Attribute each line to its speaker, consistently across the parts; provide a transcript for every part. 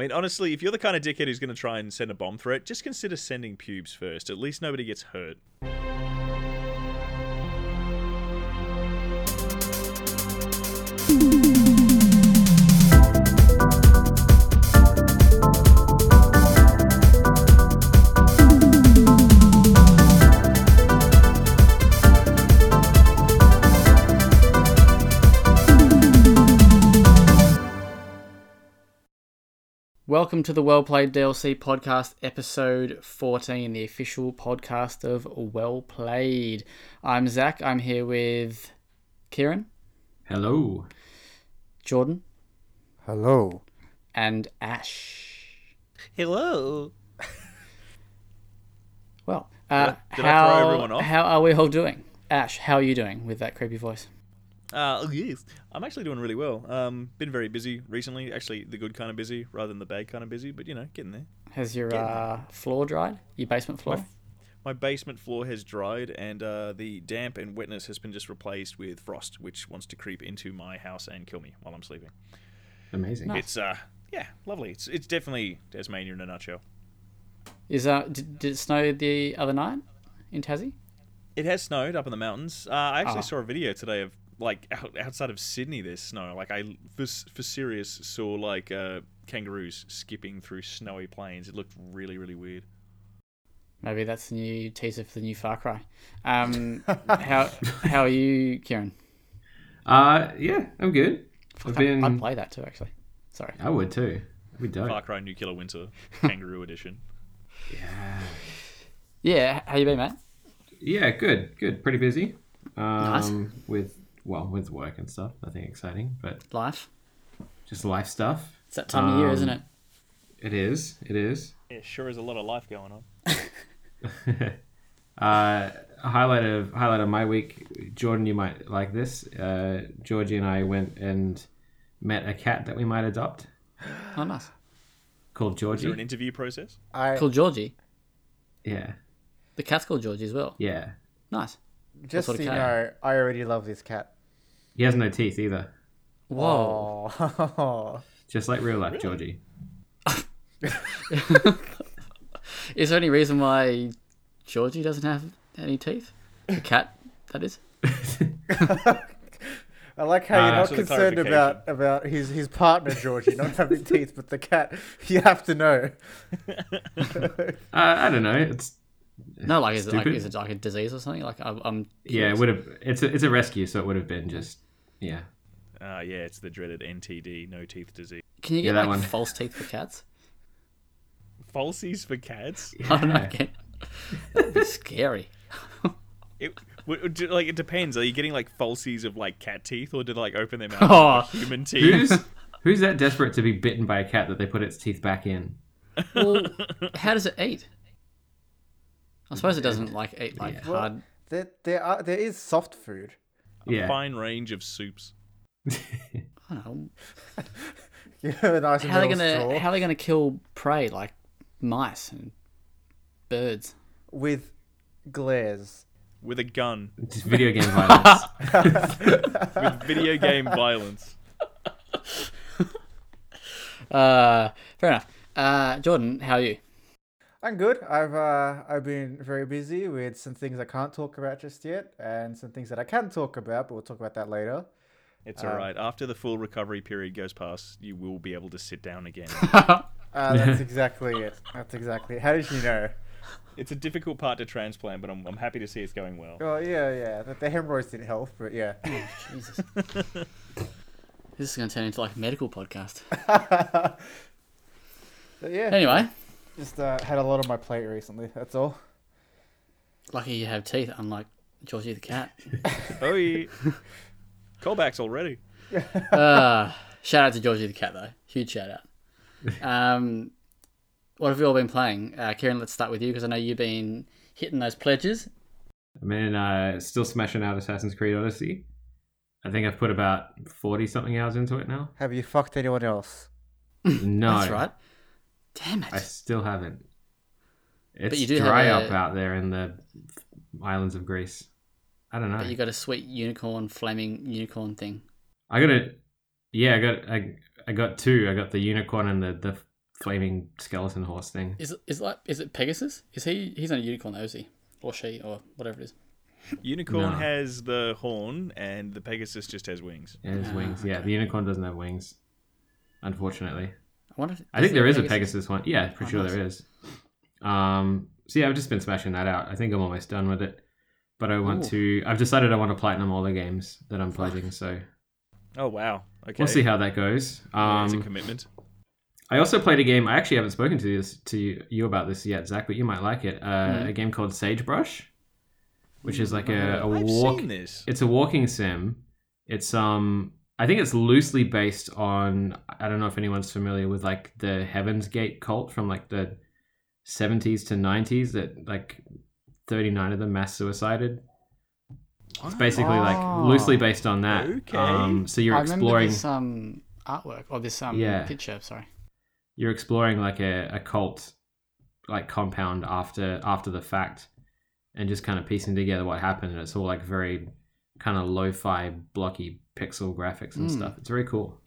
Speaker 1: mean, honestly, if you're the kind of dickhead who's going to try and send a bomb threat, just consider sending pubes first. At least nobody gets hurt.
Speaker 2: Welcome to the Well Played DLC podcast, episode 14, the official podcast of Well Played. I'm Zach. I'm here with Kieran,
Speaker 3: Hello.
Speaker 2: Jordan,
Speaker 4: Hello.
Speaker 2: and Ash.
Speaker 1: Hello.
Speaker 2: Well, uh,
Speaker 1: Did I- did I
Speaker 2: how,
Speaker 1: throw everyone off?
Speaker 2: how are we all doing? Ash, how are you doing with that creepy voice?
Speaker 1: Uh, oh, yes. I'm actually doing really well. Um, been very busy recently. Actually, the good kind of busy rather than the bad kind of busy, but you know, getting there.
Speaker 2: Has your uh, floor dried? Your basement floor?
Speaker 1: My basement floor has dried, and uh, the damp and wetness has been just replaced with frost, which wants to creep into my house and kill me while I'm sleeping.
Speaker 3: Amazing.
Speaker 1: It's uh, yeah, lovely. It's it's definitely Tasmania in a nutshell.
Speaker 2: Is uh, did, did it snow the other night in Tassie?
Speaker 1: It has snowed up in the mountains. Uh, I actually
Speaker 2: Ah.
Speaker 1: saw a video today of like out, outside of Sydney, there's snow. Like I for, for serious saw like uh, kangaroos skipping through snowy plains. It looked really really weird.
Speaker 2: Maybe that's the new teaser for the new Far Cry. Um, how how are you, Kieran?
Speaker 3: Uh, yeah, I'm good. I've been.
Speaker 2: I'd play that too, actually. Sorry.
Speaker 3: I would too. We don't.
Speaker 1: Far Cry Nuclear Winter Kangaroo Edition.
Speaker 2: Yeah, how you been, mate?
Speaker 3: Yeah, good, good. Pretty busy. Um, With well, with work and stuff. Nothing exciting, but
Speaker 2: Life.
Speaker 3: just life stuff.
Speaker 2: It's that time of year,
Speaker 3: Um,
Speaker 2: isn't it?
Speaker 3: It is. It is.
Speaker 1: Yeah, sure is a lot of life going on.
Speaker 3: Uh, highlight of highlight of my week, Jordan. You might like this. Uh, Georgie and I went and met a cat that we might adopt
Speaker 2: Oh, nice.
Speaker 3: called
Speaker 1: Is there an
Speaker 3: Georgie.
Speaker 1: interview process?
Speaker 4: I
Speaker 2: Called Georgie.
Speaker 3: Yeah,
Speaker 2: The cat's called Georgie as well.
Speaker 3: yeah.
Speaker 2: Nice.
Speaker 4: just so
Speaker 2: sort of
Speaker 4: you
Speaker 2: cat?
Speaker 4: know, I already love this cat.
Speaker 3: He has no teeth either,
Speaker 2: Whoa.
Speaker 4: Oh.
Speaker 3: just like real life Georgie.
Speaker 2: Is there any reason why Georgie doesn't have any teeth? The cat, that is.
Speaker 4: I like how
Speaker 3: Ah,
Speaker 4: you're not
Speaker 1: so the
Speaker 4: concerned about
Speaker 1: clarification.
Speaker 4: about his his partner Georgie not having teeth, but the cat. You have to know.
Speaker 3: Uh, I don't know. It's
Speaker 2: No, like is it like
Speaker 3: Stupid.
Speaker 2: is it like a disease or something? Like I'm, I'm
Speaker 3: yeah. It would have. It's a, it's a rescue, so it would have been just yeah.
Speaker 1: Uh, yeah, it's the dreaded NTD, no teeth disease.
Speaker 2: Can you
Speaker 3: Yeah,
Speaker 2: get
Speaker 3: that
Speaker 2: like
Speaker 3: one.
Speaker 2: false teeth for cats?
Speaker 1: Falsies for cats?
Speaker 2: I don't know. Again. That'd be scary.
Speaker 1: It, w- w- d- like it depends. Are you getting like falsies of like cat teeth, or did like open their mouth
Speaker 2: Oh.
Speaker 1: and human teeth?
Speaker 3: Who's who's that desperate to be bitten by a cat that they put its teeth back in?
Speaker 2: Well, how does it eat? I suppose it doesn't like eat like
Speaker 3: Yeah.
Speaker 4: Well,
Speaker 2: hard.
Speaker 4: There there are there is soft food.
Speaker 3: Yeah.
Speaker 1: Fine range of soups.
Speaker 2: I don't know.
Speaker 4: You know, a nice
Speaker 2: How are they
Speaker 4: little
Speaker 2: gonna
Speaker 4: straw
Speaker 2: how are they gonna kill prey like mice and birds?
Speaker 4: with glares.
Speaker 1: with a gun
Speaker 3: Just video game violence.
Speaker 1: with video game violence.
Speaker 2: Uh, fair enough. Uh, Jordan, how are you?
Speaker 4: I'm good. I've uh, I've been very busy with some things I can't talk about just yet, and some things that I can talk about, but we'll talk about that later.
Speaker 1: It's all right. After the full recovery period goes past, you will be able to sit down again.
Speaker 4: Uh, that's exactly it. That's exactly it. How did you know?
Speaker 1: it's a difficult part to transplant, but I'm, I'm happy to see it's going well.
Speaker 4: Well, yeah, yeah. The, the hemorrhoids didn't help, but yeah.
Speaker 2: Jesus. this is gonna turn into like a medical podcast.
Speaker 4: But yeah,
Speaker 2: Anyway,
Speaker 4: just uh, had a lot on my plate recently. That's all.
Speaker 2: lucky you have teeth, unlike Georgie the cat.
Speaker 1: Oi! Callbacks already.
Speaker 2: Uh, shout out to Georgie the cat though. Huge shout out. Um, what have you all been playing? Uh, Kieran, let's start with you because I know you've been hitting those pledges.
Speaker 3: I mean, uh, still smashing out Assassin's Creed Odyssey. I think I've put about forty something hours into it now.
Speaker 4: Have you fucked anyone else?
Speaker 3: No,
Speaker 2: That's right. Damn it.
Speaker 3: I still haven't. It's
Speaker 2: you do have
Speaker 3: dry
Speaker 2: a-
Speaker 3: up out there in the islands of Greece. I don't know.
Speaker 2: But you got a sweet unicorn, flaming unicorn thing.
Speaker 3: I got a yeah, I got I, I got two. I got the unicorn and the the flaming skeleton horse thing.
Speaker 2: Is it is like is it Pegasus? Is he he's not a unicorn though, is he? Or she or whatever it is.
Speaker 1: Unicorn
Speaker 3: No.
Speaker 1: has the horn, and the Pegasus just has wings.
Speaker 3: It has
Speaker 2: Ah,
Speaker 3: wings. Yeah, the unicorn doesn't have wings, unfortunately.
Speaker 2: I wonder if
Speaker 3: I think there is a Pegasus one. Yeah, pretty
Speaker 2: Oh,
Speaker 3: sure
Speaker 2: nice.
Speaker 3: there is. Um, so yeah, I've just been smashing that out. I think I'm almost done with it, but I want
Speaker 2: Ooh.
Speaker 3: to. I've decided I want to platinum all the games that I'm pledging. So
Speaker 1: Oh wow. Okay.
Speaker 3: we'll see how that goes.
Speaker 1: Yeah, it's a
Speaker 3: Um,
Speaker 1: commitment.
Speaker 3: I also played a game. I actually haven't spoken to this to you- you about this yet, Zach, but you might like it. Uh,
Speaker 1: Hmm.
Speaker 3: A game called Sagebrush, which is like a, a
Speaker 1: I've
Speaker 3: walk.
Speaker 1: seen this.
Speaker 3: It's a walking sim. It's um I think it's loosely based on I don't know if anyone's familiar with like the Heaven's Gate cult from like the 70s to 90s that like 39 of them mass suicided. It's basically like
Speaker 2: Oh.
Speaker 3: loosely based on that.
Speaker 1: Okay.
Speaker 3: Um so you're
Speaker 2: I remember
Speaker 3: exploring
Speaker 2: this um, artwork or this um,
Speaker 3: Yeah.
Speaker 2: picture. Sorry.
Speaker 3: you're exploring like a, a cult like compound after after the fact and just kind of piecing together what happened and it's all like very kind of lo-fi blocky pixel graphics and
Speaker 2: Mm.
Speaker 3: stuff it's very cool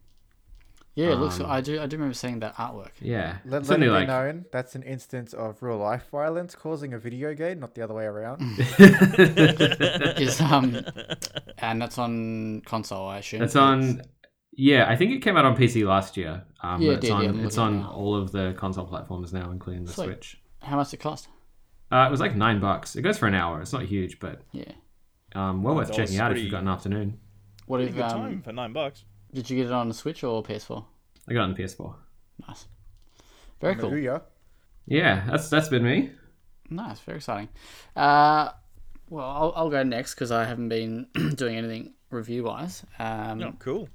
Speaker 2: Yeah, it looks.
Speaker 3: Um,
Speaker 2: I do. I do remember seeing that artwork.
Speaker 3: yeah
Speaker 4: Let, let it
Speaker 3: Certainly,
Speaker 4: be known that's an instance of real life violence causing a video game, not the other way around.
Speaker 3: Mm.
Speaker 2: Is um, and that's on console, I assume.
Speaker 3: It's on. Yeah, I think it came out on PC last year. Um,
Speaker 2: Yeah,
Speaker 3: yeah,
Speaker 2: it
Speaker 3: it's
Speaker 2: did, yeah,
Speaker 3: on.
Speaker 2: I'm
Speaker 3: it's
Speaker 2: looking
Speaker 3: on
Speaker 2: at it now.
Speaker 3: all of the console platforms now, including the
Speaker 2: Sweet.
Speaker 3: Switch.
Speaker 2: How much it cost?
Speaker 3: Uh, it was like nine bucks. It goes for an hour. It's not huge, but
Speaker 2: Yeah.
Speaker 3: um, well worth
Speaker 1: That
Speaker 3: checking
Speaker 1: was
Speaker 3: out if
Speaker 1: pretty-
Speaker 3: you've got an afternoon.
Speaker 2: What
Speaker 1: Pretty
Speaker 2: if
Speaker 1: good
Speaker 2: um?
Speaker 1: time for nine bucks.
Speaker 2: Did you get it on the Switch or PS4?
Speaker 3: I got it on the PS4.
Speaker 2: Nice. Very cool.
Speaker 4: Maruya.
Speaker 3: Yeah, that's that's been me.
Speaker 2: Nice. Very exciting. Uh, well, I'll, I'll go next because I haven't been doing anything review wise. Um,
Speaker 3: Mm.
Speaker 1: No, Oh, cool.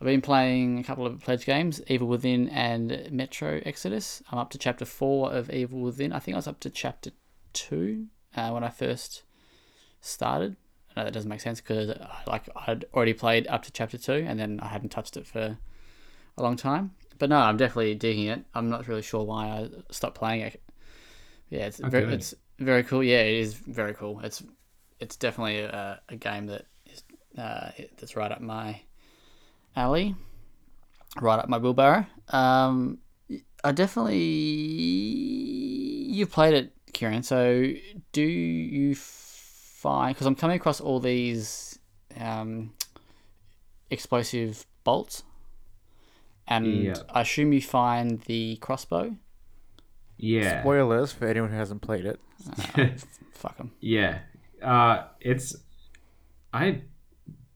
Speaker 2: I've been playing a couple of pledge games, Evil Within and Metro Exodus. I'm up to chapter four of Evil Within. I think I was up to chapter two uh, when I first started. I know that doesn't make sense because like I'd already played up to chapter two and then I hadn't touched it for a long time. But no, I'm definitely digging it. I'm not really sure why I stopped playing it. Yeah, it's very,
Speaker 3: good.
Speaker 2: it's very cool. Yeah, it is very cool. It's it's definitely a, a game that is uh, that's right up my alley, right up my wheelbarrow. Um, I definitely you've played it, Kieran. So do you find because I'm coming across all these um, explosive bolts, and
Speaker 3: Yeah.
Speaker 2: I assume you find the crossbow.
Speaker 3: Yeah,
Speaker 4: Spoilers for anyone who hasn't played it.
Speaker 2: Fuck 'em.
Speaker 3: yeah. Uh, it's I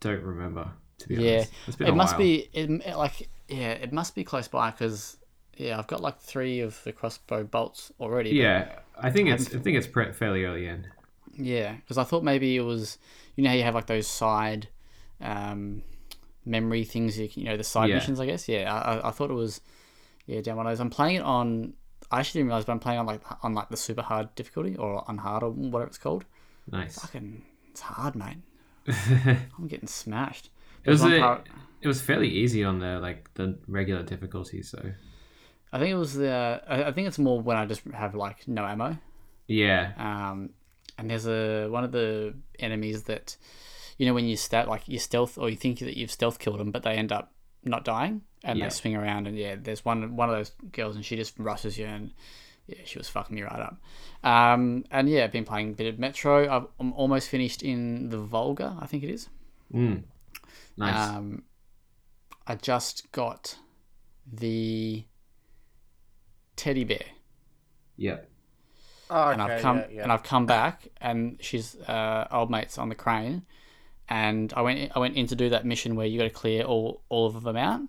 Speaker 3: don't remember to be
Speaker 2: Yeah.
Speaker 3: honest. It's been
Speaker 2: it
Speaker 3: a
Speaker 2: must
Speaker 3: while.
Speaker 2: be it, it, like yeah, it must be close by because yeah, I've got like three of the crossbow bolts already. but-
Speaker 3: Yeah, I think it's I think it's pre- fairly early in.
Speaker 2: Yeah, because I thought maybe it was, you know, how you have like those side um, memory things, you, can- you know, the side
Speaker 3: Yeah.
Speaker 2: missions, I guess. Yeah, I, I- I thought it was, yeah, down one of those. I'm playing it on, I actually didn't realize, but I'm playing on like on like the super hard difficulty or on hard or whatever it's called.
Speaker 3: Nice.
Speaker 2: Fucking, it's hard, mate. I'm getting smashed.
Speaker 3: It was
Speaker 2: There's one
Speaker 3: a-
Speaker 2: part-
Speaker 3: it was fairly easy on the like the regular difficulty. So
Speaker 2: I think it was the, I, I think it's more when I just have like no ammo.
Speaker 3: yeah,
Speaker 2: Um, and there's a one of the enemies that, you know, when you stat like you stealth or you think that you've stealth killed them, but they end up not dying and
Speaker 3: Yeah.
Speaker 2: they swing around and yeah, there's one one of those girls and she just rushes you and yeah, she was fucking me right up. Um, and yeah, I've been playing a bit of Metro. I've, I'm almost finished in the Volga, I think it is.
Speaker 3: mm. nice.
Speaker 2: Um, I just got the teddy bear.
Speaker 3: yep.
Speaker 4: Oh,
Speaker 2: and I've come and I've come back, and she's uh, old mates on the crane, and I went I went in to do that mission where you got to clear all all of them out,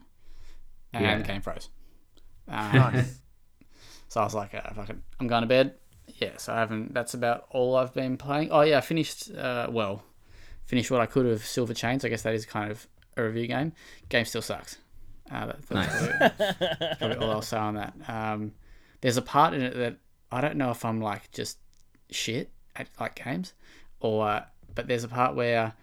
Speaker 2: and
Speaker 3: Yeah.
Speaker 2: the game froze. Um, so I was like, uh, fucking, I'm going to bed. Yeah, so I haven't. That's about all I've been playing. Oh yeah, I finished. Uh, well, finished what I could of Silver Chains. I guess that is kind of a review game. Game still sucks. Uh, that, that's probably, probably all I'll say on that. Um, there's a part in it that I don't know if I'm like just shit at like games, or but there's a part where.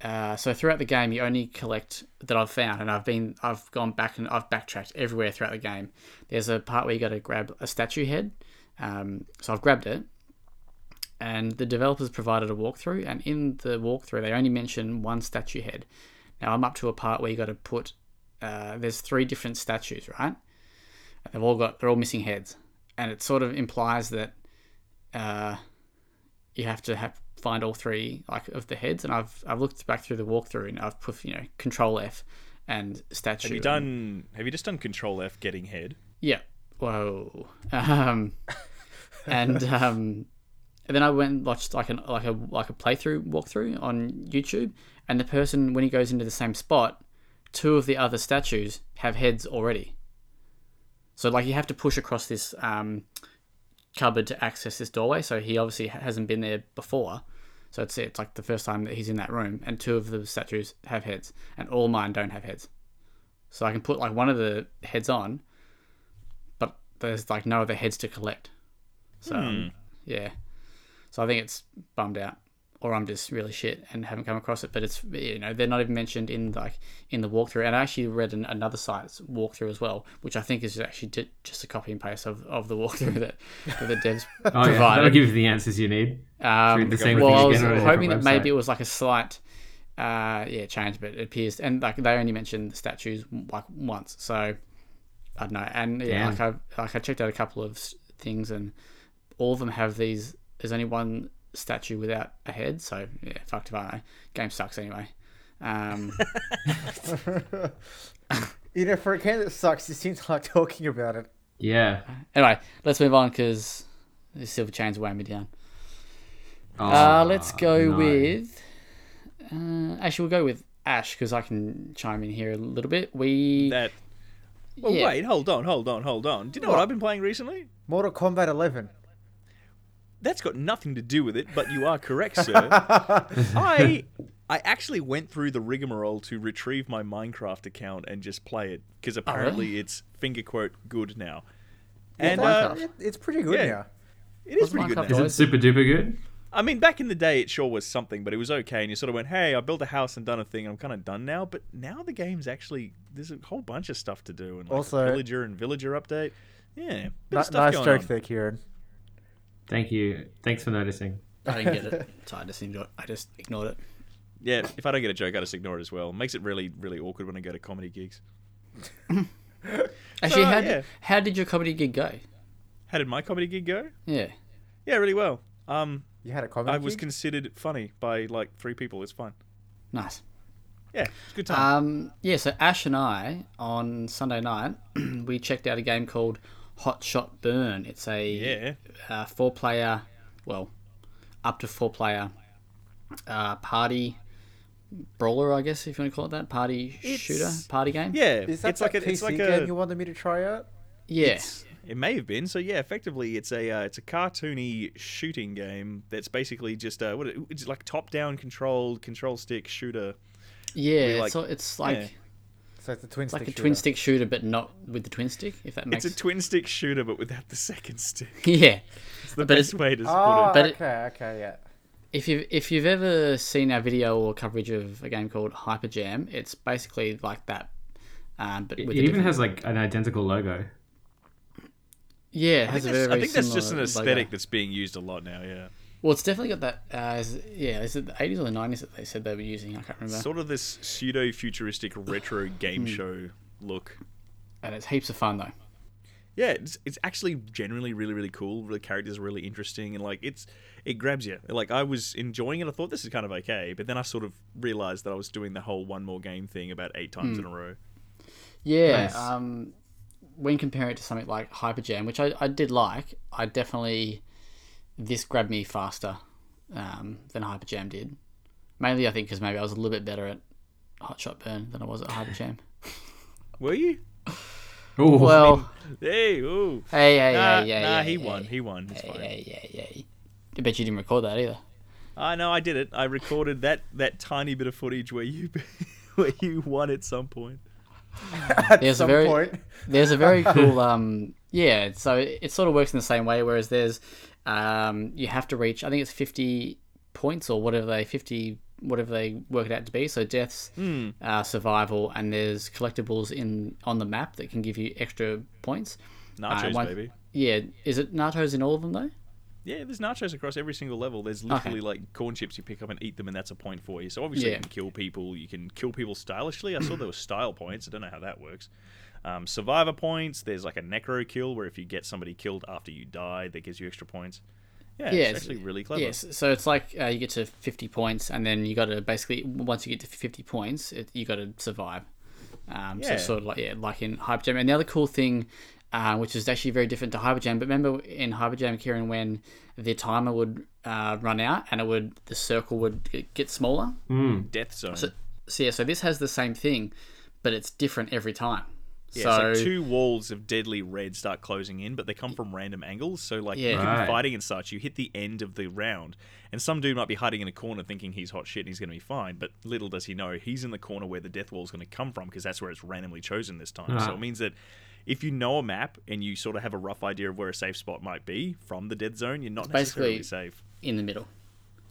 Speaker 2: Uh, so throughout the game, you only collect that I've found, and I've been, I've gone back and I've backtracked everywhere throughout the game. There's a part where you got to grab a statue head, um, so I've grabbed it, and the developers provided a walkthrough, and in the walkthrough, they only mention one statue head. Now I'm up to a part where you got to put. Uh, there's three different statues, right? They've all got they're all missing heads, and it sort of implies that uh, you have to have find all three like of the heads. And I've I've looked back through the walkthrough and I've put you know Control F and statue.
Speaker 1: Have you
Speaker 2: and-
Speaker 1: done? Have you just done Control F getting head?
Speaker 2: yeah. Whoa. Um, and um, and then I went and watched like an like a like a playthrough walkthrough on YouTube, and the person when he goes into the same spot, two of the other statues have heads already. So like you have to push across this um, cupboard to access this doorway. So he obviously ha- hasn't been there before. So it's it's like the first time that he's in that room, and two of the statues have heads, and all mine don't have heads. So I can put like one of the heads on, but there's like no other heads to collect. So um, yeah, so I think it's bummed out, or I'm just really shit and haven't come across it. But it's you know they're not even mentioned in like in the walkthrough. And I actually read an, another site's walkthrough as well, which I think is actually di- just a copy and paste of, of the walkthrough that, that the devs
Speaker 3: Oh, yeah.
Speaker 2: provided.
Speaker 3: That'll give you the answers you need.
Speaker 2: Um,
Speaker 3: Read the same
Speaker 2: well,
Speaker 3: thing
Speaker 2: I was
Speaker 3: again on a
Speaker 2: hoping that
Speaker 3: different
Speaker 2: maybe
Speaker 3: website.
Speaker 2: it was like a slight, uh, yeah, change, but it appears and like they only mentioned the statues like once, so I don't know. And yeah,
Speaker 3: Damn.
Speaker 2: like I like I checked out a couple of s- things, and all of them have these. There's only one statue without a head, so yeah, fucked if I know. Game sucks anyway. Um,
Speaker 4: You know, for a game that sucks, you seem to like talking about it.
Speaker 3: Yeah.
Speaker 2: anyway, let's move on because the silver chains weighing me down.
Speaker 3: Oh,
Speaker 2: Uh, let's go
Speaker 3: no.
Speaker 2: with. Uh, actually, we'll go with Ash because I can chime in here a little bit. We
Speaker 1: That. Well,
Speaker 2: Yeah.
Speaker 1: Oh, wait, hold on, hold on, hold on. Do you know what? I've been playing recently?
Speaker 4: Mortal Kombat 11.
Speaker 1: That's got nothing to do with it, but you are correct, sir. I I actually went through the rigmarole to retrieve my Minecraft account and just play it
Speaker 2: Oh,
Speaker 1: because apparently it's finger quote good now, and uh,
Speaker 2: Minecraft?
Speaker 4: It- it's pretty good
Speaker 1: Yeah.
Speaker 4: now.
Speaker 1: it is
Speaker 2: What's
Speaker 1: pretty
Speaker 2: Minecraft
Speaker 1: good
Speaker 3: Is
Speaker 1: now.
Speaker 2: like?
Speaker 3: it super duper good?
Speaker 1: I mean, back in the day, it sure was something, but it was okay. And you sort of went, "Hey, I built a house and done a thing. I'm kind of done now." But now the game's actually there's a whole bunch of stuff to do, and like
Speaker 4: Also-
Speaker 1: a villager and villager update. Yeah, bit of
Speaker 4: Ni-
Speaker 1: stuff
Speaker 4: nice
Speaker 1: going
Speaker 4: joke
Speaker 1: on.
Speaker 4: there, Kieran.
Speaker 3: Thank you. Thanks for noticing.
Speaker 2: I didn't get it, so I just ignored. I just ignored it.
Speaker 1: Yeah, if I don't get a joke, I just ignore it as well. Makes it really, really awkward when I go to comedy gigs.
Speaker 2: Actually, how,
Speaker 1: alright,
Speaker 2: did,
Speaker 1: yeah.
Speaker 2: how did your comedy gig go?
Speaker 1: How did my comedy gig go?
Speaker 2: Yeah,
Speaker 1: Yeah, really well. Um,
Speaker 4: You had a comment.
Speaker 1: I was considered funny by like three people. It's fine.
Speaker 2: nice.
Speaker 1: Yeah, it's a good time.
Speaker 2: Um, yeah, so Ash and I on Sunday night we checked out a game called Hot Shot Burn. It's a
Speaker 1: yeah,
Speaker 2: uh, four player, well, up to four player uh, party brawler, I guess if you want to call it that, party shooter,
Speaker 1: It's-
Speaker 2: party game.
Speaker 1: yeah.
Speaker 4: Is that
Speaker 1: it's like
Speaker 4: that
Speaker 1: a,
Speaker 4: PC
Speaker 1: it's like
Speaker 4: game
Speaker 1: a,
Speaker 4: you wanted me to try out?
Speaker 2: yeah.
Speaker 1: It may have been. So yeah, effectively, it's a uh, it's a cartoony shooting game that's basically just uh, what it's like top down controlled control stick shooter.
Speaker 2: Yeah,
Speaker 1: We like-
Speaker 2: so it's like
Speaker 1: yeah.
Speaker 4: So it's a twin
Speaker 2: like
Speaker 4: stick
Speaker 2: a twin
Speaker 4: shooter.
Speaker 2: stick shooter, but not with the twin stick. If that makes
Speaker 1: It's a twin stick shooter, but without the second stick.
Speaker 2: yeah.
Speaker 1: It's the
Speaker 2: But
Speaker 1: best
Speaker 2: it's-
Speaker 1: way to
Speaker 4: Oh,
Speaker 1: put it.
Speaker 2: But it-
Speaker 4: okay, okay, yeah.
Speaker 2: If you if you've ever seen our video or coverage of a game called Hyper Jam, it's basically like that, um, but
Speaker 3: It,
Speaker 2: with
Speaker 3: it
Speaker 2: a
Speaker 3: even
Speaker 2: different-
Speaker 3: has like an identical logo.
Speaker 2: yeah, it
Speaker 1: I
Speaker 2: has
Speaker 1: think,
Speaker 2: a
Speaker 1: that's,
Speaker 2: very
Speaker 1: I think that's
Speaker 2: similar
Speaker 1: just an
Speaker 2: logo.
Speaker 1: aesthetic that's being used a lot now. Yeah,
Speaker 2: Well, it's definitely got that. Uh, is it- yeah, is it the eighties or the nineties that they said they were using? I can't remember.
Speaker 1: sort of this pseudo futuristic retro game show look.
Speaker 2: and it's heaps of fun though.
Speaker 1: Yeah, it's, it's actually generally really really cool. The characters are really interesting and like it's it grabs you. Like I was enjoying it. I thought this is kind of okay, but then I sort of realized that I was doing the whole one more game thing about eight times
Speaker 2: Hmm.
Speaker 1: in a row.
Speaker 2: Yeah.
Speaker 3: Nice.
Speaker 2: Um, when comparing it to something like Hyper Jam, which I, I did like, I definitely this grabbed me faster um, than Hyper Jam did. Mainly, I think because maybe I was a little bit better at Hot Shot Burn than I was at Hyper Jam.
Speaker 1: Were you?
Speaker 3: Oh,
Speaker 2: well,
Speaker 1: Hey, ooh.
Speaker 2: hey, hey,
Speaker 1: Nah,
Speaker 2: hey, yeah,
Speaker 1: nah,
Speaker 2: yeah,
Speaker 1: he
Speaker 2: yeah,
Speaker 1: won. He won. It's
Speaker 2: Yeah,
Speaker 1: fine.
Speaker 2: yeah, yeah, yeah. I bet you didn't record that either.
Speaker 1: I know. I did it. I recorded that that tiny bit of footage where you where you won at some point.
Speaker 2: There's
Speaker 4: Some
Speaker 2: a very
Speaker 4: point.
Speaker 2: there's a very cool um yeah so it sort of works in the same way whereas there's um you have to reach i think it's 50 points or whatever they 50 whatever they work it out to be so deaths
Speaker 1: Hmm.
Speaker 2: uh, survival and there's collectibles in on the map that can give you extra points Uh,
Speaker 1: Nachos,
Speaker 2: one-
Speaker 1: baby.
Speaker 2: yeah is it nachos in all of them though
Speaker 1: Yeah, there's nachos across every single level. There's literally like corn chips you pick up and eat them, and that's a point for you. So obviously
Speaker 2: Yeah.
Speaker 1: you can kill people. You can kill people stylishly. I saw there were style points. I don't know how that works. um, survivor points. There's like a necro kill where if you get somebody killed after you die, that gives you extra points. Yeah, it's
Speaker 2: Yeah, it's-
Speaker 1: actually really clever.
Speaker 2: Yes, so it's like uh, you get to 50 points, and then you got to basically once you get to 50 points, it, you got to survive. Um, So
Speaker 1: Yeah.
Speaker 2: sort of like yeah, like in Hyperjam. And the other cool thing, uh, which is actually very different to Hyperjam, but remember in Hyperjam, Kieran, when the timer would uh, run out and it would the circle would g- get smaller.
Speaker 1: Death zone.
Speaker 2: Hmm. So yeah, so this has the same thing, but it's different every time.
Speaker 1: Yeah,
Speaker 2: so
Speaker 1: so, two walls of deadly red start closing in, but they come from random angles. So like
Speaker 2: Yeah.
Speaker 1: you can
Speaker 3: Right.
Speaker 1: be fighting and such. You hit the end of the round, and some dude might be hiding in a corner thinking he's hot shit and he's going to be fine. But little does he know he's in the corner where the death wall is going to come from because that's where it's randomly chosen this time. So
Speaker 3: Ah.
Speaker 1: it means that if you know a map and you sort of have a rough idea of where a safe spot might be from the dead zone, you're not
Speaker 2: basically-
Speaker 1: necessarily safe.
Speaker 2: in the middle,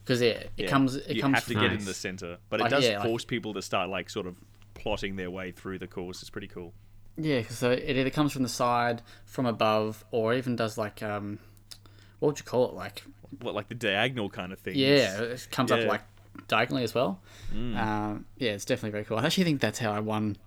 Speaker 2: because yeah, it
Speaker 1: Yeah.
Speaker 2: comes it
Speaker 1: you
Speaker 2: comes
Speaker 1: have to
Speaker 2: from-
Speaker 1: get
Speaker 3: Nice.
Speaker 1: in the center, but it
Speaker 2: Like,
Speaker 1: does
Speaker 2: yeah, like-
Speaker 1: force people to start like sort of plotting their way through the course. It's pretty cool.
Speaker 2: Yeah, 'cause so it either comes from the side, from above, or even does like um, what would you call it? Like
Speaker 1: What like the diagonal kind of thing. It's-
Speaker 2: yeah, it comes
Speaker 1: yeah.
Speaker 2: up like diagonally as well. Um, yeah, it's definitely very cool. I actually think that's how I won.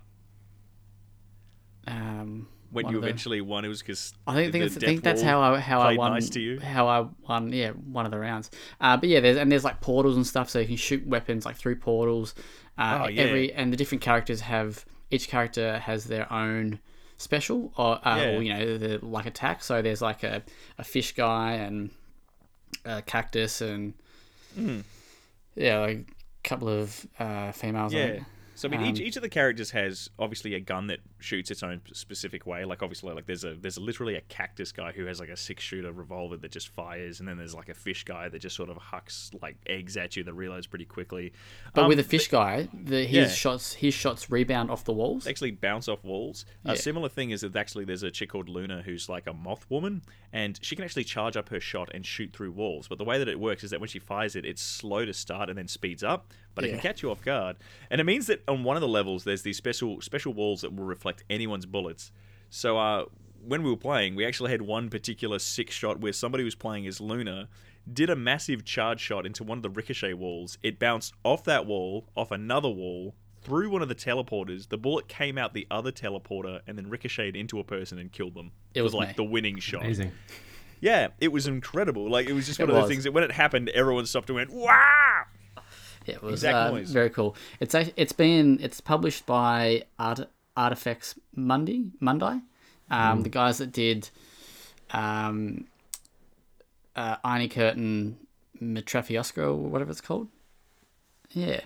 Speaker 2: Um,
Speaker 1: when
Speaker 2: one
Speaker 1: you
Speaker 2: of the-
Speaker 1: eventually won, it was because
Speaker 2: I think, think, that's- think that's how I how I
Speaker 1: played
Speaker 2: won
Speaker 1: nice to you.
Speaker 2: how I won yeah one of the rounds. Uh, but yeah, there's and there's like portals and stuff, so you can shoot weapons like through portals. Uh,
Speaker 1: Oh, yeah.
Speaker 2: Every and the different characters have each character has their own special or, uh,
Speaker 1: Yeah.
Speaker 2: or you know the, like attack. So there's like a, a fish guy and a cactus and
Speaker 1: Hmm.
Speaker 2: yeah like a couple of uh, females. I
Speaker 1: Yeah.
Speaker 2: think.
Speaker 1: So I mean,
Speaker 2: Um,
Speaker 1: each, each of the characters has obviously a gun that shoots its own specific way. Like obviously, like there's a there's literally a cactus guy who has like a six shooter revolver that just fires, and then there's like a fish guy that just sort of hucks like eggs at you that reloads pretty quickly.
Speaker 2: But
Speaker 1: Um,
Speaker 2: with the fish guy, the, his
Speaker 1: yeah.
Speaker 2: shots his shots rebound off the walls.
Speaker 1: they actually bounce off walls. A similar thing is that actually there's a chick called Luna who's like a moth woman, and she can actually charge up her shot and shoot through walls. But the way that it works is that when she fires it, it's slow to start and then speeds up, but it can
Speaker 2: Yeah.
Speaker 1: catch you off guard. And it means that on one of the levels, there's these special special walls that will reflect anyone's bullets. So uh, when we were playing, we actually had one particular six shot where somebody was playing as Luna. Did a massive charge shot into one of the ricochet walls. It bounced off that wall, off another wall, through one of the teleporters. The bullet came out the other teleporter and then ricocheted into a person and killed them.
Speaker 2: It was
Speaker 1: like
Speaker 2: me.
Speaker 1: the winning shot.
Speaker 3: Amazing.
Speaker 1: Yeah, it was incredible. Like it was just
Speaker 2: It
Speaker 1: one of those
Speaker 2: was.
Speaker 1: things that when it happened, everyone stopped and went, "Wow!"
Speaker 2: Yeah, it was
Speaker 1: Exact
Speaker 2: uh,
Speaker 1: noise.
Speaker 2: very cool. It's act- it's been it's published by Art, Artifacts Monday Monday, um,
Speaker 1: Hmm.
Speaker 2: the guys that did um, uh, Irony Curtain Mitrafiosco or whatever it's called. Yeah.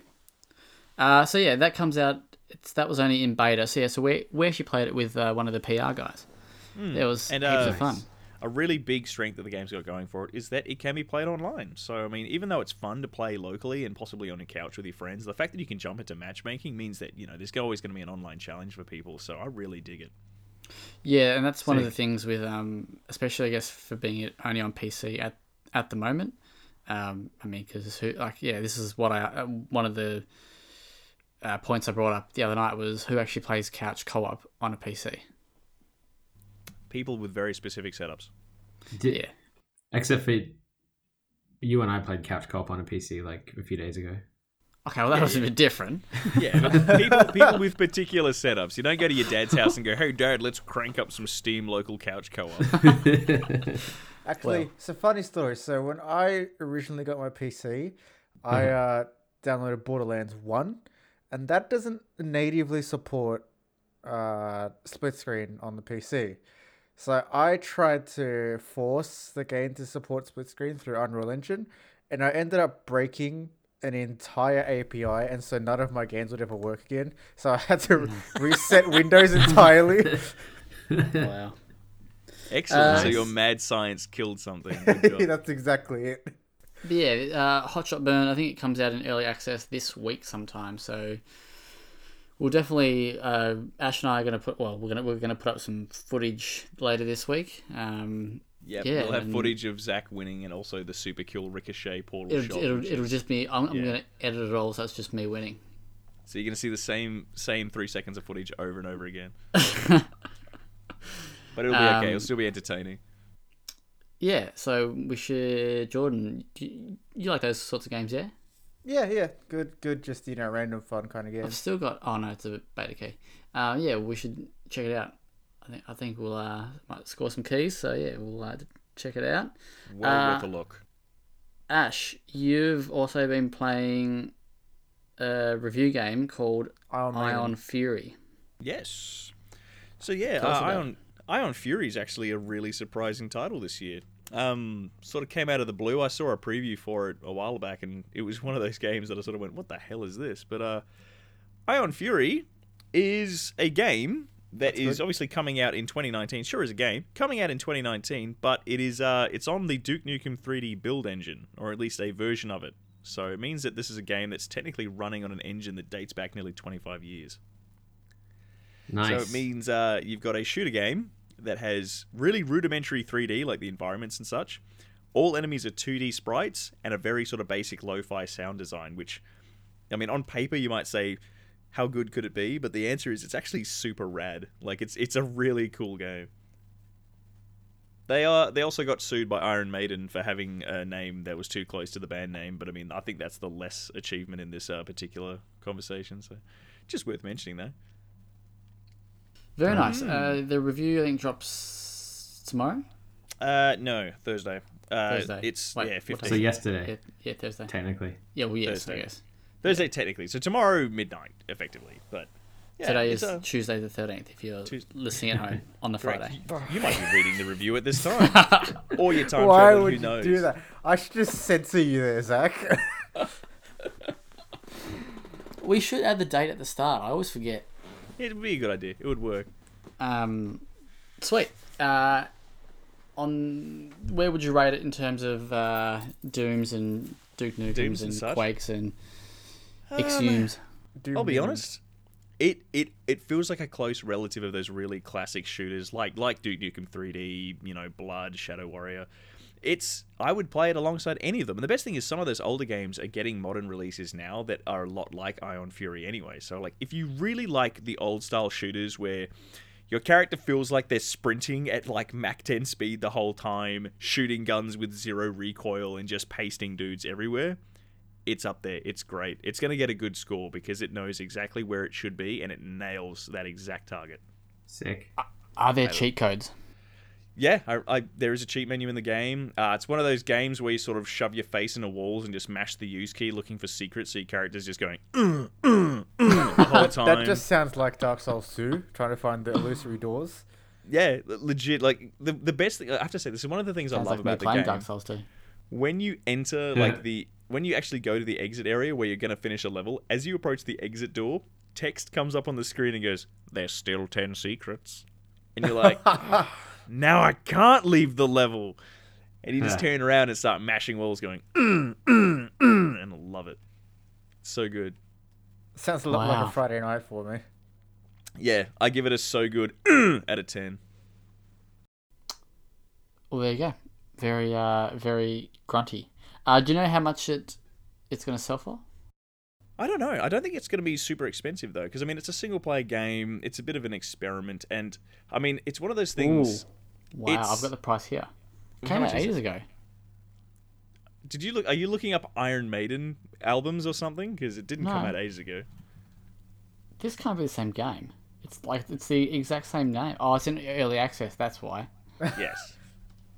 Speaker 2: Uh, so yeah, that comes out. It's that was only in beta. So yeah, so we we actually played it with uh, one of the PR guys. It was
Speaker 1: And,
Speaker 2: heaps
Speaker 1: uh,
Speaker 2: of fun.
Speaker 1: a really big strength that the game's got going for it is that it can be played online. So, I mean, even though it's fun to play locally and possibly on a couch with your friends, the fact that you can jump into matchmaking means that, you know, there's always going to be an online challenge for people. So, I really dig it.
Speaker 2: Yeah, and that's one of the things with, um, especially I guess for being it only on PC at at the moment. Um, I mean, because who like yeah, this is what I uh, one of the uh, points I brought up the other night was who actually plays couch co-op on a PC.
Speaker 1: People with very specific setups.
Speaker 3: Did,
Speaker 2: Yeah,
Speaker 3: Except for you and I played Couch Cop on a PC like a few days ago.
Speaker 2: okay, well that was a bit different.
Speaker 1: Yeah, but people, people with particular setups. You don't go to your dad's house and go, hey, dad, let's crank up some Steam local couch co
Speaker 3: Uh,
Speaker 1: op.
Speaker 4: Actually,
Speaker 2: Well-
Speaker 4: it's a funny story. So when I originally got my PC, I uh, downloaded Borderlands One, and that doesn't natively support uh, split screen on the PC. So I tried to force the game to support split screen through Unreal Engine, and I ended up breaking an entire API, and so none of my games would ever work again. So I had to reset Windows entirely.
Speaker 2: wow.
Speaker 1: Excellent. so,
Speaker 3: Nice.
Speaker 1: your mad science killed something. Good job.
Speaker 4: That's exactly it.
Speaker 2: But yeah, uh, Hot Shot Burn. I think it comes out in early access this week sometime. So we'll definitely uh, Ash and I are going to put. Well, we're going to we're going to put up some footage later this week. Um,
Speaker 1: Yep,
Speaker 2: Yeah,
Speaker 1: we'll have
Speaker 2: and-
Speaker 1: footage of Zach winning and also the super kill ricochet portal
Speaker 2: It'll,
Speaker 1: shot.
Speaker 2: it'll,
Speaker 1: which is-
Speaker 2: it'll just be. I'm, I'm
Speaker 1: yeah.
Speaker 2: going to edit it all, so it's just me winning.
Speaker 1: So you're gonna see the same same three seconds of footage over and over again. but it'll be okay. It'll still be entertaining.
Speaker 2: Yeah. So we should. Jordan, do you, you like those sorts of games? Yeah.
Speaker 4: Yeah, yeah, good, good. Just you know, random fun kind of
Speaker 2: I've
Speaker 4: games.
Speaker 2: still got. Oh no, it's a beta key. Uh, yeah, we should check it out. I think I think we'll uh, might score some keys. So yeah, we'll uh, check it out.
Speaker 1: Well
Speaker 2: Uh,
Speaker 1: worth a look.
Speaker 2: Ash, you've also been playing a review game called
Speaker 4: Iron Maiden.
Speaker 2: Ion Fury.
Speaker 1: Yes. So yeah,
Speaker 2: Tell us
Speaker 1: uh,
Speaker 2: about it.
Speaker 1: Ion Ion Fury is actually a really surprising title this year. Um, sort of came out of the blue. I saw a preview for it a while back, and it was one of those games that I sort of went, "What the hell is this?" But uh, Ion Fury is a game that is obviously coming out in 2019. Sure, is a game coming out in 2019, but it is uh, it's on the Duke Nukem 3D build engine, or at least a version of it. So it means that this is a game that's technically running on an engine that dates back nearly 25 years.
Speaker 3: Nice.
Speaker 1: So it means uh, you've got a shooter game that has really rudimentary 3D, like the environments and such. All enemies are 2D sprites and a very sort of basic lo fi sound design, which, I mean, on paper you might say, how good could it be? But the answer is it's actually super rad. Like, it's, it's a really cool game. They are. They also got sued by Iron Maiden for having a name that was too close to the band name, but I mean, I think that's the less achievement in this uh, particular conversation. So, just worth mentioning that.
Speaker 2: Very nice. Uh, the review I think drops tomorrow.
Speaker 1: Uh, no, Thursday. Uh,
Speaker 2: Thursday.
Speaker 1: It's
Speaker 2: Wait,
Speaker 1: yeah,
Speaker 2: what
Speaker 1: fifteen.
Speaker 3: so
Speaker 2: day?
Speaker 3: yesterday,
Speaker 2: Yeah, yeah Thursday.
Speaker 3: technically.
Speaker 2: Yeah, well, yes,
Speaker 1: Thursday.
Speaker 2: I guess.
Speaker 1: Thursday technically. So tomorrow midnight, effectively. But yeah,
Speaker 2: Today
Speaker 1: it's
Speaker 2: is
Speaker 1: a-
Speaker 2: Tuesday the 13th if you're
Speaker 1: Tues-
Speaker 2: listening at home on the
Speaker 1: correct.
Speaker 2: Friday.
Speaker 1: You, you might be reading the review at this time, or your time
Speaker 4: Why
Speaker 1: travel.
Speaker 4: would
Speaker 1: Who
Speaker 4: you
Speaker 1: knows?
Speaker 4: do that? I should just censor you there, Zach.
Speaker 2: We should add the date at the start. I always forget.
Speaker 1: It would be a good idea. It would work.
Speaker 2: Um, sweet. Uh, on where would you rate it in terms of uh, dooms and Duke Nukems
Speaker 1: Dooms and
Speaker 2: and,
Speaker 1: such? Um,
Speaker 2: quakes and exhumes?
Speaker 4: Do
Speaker 1: I'll be
Speaker 4: mean-
Speaker 1: honest. It, it it feels like a close relative of those really classic shooters like like Duke Nukem 3D, you know, Blood, Shadow Warrior. It's I would play it alongside any of them. And the best thing is some of those older games are getting modern releases now that are a lot like Ion Fury anyway. So like if you really like the old style shooters where your character feels like they're sprinting at like Mach 10 speed the whole time, shooting guns with zero recoil and just pasting dudes everywhere it's up there. It's great. It's going to get a good score because it knows exactly where it should be and it nails that exact target.
Speaker 3: Sick.
Speaker 4: Ah.
Speaker 2: Are there cheat codes?
Speaker 1: Yeah, I, I, there is a cheat menu in the game. Uh, it's one of those games where you sort of shove your face into walls and just mash the use key looking for secrets. So your character's just going "Mm, mm, mm," the whole time.
Speaker 4: That just sounds like Dark Souls 2, trying to find the illusory doors.
Speaker 1: yeah, le- legit. Like the the best thing I have to say, this is one of the things I
Speaker 2: Sounds
Speaker 1: love
Speaker 2: like me
Speaker 1: about the game.
Speaker 2: playing Dark Souls 2.
Speaker 1: when you enter
Speaker 3: Yeah.
Speaker 1: like the when you actually go to the exit area where you're going to finish a level as you approach the exit door text comes up on the screen and goes there's still 10 secrets and you're like now i can't leave the level and you just
Speaker 3: Yeah.
Speaker 1: turn around and start mashing walls going mm, mm, mm, and i love it so good
Speaker 4: Sounds a lot like
Speaker 2: Wow.
Speaker 4: a Friday night for me.
Speaker 1: yeah i give it a so good mm, out of 10
Speaker 2: Well, there you go. Very, uh, very grunty. Uh, do you know how much it it's going to sell for?
Speaker 1: I don't know. I don't think it's going to be super expensive though, because I mean, it's a single player game. It's a bit of an experiment, and I mean, it's one of those things.
Speaker 2: Wow, I've
Speaker 1: It's-
Speaker 2: got the price here. Came
Speaker 1: much
Speaker 2: out
Speaker 1: is
Speaker 2: ages ago.
Speaker 1: Did you look? Are you looking up Iron Maiden albums or something? Because it didn't come
Speaker 2: No.
Speaker 1: out ages ago.
Speaker 2: This can't be the same game. It's like it's the exact same name. Oh, it's in early access. That's why.
Speaker 1: Yes,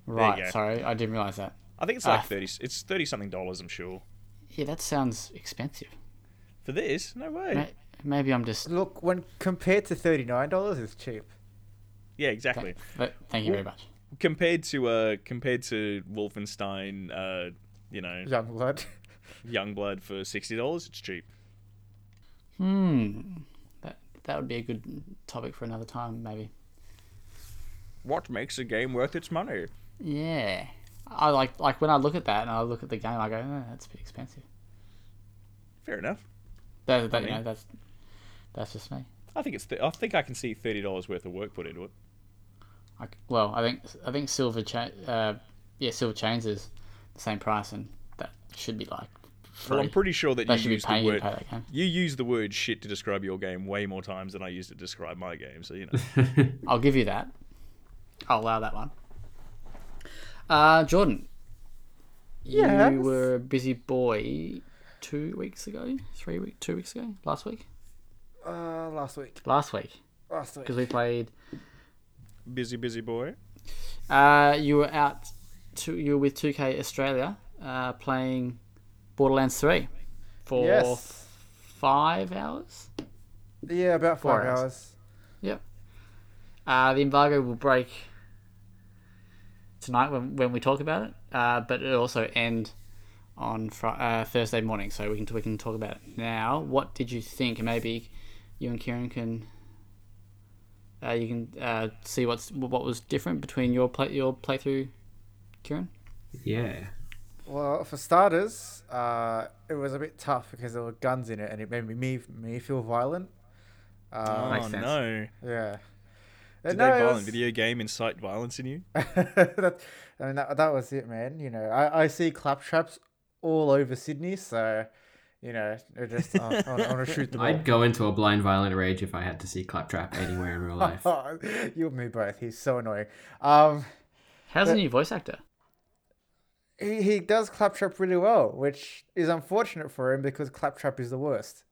Speaker 2: Right.
Speaker 1: go.
Speaker 2: Sorry, I didn't realize that.
Speaker 1: I think it's like
Speaker 2: Ah.
Speaker 1: thirty. It's thirty something dollars, I'm sure.
Speaker 2: Yeah, that sounds expensive.
Speaker 1: For this, no way.
Speaker 2: Ma- Maybe I'm just.
Speaker 4: Look, when compared to $39, it's cheap.
Speaker 1: Yeah, exactly.
Speaker 2: but Thank you very much.
Speaker 1: Compared to uh, compared to Wolfenstein, uh, you know,
Speaker 4: Young blood.
Speaker 1: Youngblood for sixty dollars, it's cheap.
Speaker 2: Hmm. That that would be a good topic for another time, maybe.
Speaker 1: What makes a game worth its money?
Speaker 2: Yeah. I like like when I look at that and I look at the game, I go, oh, that's a bit expensive.
Speaker 1: Fair enough.
Speaker 2: That, that you
Speaker 1: Okay.
Speaker 2: know, that's that's just me.
Speaker 1: I think it's. Th- I think I can see thirty dollars worth of work put into it.
Speaker 2: I, well, I think I think silver cha- uh, yeah, silver chains is the same price, and that should be like. Free.
Speaker 1: Well, I'm pretty sure that
Speaker 2: they
Speaker 1: you
Speaker 2: should be
Speaker 1: used the
Speaker 2: paying you to
Speaker 1: word
Speaker 2: play that game.
Speaker 1: you use the word shit to describe your game way more times than I used to describe my game. So you know,
Speaker 2: I'll give you that. I'll allow that one. Uh, Jordan,
Speaker 4: Yes.
Speaker 2: you were a busy boy two weeks ago, three week, two weeks ago, last week,
Speaker 4: Uh, last week.
Speaker 2: last week
Speaker 4: Last week.
Speaker 2: because we played
Speaker 1: Busy, busy boy.
Speaker 2: Uh, you were out. To, you were with 2K Australia uh, playing Borderlands 3 for
Speaker 4: Yes.
Speaker 2: five hours.
Speaker 4: Yeah, about
Speaker 2: Four
Speaker 4: five
Speaker 2: hours.
Speaker 4: hours.
Speaker 2: Yep. Uh, the embargo will break tonight when, when we talk about it, uh, but it'll also end on fr- uh, Thursday morning, so we can we can talk about it now. What did you think? And Maybe you and Kieran can uh, you can uh, see what's what was different between your play your playthrough, Kieran.
Speaker 3: Yeah.
Speaker 4: Well, for starters, uh, it was a bit tough because there were guns in it, and it made me me, me feel violent.
Speaker 1: oh
Speaker 4: Uh,
Speaker 3: makes sense.
Speaker 1: no!
Speaker 4: Yeah.
Speaker 1: Did that
Speaker 4: Uh, No, it
Speaker 1: violent
Speaker 4: was-
Speaker 1: video game incite violence in you?
Speaker 4: that, I mean, that, that was it, man. You know, I, I see claptraps all over Sydney, so, you know, it just, I, I want to shoot them all.
Speaker 3: I'd go into a blind violent rage if I had to see Claptrap anywhere in real life.
Speaker 4: you and me both. He's so annoying. Um,
Speaker 2: How's the new voice actor?
Speaker 4: he, he does Claptrap really well, which is unfortunate for him because Claptrap is the worst.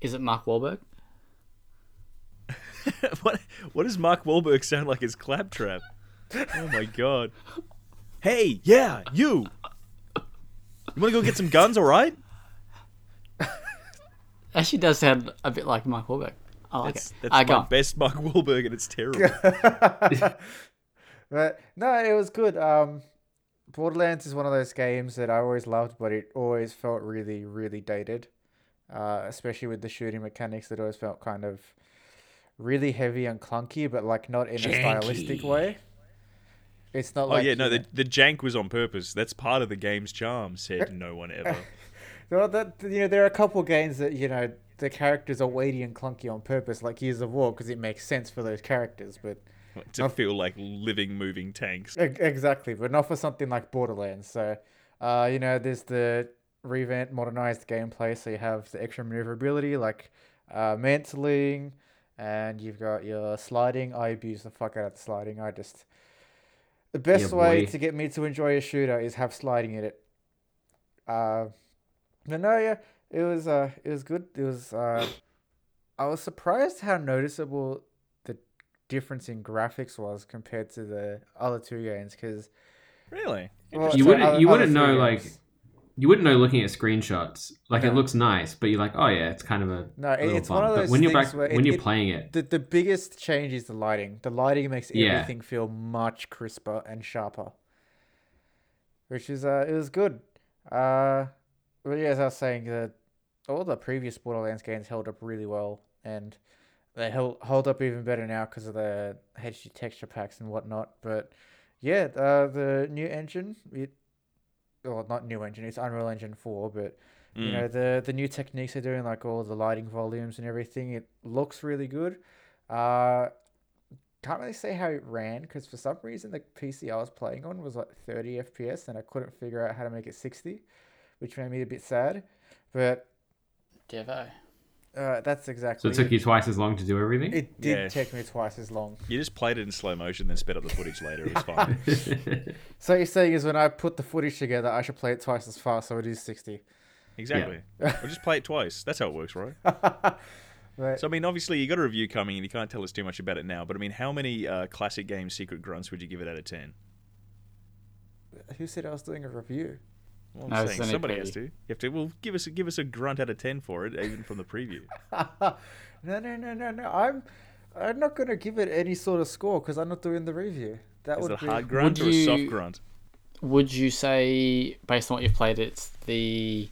Speaker 2: Is it Mark Wahlberg?
Speaker 1: what What does Mark Wahlberg sound like as Claptrap? Oh my god! Hey, yeah, you. You want to go get some guns, all right?
Speaker 2: Actually, does sound a bit like Mark Wahlberg. I like
Speaker 1: That's,
Speaker 2: it. Uh,
Speaker 1: that's
Speaker 2: I
Speaker 1: my
Speaker 2: got
Speaker 1: best Mark Wahlberg, and it's terrible.
Speaker 4: But no, it was good. Um, Borderlands is one of those games that I always loved, but it always felt really, really dated. Uh, especially with the shooting mechanics, that always felt kind of really heavy and clunky, but like not in a stylistic way. It's not
Speaker 1: Oh
Speaker 4: like
Speaker 1: yeah,
Speaker 4: you
Speaker 1: no,
Speaker 4: know-
Speaker 1: the, the jank was on purpose. That's part of the game's charm, said no one ever.
Speaker 4: Well, that you know, there are a couple games that you know the characters are weighty and clunky on purpose, like Gears of War, because it makes sense for those characters. But Oh.
Speaker 1: to feel like living, moving tanks.
Speaker 4: E- exactly, but not for something like Borderlands. So, uh, you know, there's the revamped, modernized gameplay. So you have the extra maneuverability, like uh, mantling, and you've got your sliding. I abuse the fuck out of the sliding. I just the best way
Speaker 3: boy.
Speaker 4: to get me to enjoy a shooter is have sliding in it. Uh, but no, yeah, it was uh, it was good. It was uh, I was surprised how noticeable the difference in graphics was compared to the other two games because
Speaker 1: Really?
Speaker 3: You
Speaker 1: Interesting.
Speaker 3: wouldn't- you wouldn't know, like- You wouldn't know looking at screenshots. Like
Speaker 4: Yeah.
Speaker 3: it looks nice, but you're like, oh yeah, it's kind of a
Speaker 4: No, it-
Speaker 3: little
Speaker 4: it's one
Speaker 3: bump."
Speaker 4: of
Speaker 3: But
Speaker 4: those
Speaker 3: when you're
Speaker 4: things
Speaker 3: back
Speaker 4: where
Speaker 3: when
Speaker 4: it-
Speaker 3: you're
Speaker 4: it-
Speaker 3: playing it.
Speaker 4: the the biggest change is the lighting. The lighting makes
Speaker 3: Yeah.
Speaker 4: everything feel much crisper and sharper, which is uh, it was good. Uh, but yeah, as I was saying, the all the previous Borderlands games held up really well, and they held hold up even better now because of the HD texture packs and whatnot. But yeah, uh, the new engine, it well, not new engine, it's Unreal Engine four, but you
Speaker 3: Mm.
Speaker 4: know the the new techniques they're doing like all the lighting volumes and everything it looks really good uh can't really say how it ran because for some reason the pc i was playing on was like 30 fps and i couldn't figure out how to make it 60 which made me a bit sad but
Speaker 2: Devo.
Speaker 4: uh, that's
Speaker 3: So
Speaker 4: exactly
Speaker 3: it took
Speaker 4: it.
Speaker 3: you twice as long to do everything.
Speaker 4: it did
Speaker 1: Yeah.
Speaker 4: take me twice as long
Speaker 1: You just played it in slow motion, then sped up the footage later. It was fine.
Speaker 4: so what you're saying is when i put the footage together i should play it twice as fast so it is 60
Speaker 1: Exactly. Or just play it twice. That's how it works, right?
Speaker 4: Right.
Speaker 1: So I mean, obviously you got a review coming, and you can't tell us too much about it now. But I mean, how many uh, classic game secret grunts would you give it out of ten?
Speaker 4: who said i was doing a review
Speaker 1: Well, I'm
Speaker 2: No, it's
Speaker 1: saying
Speaker 2: only
Speaker 1: somebody
Speaker 2: preview.
Speaker 1: has to. You have to. Well, give us give us a grunt out of ten for it, even from the preview.
Speaker 4: No, no, no, no, no. I'm I'm not gonna give it any sort of score because I'm not doing the review. That
Speaker 1: Is
Speaker 4: would
Speaker 1: it a
Speaker 4: be
Speaker 1: hard grunt
Speaker 2: Would
Speaker 1: or a soft
Speaker 2: you-
Speaker 1: grunt?
Speaker 2: Would you say, based on what you've played, it's the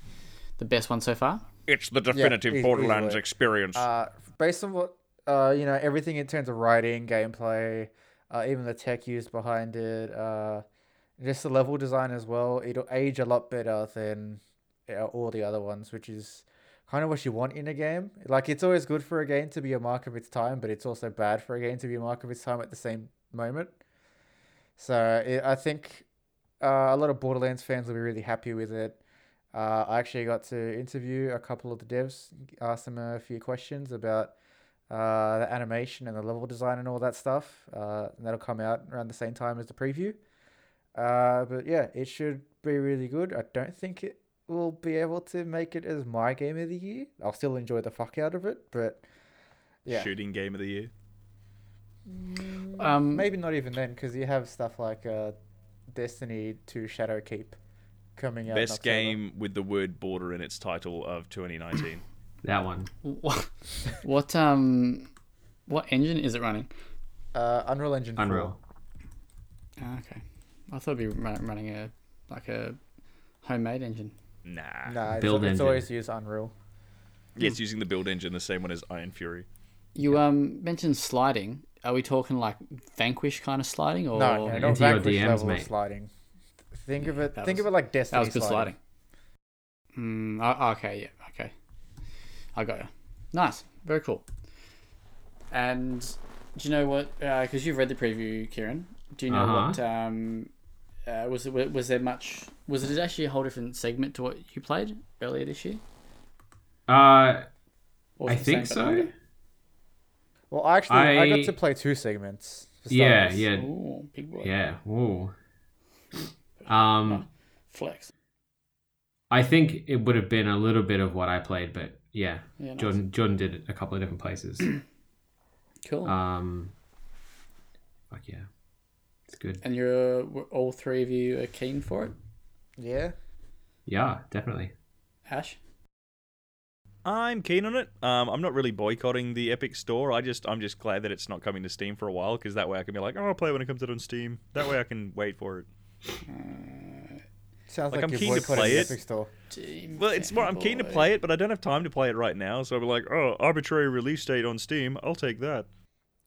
Speaker 2: the best one so far?
Speaker 1: It's the
Speaker 4: definitive eas- Borderlands easily.
Speaker 1: experience.
Speaker 4: uh, based on what uh, you know, everything in terms of writing, gameplay, uh, even the tech used behind it, uh, just the level design as well. It'll age a lot better than uh, all the other ones, which is kind of what you want in a game. Like it's always good for a game to be a mark of its time, but it's also bad for a game to be a mark of its time at the same moment. So it, I think uh, a lot of Borderlands fans will be really happy with it. Uh, I actually got to interview a couple of the devs, ask them a few questions about uh, the animation and the level design and all that stuff. Uh, and that'll come out around the same time as the preview. Uh, but yeah, it should be really good. I don't think it will be able to make it as my game of the year. I'll still enjoy the fuck out of it, but yeah.
Speaker 1: Shooting game of the year.
Speaker 2: Um,
Speaker 4: Maybe not even then, because you have stuff like uh, Destiny to Shadow Keep coming out. in
Speaker 1: Best
Speaker 4: October.
Speaker 1: game with the word border in its title of 2019.
Speaker 3: That one.
Speaker 2: what, what um, what engine is it running?
Speaker 4: Uh, Unreal Engine. 4.
Speaker 3: Unreal.
Speaker 2: Ah, okay, I thought it'd be run, running a like a homemade engine.
Speaker 1: nah.
Speaker 4: Nah, it's,
Speaker 3: Ah, Build
Speaker 4: it's
Speaker 3: engine.
Speaker 4: always used Unreal.
Speaker 1: Yeah, it's using the build engine, the same one as Iron Fury.
Speaker 2: You um mentioned sliding. Are we talking like Vanquish kind of sliding or
Speaker 4: no, no, not
Speaker 3: Into your
Speaker 4: Vanquish
Speaker 3: DMs,
Speaker 4: level of
Speaker 3: mate.
Speaker 4: sliding. Think of it.
Speaker 2: that
Speaker 4: Think
Speaker 2: was-
Speaker 4: of it like Destiny.
Speaker 2: that was good
Speaker 4: sliding.
Speaker 2: sliding? Mm, o- okay, yeah, okay, I got you. Nice, very cool. And do you know what? Because you've read the preview, Kieran. Do you know
Speaker 3: Uh-huh.
Speaker 2: what? Um, uh, was it wa- was there much? Was it actually a whole different segment to what you played earlier this year?
Speaker 3: Uh,
Speaker 2: Or was
Speaker 3: I
Speaker 2: it the same
Speaker 3: think
Speaker 2: but
Speaker 3: so.
Speaker 2: longer?
Speaker 4: Well, actually, I...
Speaker 3: I-
Speaker 4: got to play two segments. for
Speaker 3: Yeah,
Speaker 4: starters.
Speaker 3: yeah,
Speaker 2: Ooh, big boy.
Speaker 3: yeah. Ooh. Um,
Speaker 2: Flex.
Speaker 3: I think it would have been a little bit of what I played, but yeah,
Speaker 2: Yeah, nice.
Speaker 3: Jordan Jordan did it a couple of different places.
Speaker 2: Cool.
Speaker 3: um, fuck yeah, it's good.
Speaker 2: and you're were all three of you are keen for it,
Speaker 4: Yeah.
Speaker 3: Yeah, definitely.
Speaker 2: Ash.
Speaker 1: I'm keen on it. Um, I'm not really boycotting the Epic Store. I just I'm just glad that it's not coming to Steam for a while because that way I can be like, oh, I'll play it when it comes out on Steam. That way I can wait for it.
Speaker 4: Sounds
Speaker 2: Uh,
Speaker 1: Like,
Speaker 4: like,
Speaker 1: I'm
Speaker 4: you're
Speaker 1: keen to
Speaker 4: boycotting
Speaker 1: play
Speaker 4: the
Speaker 1: it.
Speaker 4: Epic Store.
Speaker 1: Well, it's more I'm keen to play it, but I don't have time to play it right now. So I'll be like, oh, arbitrary release date on Steam. I'll take that.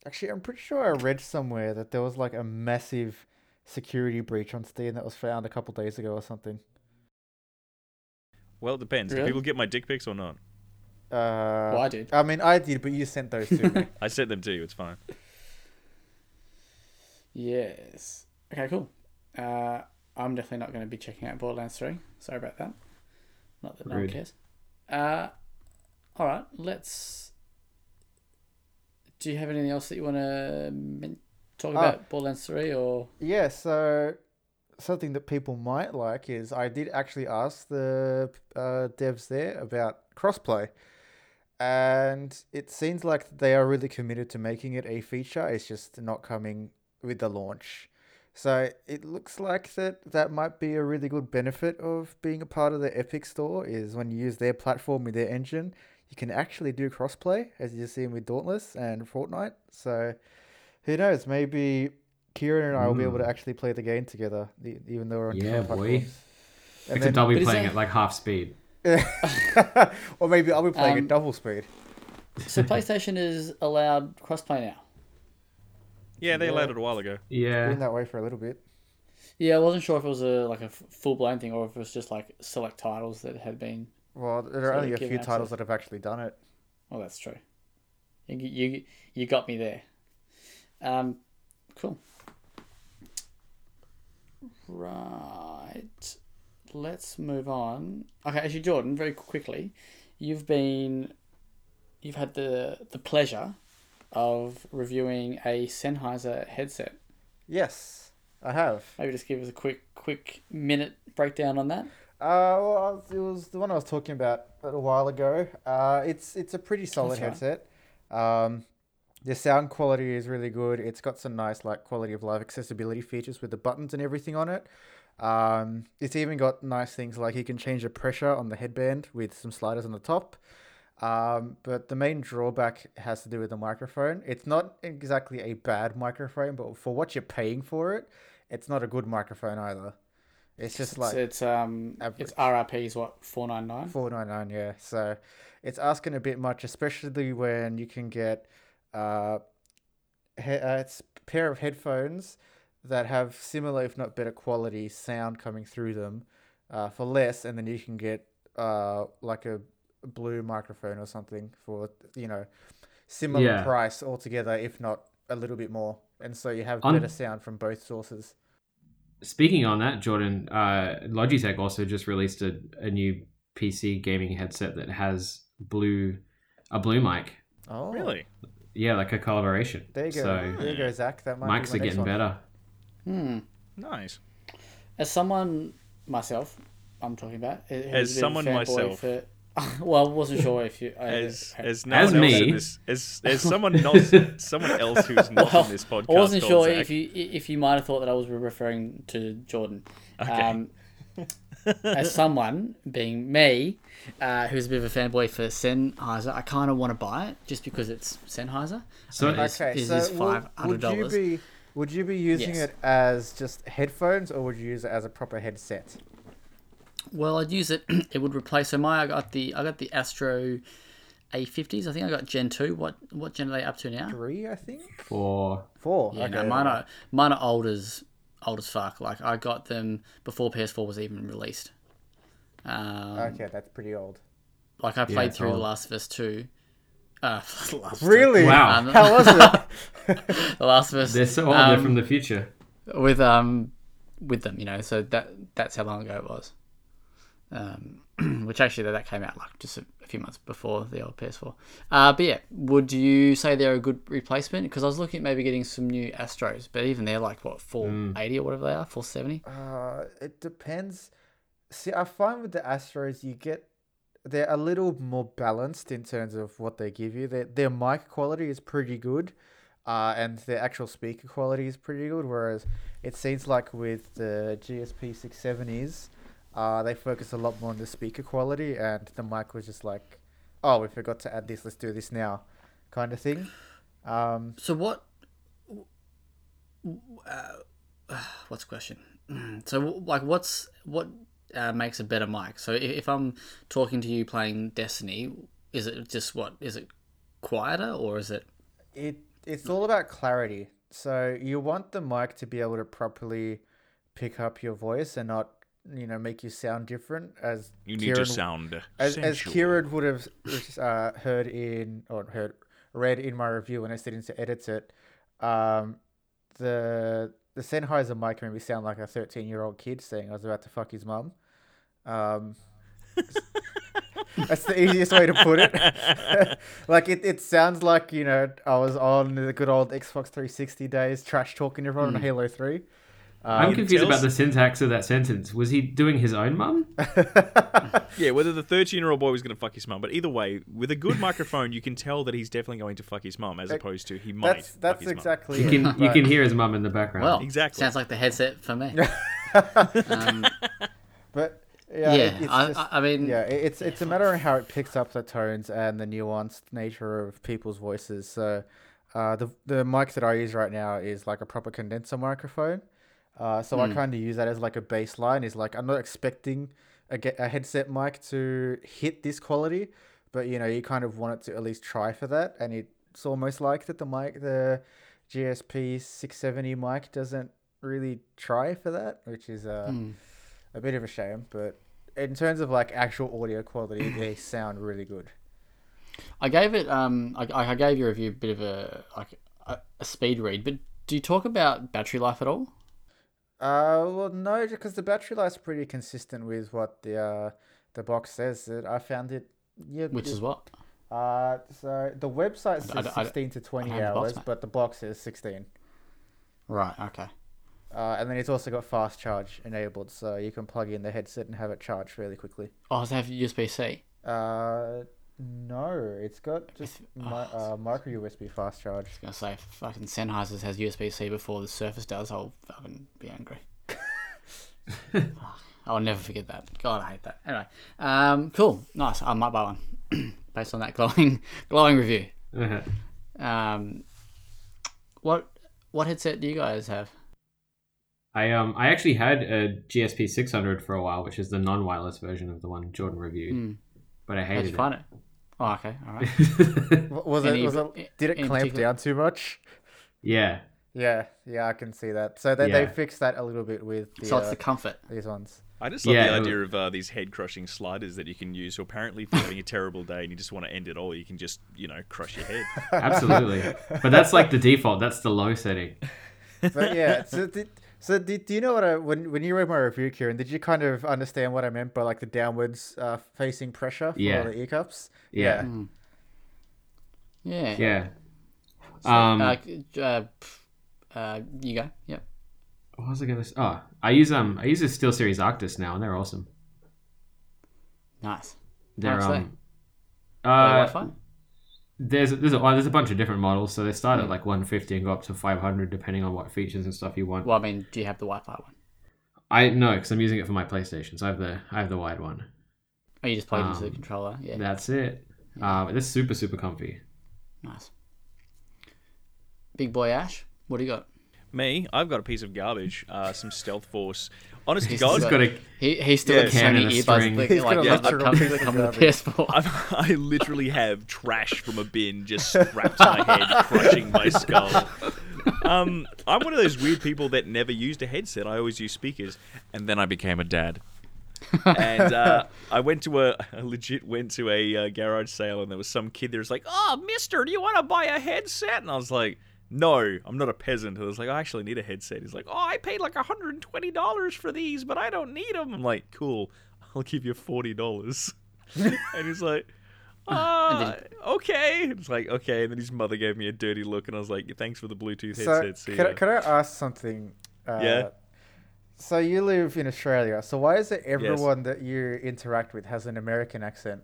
Speaker 4: Actually, I'm pretty sure I read somewhere that there was like a massive security breach on Steam that was found a couple days ago or something.
Speaker 1: Well, it depends. Do
Speaker 2: Really?
Speaker 1: people get my dick pics or not?
Speaker 4: Uh,
Speaker 2: Well, I did.
Speaker 4: I mean, I did, but you sent those to me.
Speaker 1: I sent them to you. It's fine.
Speaker 2: Yes. Okay, cool. Uh, I'm definitely not going to be checking out Borderlands 3. Sorry about that. Not that no one
Speaker 3: Rude.
Speaker 2: cares. Uh, all right, let's. Do you have anything else that you want to men- talk
Speaker 4: Oh.
Speaker 2: about Borderlands 3 or.
Speaker 4: yeah, so something that people might like is I did actually ask the uh, devs there about crossplay, and it seems like they are really committed to making it a feature. It's just not coming with the launch. So it looks like that that might be a really good benefit of being a part of the Epic Store is when you use their platform with their engine, you can actually do crossplay as you've seen with Dauntless and Fortnite. So who knows? Maybe Kieran and I will be able to actually play the game together, e- even though we're on
Speaker 3: Hmm. Yeah,
Speaker 4: different
Speaker 3: boy.
Speaker 4: platforms. And
Speaker 3: Except I'll
Speaker 2: But
Speaker 3: be
Speaker 2: is
Speaker 3: playing
Speaker 2: that-
Speaker 3: at like half speed.
Speaker 4: then, or maybe I'll be playing
Speaker 2: Um,
Speaker 4: at double speed.
Speaker 2: So PlayStation is allowed crossplay now.
Speaker 1: Yeah, they
Speaker 4: Yeah.
Speaker 1: allowed it a while ago.
Speaker 4: Been
Speaker 3: Yeah,
Speaker 4: that way for a little bit.
Speaker 2: Yeah, I wasn't sure if it was a like a full blown thing or if it was just like select titles that had been.
Speaker 4: Well, there are
Speaker 2: So
Speaker 4: only a
Speaker 2: give
Speaker 4: few
Speaker 2: access.
Speaker 4: titles that have actually done it.
Speaker 2: Oh, that's true. You you, you got me there. Um, cool. Right. Let's move on. Okay, actually, Jordan, very quickly, you've been, you've had the the pleasure of reviewing a Sennheiser headset.
Speaker 4: Yes, I have.
Speaker 2: Maybe just give us a quick quick minute breakdown on that.
Speaker 4: Uh, well, I was- it was the one I was talking about a little while ago. Uh, it's it's a pretty solid
Speaker 2: That's
Speaker 4: headset. Um, the sound quality is really good. It's got some nice like quality of life accessibility features with the buttons and everything on it. Um, it's even got nice things like you can change the pressure on the headband with some sliders on the top. Um, but the main drawback has to do with the microphone. It's not exactly a bad microphone, but for what you're paying for it, it's not a good microphone either. It's just like
Speaker 2: So it's um it's RRP is what four nine nine.
Speaker 4: Four nine nine, yeah. So it's asking a bit much, especially when you can get uh, he- uh it's a pair of headphones that have similar, if not better, quality sound coming through them uh, for less, and then you can get uh like a blue microphone or something for you know similar
Speaker 3: Yeah.
Speaker 4: price altogether, if not a little bit more, and so you have
Speaker 3: On-
Speaker 4: better sound from both sources.
Speaker 3: Speaking on that, Jordan, uh, Logitech also just released a, a new PC gaming headset that has blue, a blue mic.
Speaker 4: Oh,
Speaker 1: Really?
Speaker 3: Yeah, like a collaboration.
Speaker 4: There you go.
Speaker 3: So
Speaker 4: there you go, Zach. That might
Speaker 3: mics
Speaker 4: be
Speaker 3: are
Speaker 4: my next
Speaker 3: getting
Speaker 4: one.
Speaker 3: better.
Speaker 2: Hmm.
Speaker 1: Nice.
Speaker 2: As someone myself, I'm talking about. who- who's
Speaker 1: As
Speaker 2: been
Speaker 1: someone
Speaker 2: fanboy
Speaker 1: myself.
Speaker 2: For, well, I wasn't sure if you. I,
Speaker 1: As
Speaker 2: I-
Speaker 1: as no
Speaker 3: As
Speaker 1: one else
Speaker 3: me.
Speaker 1: in this, as as someone not someone else who's not
Speaker 2: Well,
Speaker 1: in this podcast.
Speaker 2: I wasn't
Speaker 1: called
Speaker 2: sure
Speaker 1: Zach.
Speaker 2: if you if you might have thought that I was referring to Jordan. Um, as someone being me, uh, who's a bit of a fanboy for Sennheiser, I kind of want to buy it just because it's Sennheiser.
Speaker 3: So
Speaker 2: That's-
Speaker 4: Okay,
Speaker 2: Is
Speaker 4: so
Speaker 2: this
Speaker 4: will- would you
Speaker 2: $500?
Speaker 4: be would you be using
Speaker 2: Yes.
Speaker 4: it as just headphones or would you use it as a proper headset?
Speaker 2: Well, I'd use it. it would replace. So my I got the I got the Astro A50s. I think I got Gen two. What what gen are they up to now?
Speaker 4: Three, I think.
Speaker 3: for
Speaker 4: Four.
Speaker 2: Yeah,
Speaker 4: okay.
Speaker 2: no, uh, mine are mine are old as old as fuck. Like I got them before PS4 was even released. Um,
Speaker 4: okay, that's pretty old.
Speaker 2: Like I played
Speaker 3: it's
Speaker 2: through The
Speaker 3: old.
Speaker 2: Last of Us two. Uh, The Last of Us 2.
Speaker 4: Really?
Speaker 3: Wow.
Speaker 2: Um,
Speaker 4: How was it?
Speaker 2: the Last of Us
Speaker 3: they're so old. they're from the future.
Speaker 2: with um with them, you know. So that that's how long ago it was. Um, which actually that, that came out like just a, a few months before the old PS4. Uh, but yeah, would you say they're a good replacement? Because I was looking at maybe getting some new Astros, but even they're like what
Speaker 3: Hmm.
Speaker 2: 480 or whatever they are, 470.
Speaker 4: Uh, it depends. See, I find with the Astros, you get they're a little more balanced in terms of what they give you. Their their mic quality is pretty good, uh, and their actual speaker quality is pretty good. Whereas it seems like with the GSP six seventies, uh, they focus a lot more on the speaker quality, and the mic was just like, oh, we forgot to add this. Let's do this now, kind of thing. Um,
Speaker 2: So what? Uh, what's the question? Mm, So like, what's what uh, makes a better mic? So if, if I'm talking to you playing Destiny, is it just what is it quieter or is it?
Speaker 4: It it's all about clarity. So you want the mic to be able to properly pick up your voice and not you know make you sound different as
Speaker 1: You need to
Speaker 4: Kieran-
Speaker 1: sound
Speaker 4: as, as
Speaker 1: sensual.
Speaker 4: Kieran would have uh, heard in or heard read in my review when I said to edit it. Um, the the Sennheiser mic made me sound like a thirteen year old kid saying I was about to fuck his mum. Um, that's the easiest way to put it. like it, it sounds like you know I was on the good old Xbox 360 days, trash talking everyone
Speaker 3: Hmm.
Speaker 4: on Halo 3.
Speaker 3: I'm confused
Speaker 1: tells-
Speaker 3: about the syntax of that sentence. Was he doing his own mum?
Speaker 1: Yeah, whether the 13 year old boy was going to fuck his mum. But either way, with a good microphone, you can tell that he's definitely going to fuck his mum as opposed to he might.
Speaker 4: That's
Speaker 1: fuck
Speaker 4: that's
Speaker 1: his mum.
Speaker 4: exactly
Speaker 3: You
Speaker 4: it,
Speaker 3: can you
Speaker 4: but-
Speaker 3: can hear his mum in the background.
Speaker 2: Well,
Speaker 1: Exactly.
Speaker 2: Sounds like the headset for me. Um,
Speaker 4: But yeah,
Speaker 2: yeah,
Speaker 4: it- it's
Speaker 2: I,
Speaker 4: just-
Speaker 2: I, I mean,
Speaker 4: Yeah, i- it's it's a matter of how it picks up the tones and the nuanced nature of people's voices. So, uh, the the mic that I use right now is like a proper condenser microphone. Uh, so
Speaker 2: Hmm.
Speaker 4: I kind of use that as like a baseline. Is like I'm not expecting a, ge- a headset mic to hit this quality, but you know you kind of want it to at least try for that. And it's almost like that the mic, the GSP 670 mic, doesn't really try for that, which is uh,
Speaker 2: Hmm.
Speaker 4: a bit of a shame. But in terms of like actual audio quality, they sound really good.
Speaker 2: I gave it. Um, I, I gave your review a bit of a like a, a speed read, but do you talk about battery life at all?
Speaker 4: Uh, well, no, because the battery life's pretty consistent with what the uh, the box says. That I found it. Yeah,
Speaker 2: Which
Speaker 4: it-
Speaker 2: is what?
Speaker 4: uh, so the website
Speaker 2: I
Speaker 4: says
Speaker 2: don't- I don't-
Speaker 4: sixteen to twenty
Speaker 2: have the box,
Speaker 4: hours,
Speaker 2: mate.
Speaker 4: but the box says sixteen.
Speaker 2: Right. Okay.
Speaker 4: Uh, and then it's also got fast charge enabled, so you can plug in the headset and have it charge fairly quickly.
Speaker 2: Oh, does it have USB C?
Speaker 4: Uh, no, it's got just mi- uh, micro USB fast charge.
Speaker 2: gonna say if fucking Sennheiser's has USB C before the Surface does, I'll fucking be angry. I'll never forget that. God, I hate that. Anyway, um, cool, nice. I might buy one based on that glowing, glowing review.
Speaker 3: Uh-huh.
Speaker 2: Um, what what headset do you guys have?
Speaker 3: I um I actually had a GSP 600 for a while, which is the non-wireless version of the one Jordan reviewed,
Speaker 2: Hmm.
Speaker 3: but I
Speaker 2: How'd
Speaker 3: hated
Speaker 2: you find it? Oh, okay, all right.
Speaker 3: it.
Speaker 4: W- Was
Speaker 2: Any-
Speaker 4: it? Was it? Did it
Speaker 2: any
Speaker 4: clamp
Speaker 2: particular-
Speaker 4: down too much?
Speaker 3: yeah,
Speaker 4: Yeah, yeah, I can see that. So they,
Speaker 3: Yeah.
Speaker 4: they fixed that a little bit with the,
Speaker 2: so it's
Speaker 4: uh,
Speaker 2: the comfort.
Speaker 4: these ones.
Speaker 1: I just love
Speaker 3: Yeah,
Speaker 1: the
Speaker 3: it
Speaker 1: idea of uh, these head crushing sliders that you can use. So apparently, if you're having a terrible day and you just want to end it all, you can just, you know, crush your head.
Speaker 3: absolutely. but that's like the default. That's the low setting.
Speaker 4: But yeah, so did, so did, do you know what I when when you read my review, Kieran? Did you kind of understand what I meant by like the downwards uh, facing pressure for
Speaker 3: Yeah.
Speaker 4: the ear cups?
Speaker 3: Yeah.
Speaker 2: Yeah.
Speaker 3: Yeah. Um,
Speaker 2: Uh, uh, pff, uh, you go. Yep.
Speaker 3: what was I gonna? Say? Oh, I use um I use a Steel Series Arctis now, and they're awesome.
Speaker 2: Nice. eh?
Speaker 3: They're
Speaker 2: How much
Speaker 3: um,
Speaker 2: Like
Speaker 3: uh,
Speaker 2: Wi-Fi?
Speaker 3: there's there's a, oh, there's a bunch of different models. So they start
Speaker 2: Hmm.
Speaker 3: at like 150 and go up to 500 depending on what features and stuff you want.
Speaker 2: Well, I mean, do you have the Wi-Fi one?
Speaker 3: I no, because I'm using it for my PlayStation. So I have the I have the wide one.
Speaker 2: Oh, you just plug it into the
Speaker 3: Um,
Speaker 2: controller. Yeah,
Speaker 3: That's it. Um, it's super super comfy.
Speaker 2: nice. Big boy Ash, what do you got?
Speaker 1: Me, I've got a piece of garbage, uh, some Stealth Force. Honest to
Speaker 2: He's
Speaker 1: God,
Speaker 3: It's got a
Speaker 2: He he's still
Speaker 1: Yeah,
Speaker 2: got
Speaker 1: a
Speaker 2: so
Speaker 3: can
Speaker 2: many
Speaker 3: and a
Speaker 2: earbuds
Speaker 3: string.
Speaker 2: that,
Speaker 4: He's
Speaker 2: like
Speaker 4: got a
Speaker 2: yeah, that
Speaker 4: literal
Speaker 2: come,
Speaker 4: piece
Speaker 2: that
Speaker 4: of
Speaker 2: come with the
Speaker 4: garbage.
Speaker 2: PS4.
Speaker 1: I'm, I literally have trash from a bin just strapped to my head, crushing my skull. Um, I'm one of those weird people that never used a headset. I always used speakers, and then I became a dad. and uh, I went to a I legit went to a uh, garage sale, and there was some kid there was like, "Oh, Mister, do you want to buy a headset?" And I was like. No, I'm not a peasant. I was like, I actually need a headset. He's like, Oh, I paid like $120 for these, but I don't need them. I'm like, Cool, I'll give you $40 and he's like, uh, okay. And It's like, okay. And then his mother gave me a dirty look, and I was like, thanks for the Bluetooth
Speaker 4: So,
Speaker 1: headset. see
Speaker 4: could, I,
Speaker 1: ya."
Speaker 4: could I ask something? Uh,
Speaker 1: Yeah.
Speaker 4: So you live in Australia. So why is it everyone that you interact with has an American accent?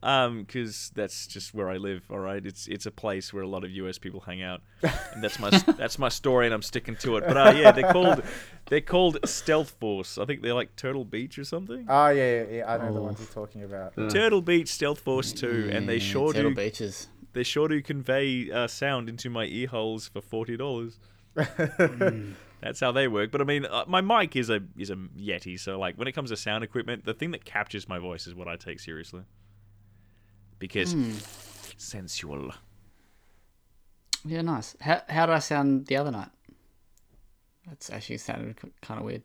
Speaker 1: Um, because that's just where I live. All right, it's it's a place where a lot of U.S. people hang out, and that's my that's my story, and I'm sticking to it. But uh, yeah, they're called they're called Stealth Force. I think they're like Turtle Beach or something.
Speaker 2: Uh.
Speaker 4: Oh, yeah, yeah, yeah. I know the ones you're talking about.
Speaker 1: Turtle Beach Stealth Force Two, and they
Speaker 2: Yeah,
Speaker 1: sure
Speaker 2: Mm, Turtle
Speaker 1: do
Speaker 2: beaches.
Speaker 1: they sure do convey uh, sound into my ear holes for forty dollars. That's how they work. But I mean, uh, my mic is a is a Yeti, so like when it comes to sound equipment, the thing that captures my voice is what I take seriously. Because
Speaker 2: Hmm.
Speaker 1: sensual.
Speaker 2: Yeah, nice. How how did I sound the other night? That's actually sounded kind of weird.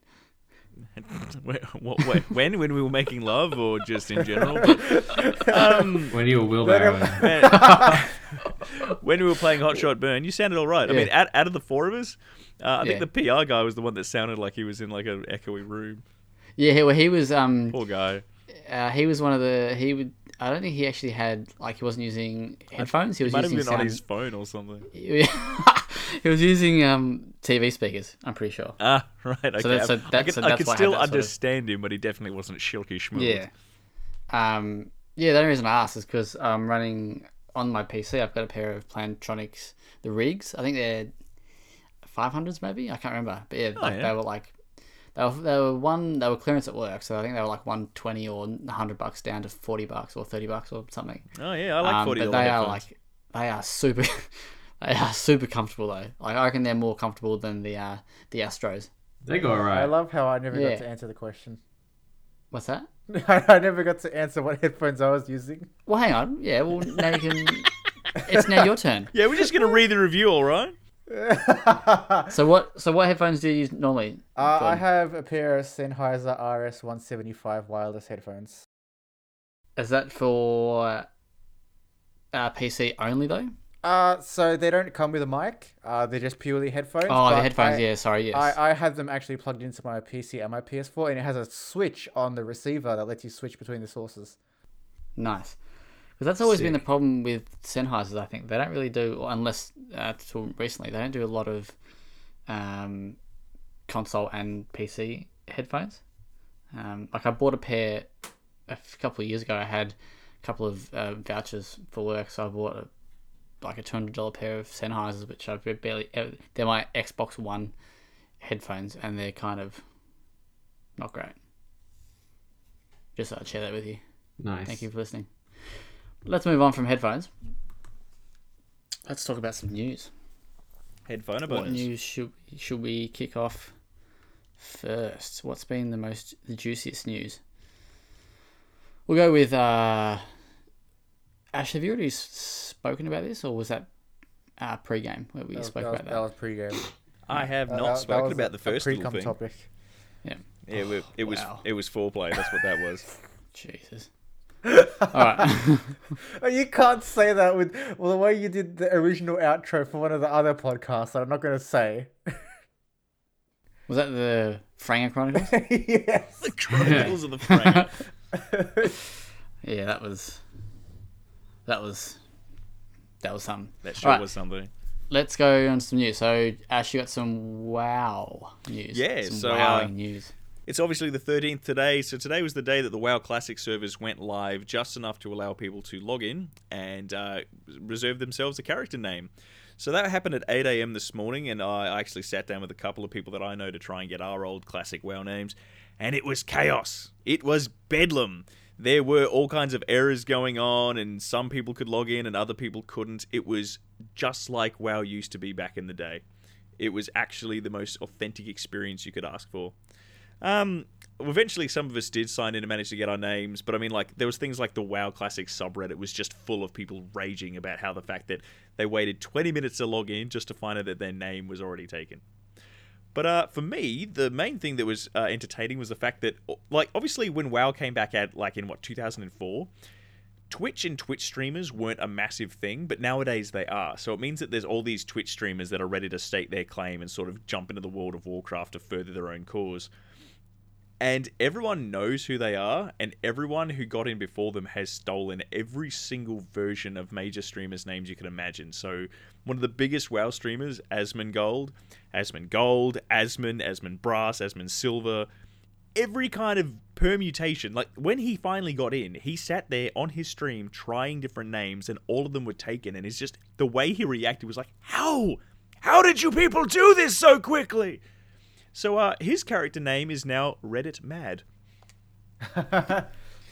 Speaker 1: Wh- wh- wh- when when we were making love, or just in general. But, um,
Speaker 3: when you a wheelbarrow. and-
Speaker 1: when we were playing Hot Shot Burn, you sounded all right. I
Speaker 2: Yeah.
Speaker 1: mean, out, out of the four of us, uh, I
Speaker 2: Yeah.
Speaker 1: think the PR guy was the one that sounded like he was in like an echoey room.
Speaker 2: Yeah, he, well, he was um
Speaker 1: Poor guy.
Speaker 2: uh, he was one of the he would I don't think he actually had like he wasn't using headphones. He was
Speaker 1: Might have
Speaker 2: using
Speaker 1: been
Speaker 2: sound.
Speaker 1: on his phone or something.
Speaker 2: he was using um TV speakers. I'm pretty sure.
Speaker 1: Ah, right. Okay.
Speaker 2: that's- so
Speaker 1: I- I
Speaker 2: that's-
Speaker 1: could,
Speaker 2: so
Speaker 1: I
Speaker 2: that's
Speaker 1: could
Speaker 2: why I
Speaker 1: still
Speaker 2: had that sort of-
Speaker 1: understand him, but he definitely wasn't shilky schmilky.
Speaker 2: Yeah. Um, yeah, the only reason I asked is because I'm running on my PC. I've got a pair of Plantronics, the rigs. I think they're 500s, maybe. I can't remember. But yeah, like,
Speaker 1: Oh, yeah.
Speaker 2: they were like, they were, they were one, they were clearance at work. So I think they were like 120 or 100 bucks down to 40 bucks or 30 bucks or something.
Speaker 1: Oh yeah, I like
Speaker 2: Um,
Speaker 1: forty
Speaker 2: but
Speaker 1: dollars.
Speaker 2: they are like, they are super, they are super comfortable though. Like, I reckon they're more comfortable than the, uh, the Astros.
Speaker 3: they go
Speaker 4: I
Speaker 3: alright.
Speaker 4: love how I never
Speaker 2: Yeah.
Speaker 4: got to answer the question.
Speaker 2: What's that?
Speaker 4: I never got to answer what headphones I was using.
Speaker 2: Well, hang on. Yeah, well, now you can, it's now your turn.
Speaker 1: yeah, we're just gonna read the review, all right?
Speaker 2: So what? So what headphones do you use normally?
Speaker 4: Uh, I
Speaker 2: Jordan?
Speaker 4: have a pair of Sennheiser RS175 wireless headphones.
Speaker 2: Is that for uh, PC only though?
Speaker 4: Uh, so they don't come with a mic. Uh, they're just purely headphones.
Speaker 2: Oh, the
Speaker 4: but
Speaker 2: headphones.
Speaker 4: I-
Speaker 2: yeah, sorry. Yes.
Speaker 4: I, I have them actually plugged into my PC and my PS4, and it has a switch on the receiver that lets you switch between the sources.
Speaker 2: nice. Because that's always been the problem with Sennheisers. I think they don't really do, or unless uh, till recently, they don't do a lot of um, console and PC headphones. Um, like I bought a pair a f- couple of years ago. I had a couple of uh, vouchers for work, so I bought a like a two hundred dollar pair of Sennheisers, which I've barely. ever- They're my Xbox One headphones, and they're kind of not great. Just thought I'd share that with you.
Speaker 3: nice.
Speaker 2: Thank you for listening. Let's move on from headphones. Let's talk about some news.
Speaker 1: Headphone
Speaker 2: What
Speaker 1: bonus.
Speaker 2: news should should we kick off first? What's been the most the juiciest news? We'll go with uh, Ash. Have you already s- spoken about this, or was that uh, pre-game where we spoke
Speaker 4: that, was,
Speaker 2: about
Speaker 4: that was pre-game.
Speaker 1: I have
Speaker 2: uh,
Speaker 4: That-
Speaker 1: not
Speaker 4: that- that
Speaker 1: spoken
Speaker 4: was
Speaker 1: about the
Speaker 4: a
Speaker 1: first little
Speaker 4: pre-com
Speaker 1: thing.
Speaker 4: topic.
Speaker 2: Yeah.
Speaker 1: Yeah, it, wa- it was
Speaker 2: Wow.
Speaker 1: it was foreplay. That's what that was.
Speaker 2: Jesus. All right.
Speaker 4: Oh, You can't say that with well the way you did the original outro for one of the other podcasts. That I'm not going to say.
Speaker 2: was that the Franger Chronicles?
Speaker 4: yes.
Speaker 1: Chronicles of the Frame.
Speaker 2: Yeah, that was. That was. That was something.
Speaker 1: That sure
Speaker 2: Alright.
Speaker 1: was something.
Speaker 2: Let's go on to some news. So, Ash, you got some wow news.
Speaker 1: Yeah,
Speaker 2: some
Speaker 1: so,
Speaker 2: wowing
Speaker 1: uh,
Speaker 2: news.
Speaker 1: It's obviously the 13th today, so today was the day that the WoW Classic servers went live, just enough to allow people to log in and uh, reserve themselves a character name. So that happened at 8 a.m. this morning, and I actually sat down with a couple of people that I know to try and get our old classic WoW names, and it was chaos. It was bedlam. There were all kinds of errors going on, and some people could log in and other people couldn't. It was just like WoW used to be back in the day. It was actually the most authentic experience you could ask for. Um, eventually, some of us did sign in and manage to get our names, but I mean, like, there was things like the WoW Classic subreddit was just full of people raging about how the fact that they waited 20 minutes to log in just to find out that their name was already taken. But uh, for me, the main thing that was uh, entertaining was the fact that, like, obviously, when WoW came back at like in what 2004. Twitch and Twitch streamers weren't a massive thing, but nowadays they are. So it means that there's all these Twitch streamers that are ready to state their claim and sort of jump into the world of Warcraft to further their own cause and everyone knows who they are and everyone who got in before them has stolen every single version of major streamers names you can imagine so one of the biggest wow streamers asmongold asmongold asmon asmon brass asmon silver every kind of permutation like when he finally got in he sat there on his stream trying different names and all of them were taken and it's just the way he reacted was like how how did you people do this so quickly so uh, his character name is now Reddit Mad. that's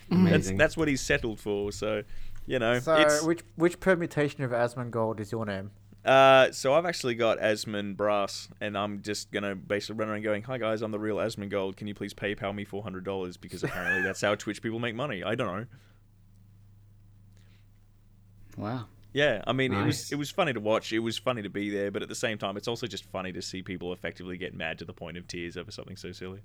Speaker 3: Amazing.
Speaker 1: that's what he's settled for. So you know,
Speaker 4: So,
Speaker 1: it's,
Speaker 4: which which permutation of Asmongold is your name?
Speaker 1: uh, so I've actually got Asmund Brass, and I'm just gonna basically run around going, "Hi guys, I'm the real Asmongold. Can you please PayPal me four hundred dollars? Because apparently that's how Twitch people make money. I don't know.
Speaker 2: Wow.
Speaker 1: Yeah, I mean, it was
Speaker 3: Nice.
Speaker 1: it was funny to watch. It was funny to be there, but at the same time, it's also just funny to see people effectively get mad to the point of tears over something so silly.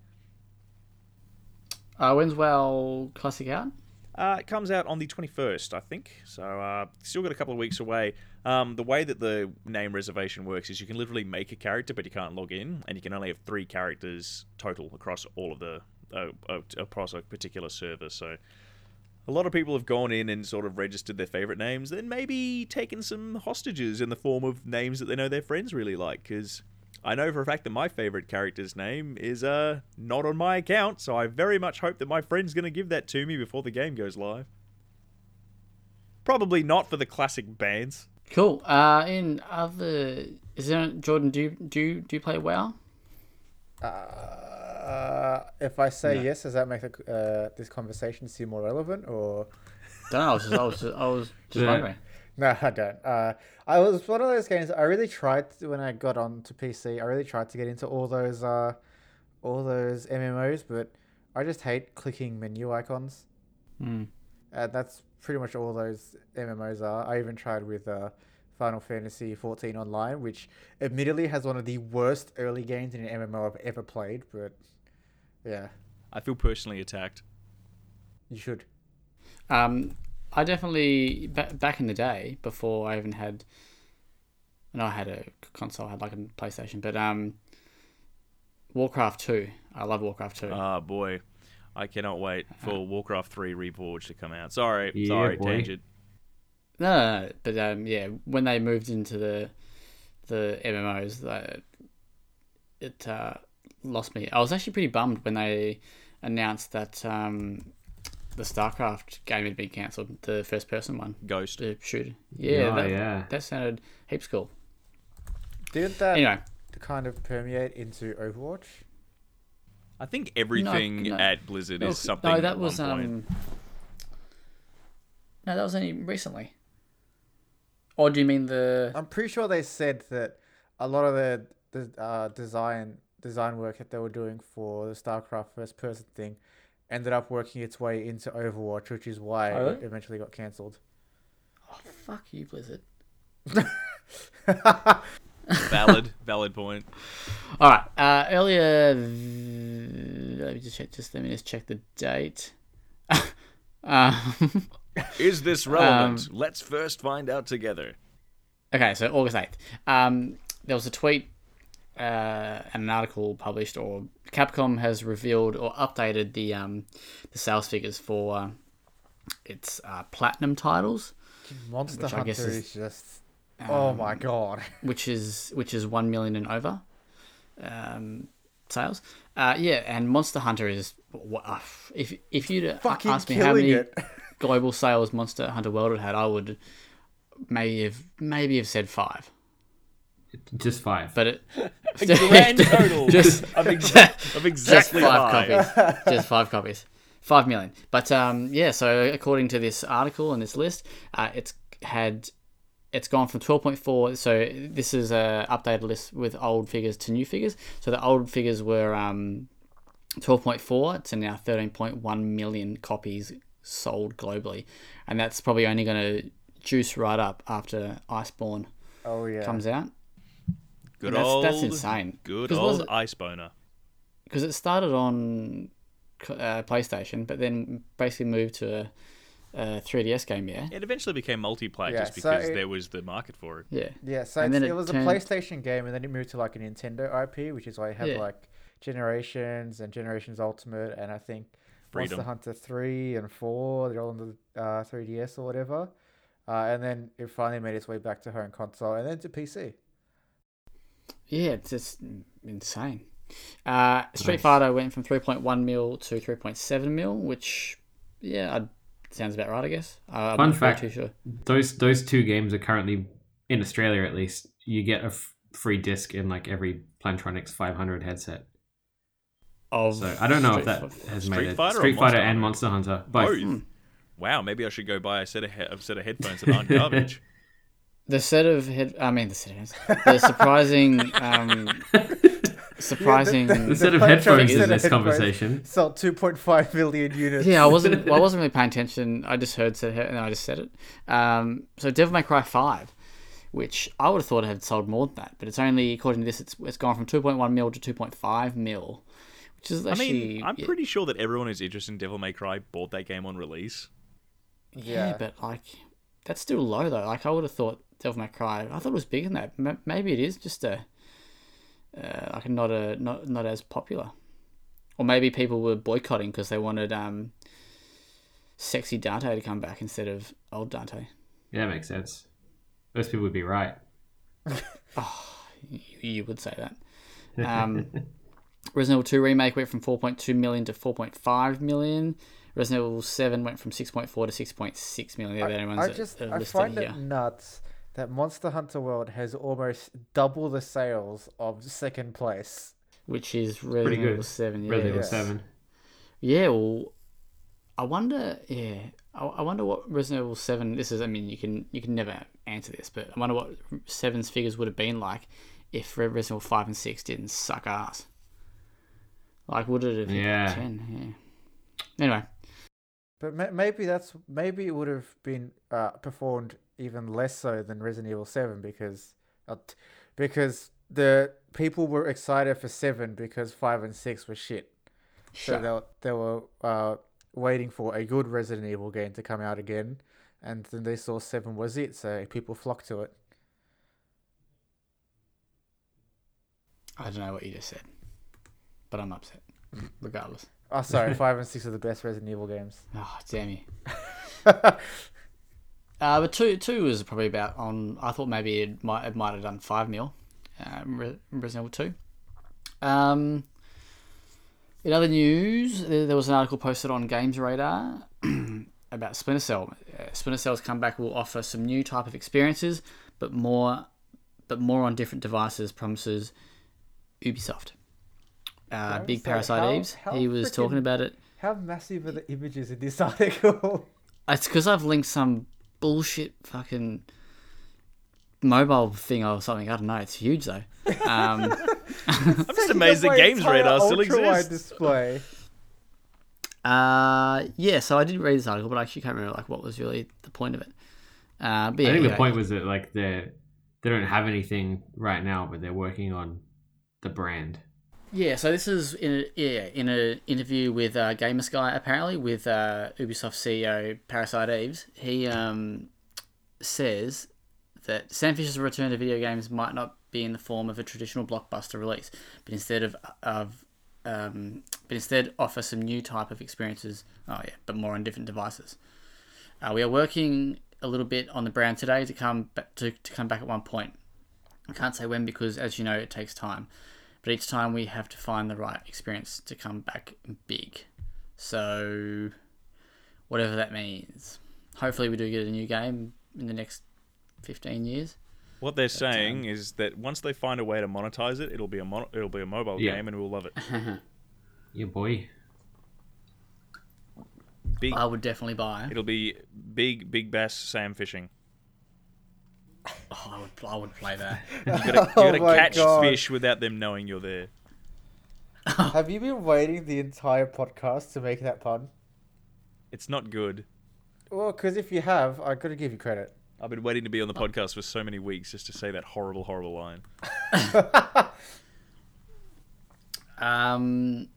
Speaker 2: Uh, when's WoW Classic out?
Speaker 1: Uh, it comes out on the 21st, I think. So uh, still got a couple of weeks away. Um, the way that the name reservation works is you can literally make a character, but you can't log in, and you can only have three characters total across all of the uh, uh, across a particular server. So a lot of people have gone in and sort of registered their favorite names, then maybe taken some hostages in the form of names that they know their friends really like. Because I know for a fact that my favorite character's name is uh not on my account, so I very much hope that my friend's gonna give that to me before the game goes live. Probably not for the classic bands.
Speaker 2: Cool. Uh, in other, is there Jordan? Do you, do you, do you play WoW?
Speaker 4: Uh, if I say yes, does that make the, uh, this conversation seem more relevant or?
Speaker 2: Don't know. I was just, I was just, I was just
Speaker 3: Yeah.
Speaker 2: wondering.
Speaker 4: No, I don't. Uh, I was one of those games. I really tried to, when I got on to PC. I really tried to get into all those, uh, all those MMOs, but I just hate clicking menu icons.
Speaker 2: Hmm.
Speaker 4: Uh, that's pretty much all those MMOs are. I even tried with uh, Final Fantasy 14 Online, which admittedly has one of the worst early games in an MMO I've ever played. But yeah,
Speaker 1: I feel personally attacked.
Speaker 4: you should.
Speaker 2: Um, I definitely ba- back in the day before I even had, no, I had a console. I had like a PlayStation, but um, Warcraft Two. I love Warcraft Two.
Speaker 1: Ah boy. I cannot wait for Warcraft 3 Reforged to come out. Sorry,
Speaker 3: Yeah,
Speaker 1: sorry,
Speaker 3: boy.
Speaker 1: tangent.
Speaker 2: No, no, no, but um, yeah, when they moved into the the MMOs, that uh, it uh, lost me. I was actually pretty bummed when they announced that um, the StarCraft game had been cancelled, the first person one,
Speaker 1: Ghost.
Speaker 2: the shooter. Yeah,
Speaker 3: Oh,
Speaker 2: that,
Speaker 3: yeah.
Speaker 2: that sounded heaps cool.
Speaker 4: Didn't that
Speaker 2: Anyway,
Speaker 4: kind of permeate into Overwatch?
Speaker 1: I think everything
Speaker 2: no.
Speaker 1: at Blizzard
Speaker 2: no,
Speaker 1: is something.
Speaker 2: no, that
Speaker 1: at
Speaker 2: was
Speaker 1: one point.
Speaker 2: um, no, that was only recently. Or do you mean the?
Speaker 4: I'm pretty sure they said that a lot of the the uh, design design work that they were doing for the StarCraft first person thing ended up working its way into Overwatch, which is why
Speaker 2: Oh,
Speaker 4: it
Speaker 2: really?
Speaker 4: eventually got cancelled.
Speaker 2: Oh, fuck you, Blizzard.
Speaker 1: valid, valid point.
Speaker 2: All right. Uh, earlier, th- let me just check. Just let me just check the date. um,
Speaker 1: Is this relevant? Let's first find out together.
Speaker 2: okay, so August eighth. Um, there was a tweet uh, and an article published, or Capcom has revealed or updated the um, the sales figures for uh, its uh, platinum titles,
Speaker 4: Monster
Speaker 2: Which I
Speaker 4: Hunter
Speaker 2: guess
Speaker 4: is,
Speaker 2: is-
Speaker 4: just oh my god.
Speaker 2: which is which is one million and over. Um, sales. Uh, yeah, and Monster Hunter is wha- uh, if if you'd
Speaker 4: Fucking
Speaker 2: asked me how
Speaker 4: killing
Speaker 2: many
Speaker 4: it.
Speaker 2: global sales Monster Hunter World had had, I would maybe have maybe have said five,
Speaker 3: Just five.
Speaker 2: but it
Speaker 1: A grand total
Speaker 2: just
Speaker 1: of, ex- of
Speaker 2: just
Speaker 1: exactly
Speaker 2: five
Speaker 1: five.
Speaker 2: copies. Just five copies. Five million. But um, yeah, so according to this article and this list, uh, it's had it's gone from 12.4 so this is a updated list with old figures to new figures so the old figures were um, 12.4 to now 13.1 million copies sold globally and that's probably only going to juice right up after iceborne
Speaker 4: Oh yeah.
Speaker 2: comes out
Speaker 1: Good
Speaker 2: That's-
Speaker 1: old,
Speaker 2: that's insane.
Speaker 1: Good
Speaker 2: 'Cause was
Speaker 1: old
Speaker 2: it-
Speaker 1: ice boner.
Speaker 2: because it started on uh, PlayStation, but then basically moved to a, a 3DS game. Yeah,
Speaker 1: It eventually became multiplayer
Speaker 4: Yeah,
Speaker 1: just
Speaker 4: so
Speaker 1: because
Speaker 4: it-
Speaker 1: there was the market for it.
Speaker 2: yeah,
Speaker 4: Yeah, so
Speaker 2: And
Speaker 4: it's-
Speaker 2: then
Speaker 4: it
Speaker 2: it
Speaker 4: was
Speaker 2: turned-
Speaker 4: a PlayStation game, and then it moved to like a Nintendo IP, which is why you have
Speaker 2: Yeah.
Speaker 4: like Generations and Generations Ultimate, and I think
Speaker 1: Freedom.
Speaker 4: Monster Hunter three and four. They're all on the uh, 3DS or whatever, uh, and then it finally made its way back to home console and then to PC.
Speaker 2: yeah. It's just insane. Uh, Street
Speaker 3: Nice.
Speaker 2: Fighter went from 3.1 mil to 3.7 mil, which yeah, I'd, sounds about right, I guess. Uh, I'm
Speaker 3: Fun
Speaker 2: not
Speaker 3: fact.
Speaker 2: Too sure.
Speaker 3: those those two games are currently in Australia at least. You get a f- free disc in like every Plantronics 500 headset.
Speaker 2: Of
Speaker 3: So I don't know if
Speaker 2: Street
Speaker 3: that
Speaker 2: Fi-
Speaker 3: has
Speaker 1: Street
Speaker 3: made it.
Speaker 1: Fighter or
Speaker 3: Street Fighter
Speaker 1: Monster
Speaker 3: and
Speaker 1: Hunter?
Speaker 3: Monster Hunter.
Speaker 1: Both.
Speaker 3: Both.
Speaker 2: Hmm.
Speaker 1: Wow, maybe I should go buy a set of, he- a set of headphones that aren't garbage.
Speaker 2: the set of head. I mean, the set of heads. The surprising, um, surprising.
Speaker 3: The set of
Speaker 4: Plantronics
Speaker 3: headphones
Speaker 4: set
Speaker 3: in
Speaker 4: of
Speaker 3: this
Speaker 4: headphones.
Speaker 3: conversation.
Speaker 4: Sold 2.5 million units.
Speaker 2: Yeah, I wasn't. Well, I wasn't really paying attention. I just heard said and I just said it. Um, so Devil May Cry Five, which I would have thought had sold more than that, but it's only according to this, it's, it's gone from two point one mil to two point five mil, which is
Speaker 1: I
Speaker 2: actually.
Speaker 1: mean, I'm
Speaker 2: yeah,
Speaker 1: pretty sure that everyone who's interested in Devil May Cry bought that game on release.
Speaker 2: yeah,
Speaker 4: Yeah.
Speaker 2: but like that's still low though. Like I would have thought Devil May Cry. I thought it was bigger than that. M- maybe it is just a uh, like not a not not as popular, or maybe people were boycotting because they wanted um, sexy Dante to come back instead of old Dante.
Speaker 3: Yeah, that makes sense. Those people would be right.
Speaker 2: you, you would say that. Um, Resident Evil 2 remake went from 4.2 million to 4.5 million. Resident Evil 7 went from 6.4 to 6.6 million. They're the only ones
Speaker 4: I
Speaker 2: that
Speaker 4: just
Speaker 2: are
Speaker 4: I
Speaker 2: listed
Speaker 4: find
Speaker 2: here.
Speaker 4: it nuts that Monster Hunter World has almost double the sales of second place.
Speaker 2: which is Resident
Speaker 3: good.
Speaker 2: Evil 7. Yeah.
Speaker 3: Resident Evil
Speaker 4: Yes.
Speaker 3: Seven.
Speaker 2: yeah, well, I wonder, yeah, I, I wonder what Resident Evil 7, this is, I mean, you can you can never answer this, but I wonder what 7's figures would have been like if Resident Evil 5 and 6 didn't suck ass. Like, would it have hit
Speaker 3: Yeah.
Speaker 2: 10? Yeah. Anyway,
Speaker 4: But ma- maybe that's maybe it would have been uh, performed even less so than Resident Evil Seven because uh, t- because the people were excited for Seven because Five and Six were shit. So
Speaker 2: Sure.
Speaker 4: they were, they were uh, waiting for a good Resident Evil game to come out again, and then they saw Seven was it, so people flocked to it.
Speaker 2: I don't know what you just said, but I'm upset. Regardless.
Speaker 4: Oh, sorry, Five and Six are the best Resident Evil games.
Speaker 2: Oh, damn you. Uh, but two two was probably about on. I thought maybe it might it might have done five mil. Um, Re- Resident Evil two. Um, in other news, there, there was an article posted on Games Radar about Splinter Cell. Uh, Splinter Cell's comeback will offer some new type of experiences, but more, but more on different devices. Promises Ubisoft. Uh,
Speaker 4: was
Speaker 2: Big
Speaker 4: like,
Speaker 2: Parasite
Speaker 4: how-
Speaker 2: Eves.
Speaker 4: how
Speaker 2: He was talking
Speaker 4: frickin'
Speaker 2: about it.
Speaker 4: How massive are the images in this article?
Speaker 2: It's because I've linked some bullshit fucking mobile thing or something. I don't know. It's huge though. Um,
Speaker 1: I'm just amazed that Games Radar still
Speaker 4: Ultra-wide
Speaker 1: exists.
Speaker 4: display.
Speaker 2: uh, yeah. So I did read this article, but I actually can't remember like what was really the point of it. Uh, but yeah,
Speaker 3: I think
Speaker 2: yeah,
Speaker 3: the point was that like they they don't have anything right now, but they're working on the brand.
Speaker 2: Yeah, so this is in a, yeah in an interview with uh, Gamer Guy apparently with uh, Ubisoft CEO Parasite Eves. He um, says that Sam Fisher's return to video games might not be in the form of a traditional blockbuster release, but instead of of um, but instead offer some new type of experiences. Oh yeah, but more on different devices. Uh, we are working a little bit on the brand today to come ba- to, to come back at one point. I can't say when because, as you know, it takes time. but each time we have to find the right experience to come back big. So, whatever that means. Hopefully, we do get a new game in the next 15 years.
Speaker 1: What they're saying is that once they find a way to monetize it, it'll be a mon- it'll be a mobile
Speaker 3: Yeah.
Speaker 1: game, and we'll love it.
Speaker 3: Yeah, boy.
Speaker 1: Big,
Speaker 2: I would definitely buy.
Speaker 1: it'll be big, big bass Sam fishing.
Speaker 2: Oh, I would, I would play that.
Speaker 1: You gotta,
Speaker 4: Oh
Speaker 1: you gotta
Speaker 4: my
Speaker 1: catch
Speaker 4: God.
Speaker 1: fish without them knowing you're there.
Speaker 4: Have you been waiting the entire podcast to make that pun?
Speaker 1: It's not good.
Speaker 4: Well, because if you have, I gotta give you credit.
Speaker 1: I've been waiting to be on the
Speaker 4: Uh.
Speaker 1: podcast for so many weeks just to say that horrible, horrible line.
Speaker 2: Um,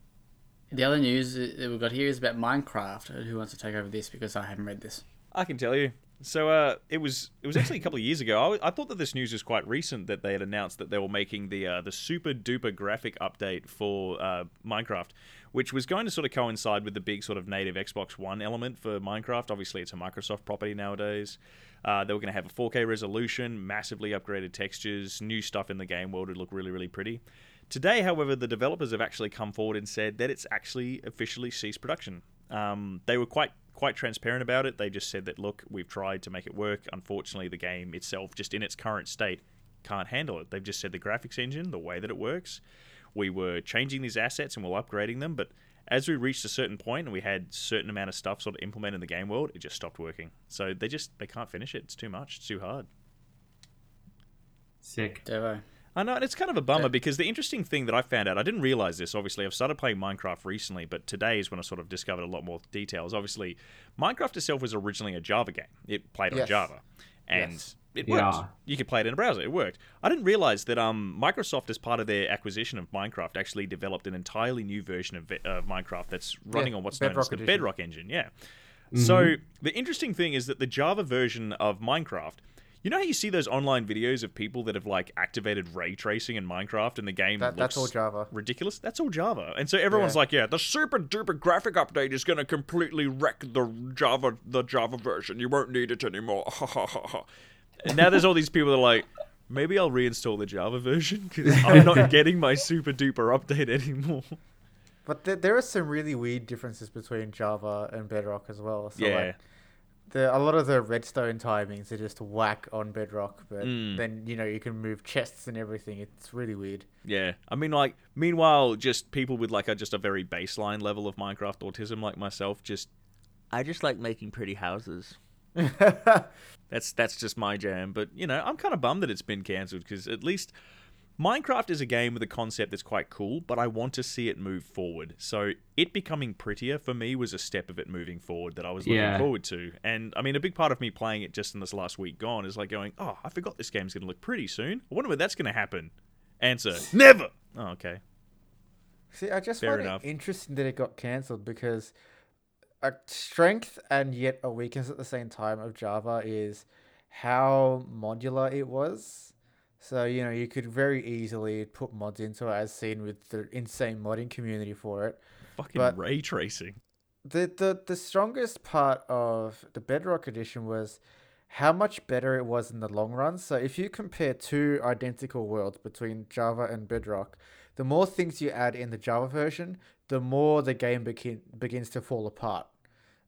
Speaker 2: the other news that we've got here is about Minecraft. Who wants to take over this? Because I haven't read this.
Speaker 1: I can tell you. So uh, it was it was actually a couple of years ago. I, wa- I thought that this news was quite recent that they had announced that they were making the uh, the super duper graphic update for uh, Minecraft, which was going to sort of coincide with the big sort of native Xbox One element for Minecraft. Obviously, it's a Microsoft property nowadays. Uh, they were going to have a 4K resolution, massively upgraded textures, new stuff in the game world would look really really pretty. Today, however, the developers have actually come forward and said that it's actually officially ceased production. Um, they were quite quite transparent about it. They just said that look, we've tried to make it work. Unfortunately, the game itself, just in its current state, can't handle it. They've just said the graphics engine, the way that it works, we were changing these assets and we're upgrading them, but as we reached a certain point and we had certain amount of stuff sort of implemented in the game world, it just stopped working. So they just they can't finish it. It's too much. It's too hard.
Speaker 3: Sick.
Speaker 2: Devo.
Speaker 1: I know, and it's kind of a bummer because the interesting thing that I found out, I didn't realize this, obviously. I've started playing Minecraft recently, but today is when I sort of discovered a lot more details. Obviously, Minecraft itself was originally a Java game, it played on
Speaker 4: Yes.
Speaker 1: Java. And it worked.
Speaker 3: Yeah.
Speaker 1: You could play it in a browser. It worked. I didn't realize that um, Microsoft, as part of their acquisition of Minecraft, actually developed an entirely new version of uh, Minecraft that's running on what's known as
Speaker 4: Bedrock
Speaker 1: the
Speaker 4: Edition.
Speaker 1: Bedrock engine. Yeah. So
Speaker 4: Mm-hmm.
Speaker 1: the interesting thing is that the Java version of Minecraft, you know how you see those online videos of people that have like activated ray tracing in Minecraft and the game
Speaker 4: That, that's all
Speaker 1: looks
Speaker 4: Java.
Speaker 1: ridiculous? That's all Java. And so everyone's
Speaker 4: Yeah.
Speaker 1: like, yeah, the super duper graphic update is going to completely wreck the Java the Java version. You won't need it anymore. and now there's all these people that are like Maybe I'll reinstall the Java version because I'm not getting my super duper update anymore.
Speaker 4: But there, there are some really weird differences between Java and Bedrock as well. So
Speaker 1: yeah,
Speaker 4: like the, a lot of the redstone timings are just whack on Bedrock, but
Speaker 1: Mm.
Speaker 4: then you know you can move chests and everything. It's really weird.
Speaker 1: Yeah, I mean, like, meanwhile, just people with like a just a very baseline level of Minecraft autism, like myself, just I just like making pretty houses. That's that's just my jam. But you know, I'm kind of bummed that it's been cancelled because at least Minecraft is a game with a concept that's quite cool. But I want to see it move forward. So it becoming prettier for me was a step of it moving forward that I was looking
Speaker 3: Yeah.
Speaker 1: forward to. And I mean, a big part of me playing it just in this last week gone is like going, oh, I forgot this game's going to look pretty soon. I wonder when that's going to happen. Answer: Never. Oh, okay.
Speaker 4: See, I just
Speaker 1: Fair
Speaker 4: find
Speaker 1: enough.
Speaker 4: it interesting that it got cancelled because a strength and yet a weakness at the same time of Java is how modular it was. So, you know, you could very easily put mods into it, as seen with the insane modding community for it.
Speaker 1: Fucking
Speaker 4: But-
Speaker 1: ray tracing.
Speaker 4: The, the, the strongest part of the Bedrock Edition was how much better it was in the long run. So, if you compare two identical worlds between Java and Bedrock, the more things you add in the Java version, the more the game begin, begins to fall apart.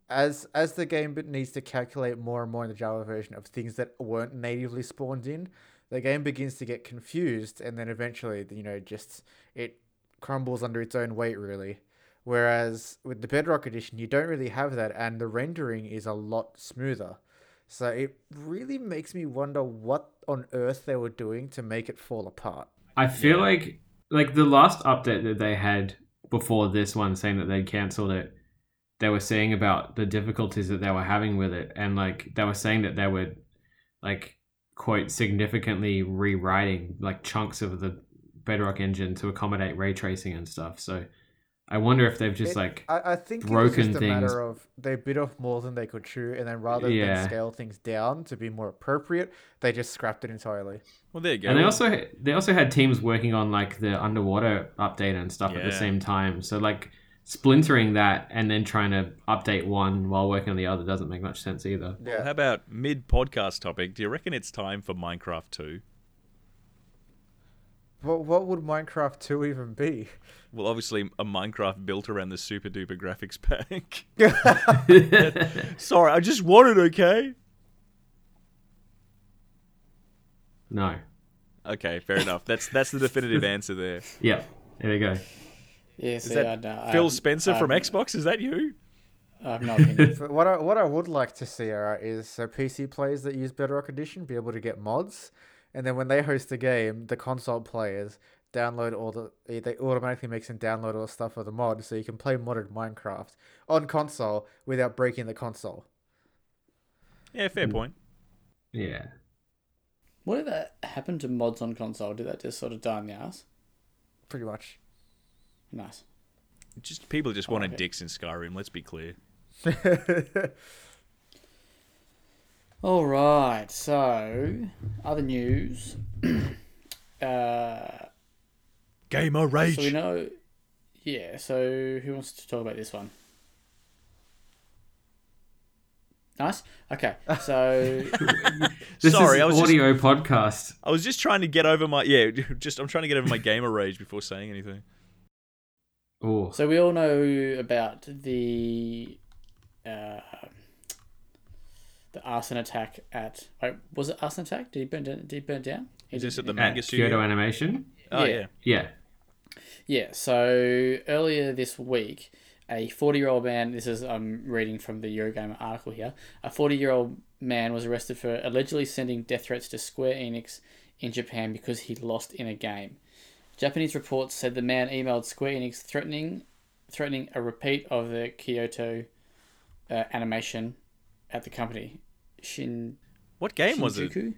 Speaker 4: As as the game be- needs to calculate more and more in the Java version of things that weren't natively spawned in, the game begins to get confused, and then eventually, you know, just it crumbles under its own weight, really. Whereas with the Bedrock Edition, you don't really have that, and the rendering is a lot smoother. So it really makes me wonder what on earth they were doing to make it fall apart.
Speaker 3: I feel like like the last update that they had before this one saying that they'd cancelled it, they were saying about the difficulties that they were having with it and like they were saying that they were like quote significantly rewriting like chunks of the bedrock engine to accommodate ray tracing and stuff. So I wonder if they've just
Speaker 4: It-
Speaker 3: like
Speaker 4: I, I think it was
Speaker 3: broken
Speaker 4: just a
Speaker 3: things.
Speaker 4: matter of they bit off more than they could chew, and then rather
Speaker 3: Yeah.
Speaker 4: than scale things down to be more appropriate, they just scrapped it entirely.
Speaker 1: Well, there you go.
Speaker 3: And they also they also had teams working on like the underwater update and stuff at the
Speaker 1: Yeah.
Speaker 3: same time. So like splintering that and then trying to update one while working on the other doesn't make much sense either.
Speaker 1: Well, how about mid podcast topic? Do you reckon it's time for Minecraft 2?
Speaker 4: What what would Minecraft two even be?
Speaker 1: Well, obviously, a Minecraft built around the super duper graphics pack. Sorry, I just wanted, okay?
Speaker 3: no.
Speaker 1: Okay, fair enough. That's that's the definitive answer there.
Speaker 3: Yep. There we go.
Speaker 2: Yeah,
Speaker 1: Is
Speaker 2: see,
Speaker 1: that
Speaker 2: Um,
Speaker 1: Phil Spencer from Xbox? Is that you?
Speaker 2: I have no opinion.
Speaker 4: But what I what I would like to see alright is so PC players that use Bedrock Edition be able to get mods, and then when they host a game, the console players download all the they- they automatically makes them download all the stuff for the mod, so you can play modded Minecraft on console without breaking the console.
Speaker 1: Yeah, fair
Speaker 2: Mm.
Speaker 1: point.
Speaker 3: Yeah.
Speaker 2: Whatever happened to mods on console? Did that just sort of die in the ass?
Speaker 4: Pretty much.
Speaker 2: Nice.
Speaker 1: Just people just wanted
Speaker 2: okay.
Speaker 1: dicks in Skyrim. Let's be clear.
Speaker 2: All right. So, other news. uh,
Speaker 1: Gamer rage.
Speaker 2: so we know. Yeah. So, who wants to talk about this one? Nice. Okay. So,
Speaker 3: This
Speaker 1: Sorry,
Speaker 3: is
Speaker 1: I was just-
Speaker 3: audio podcast.
Speaker 1: I was just trying to get over my yeah. Just I'm trying to get over my gamer rage before saying anything.
Speaker 3: Oh,
Speaker 2: so we all know about the uh, the arson attack at. Wait, was it arson attack? Did he burn down? Did he burn down? He
Speaker 1: Is this
Speaker 2: did-
Speaker 1: at the
Speaker 3: at
Speaker 1: manga
Speaker 3: Kyoto
Speaker 1: studio?
Speaker 3: Animation.
Speaker 1: Oh
Speaker 2: Yeah.
Speaker 1: yeah.
Speaker 3: Yeah.
Speaker 2: Yeah, so earlier this week, a 40 year old man, this is, I'm reading from the Eurogamer article here, a 40 year old man was arrested for allegedly sending death threats to Square Enix in Japan because he lost in a game. Japanese reports said the man emailed Square Enix threatening threatening a repeat of the Kyoto uh, animation at the company. Shin,
Speaker 1: What game was it?
Speaker 2: Shinjuku?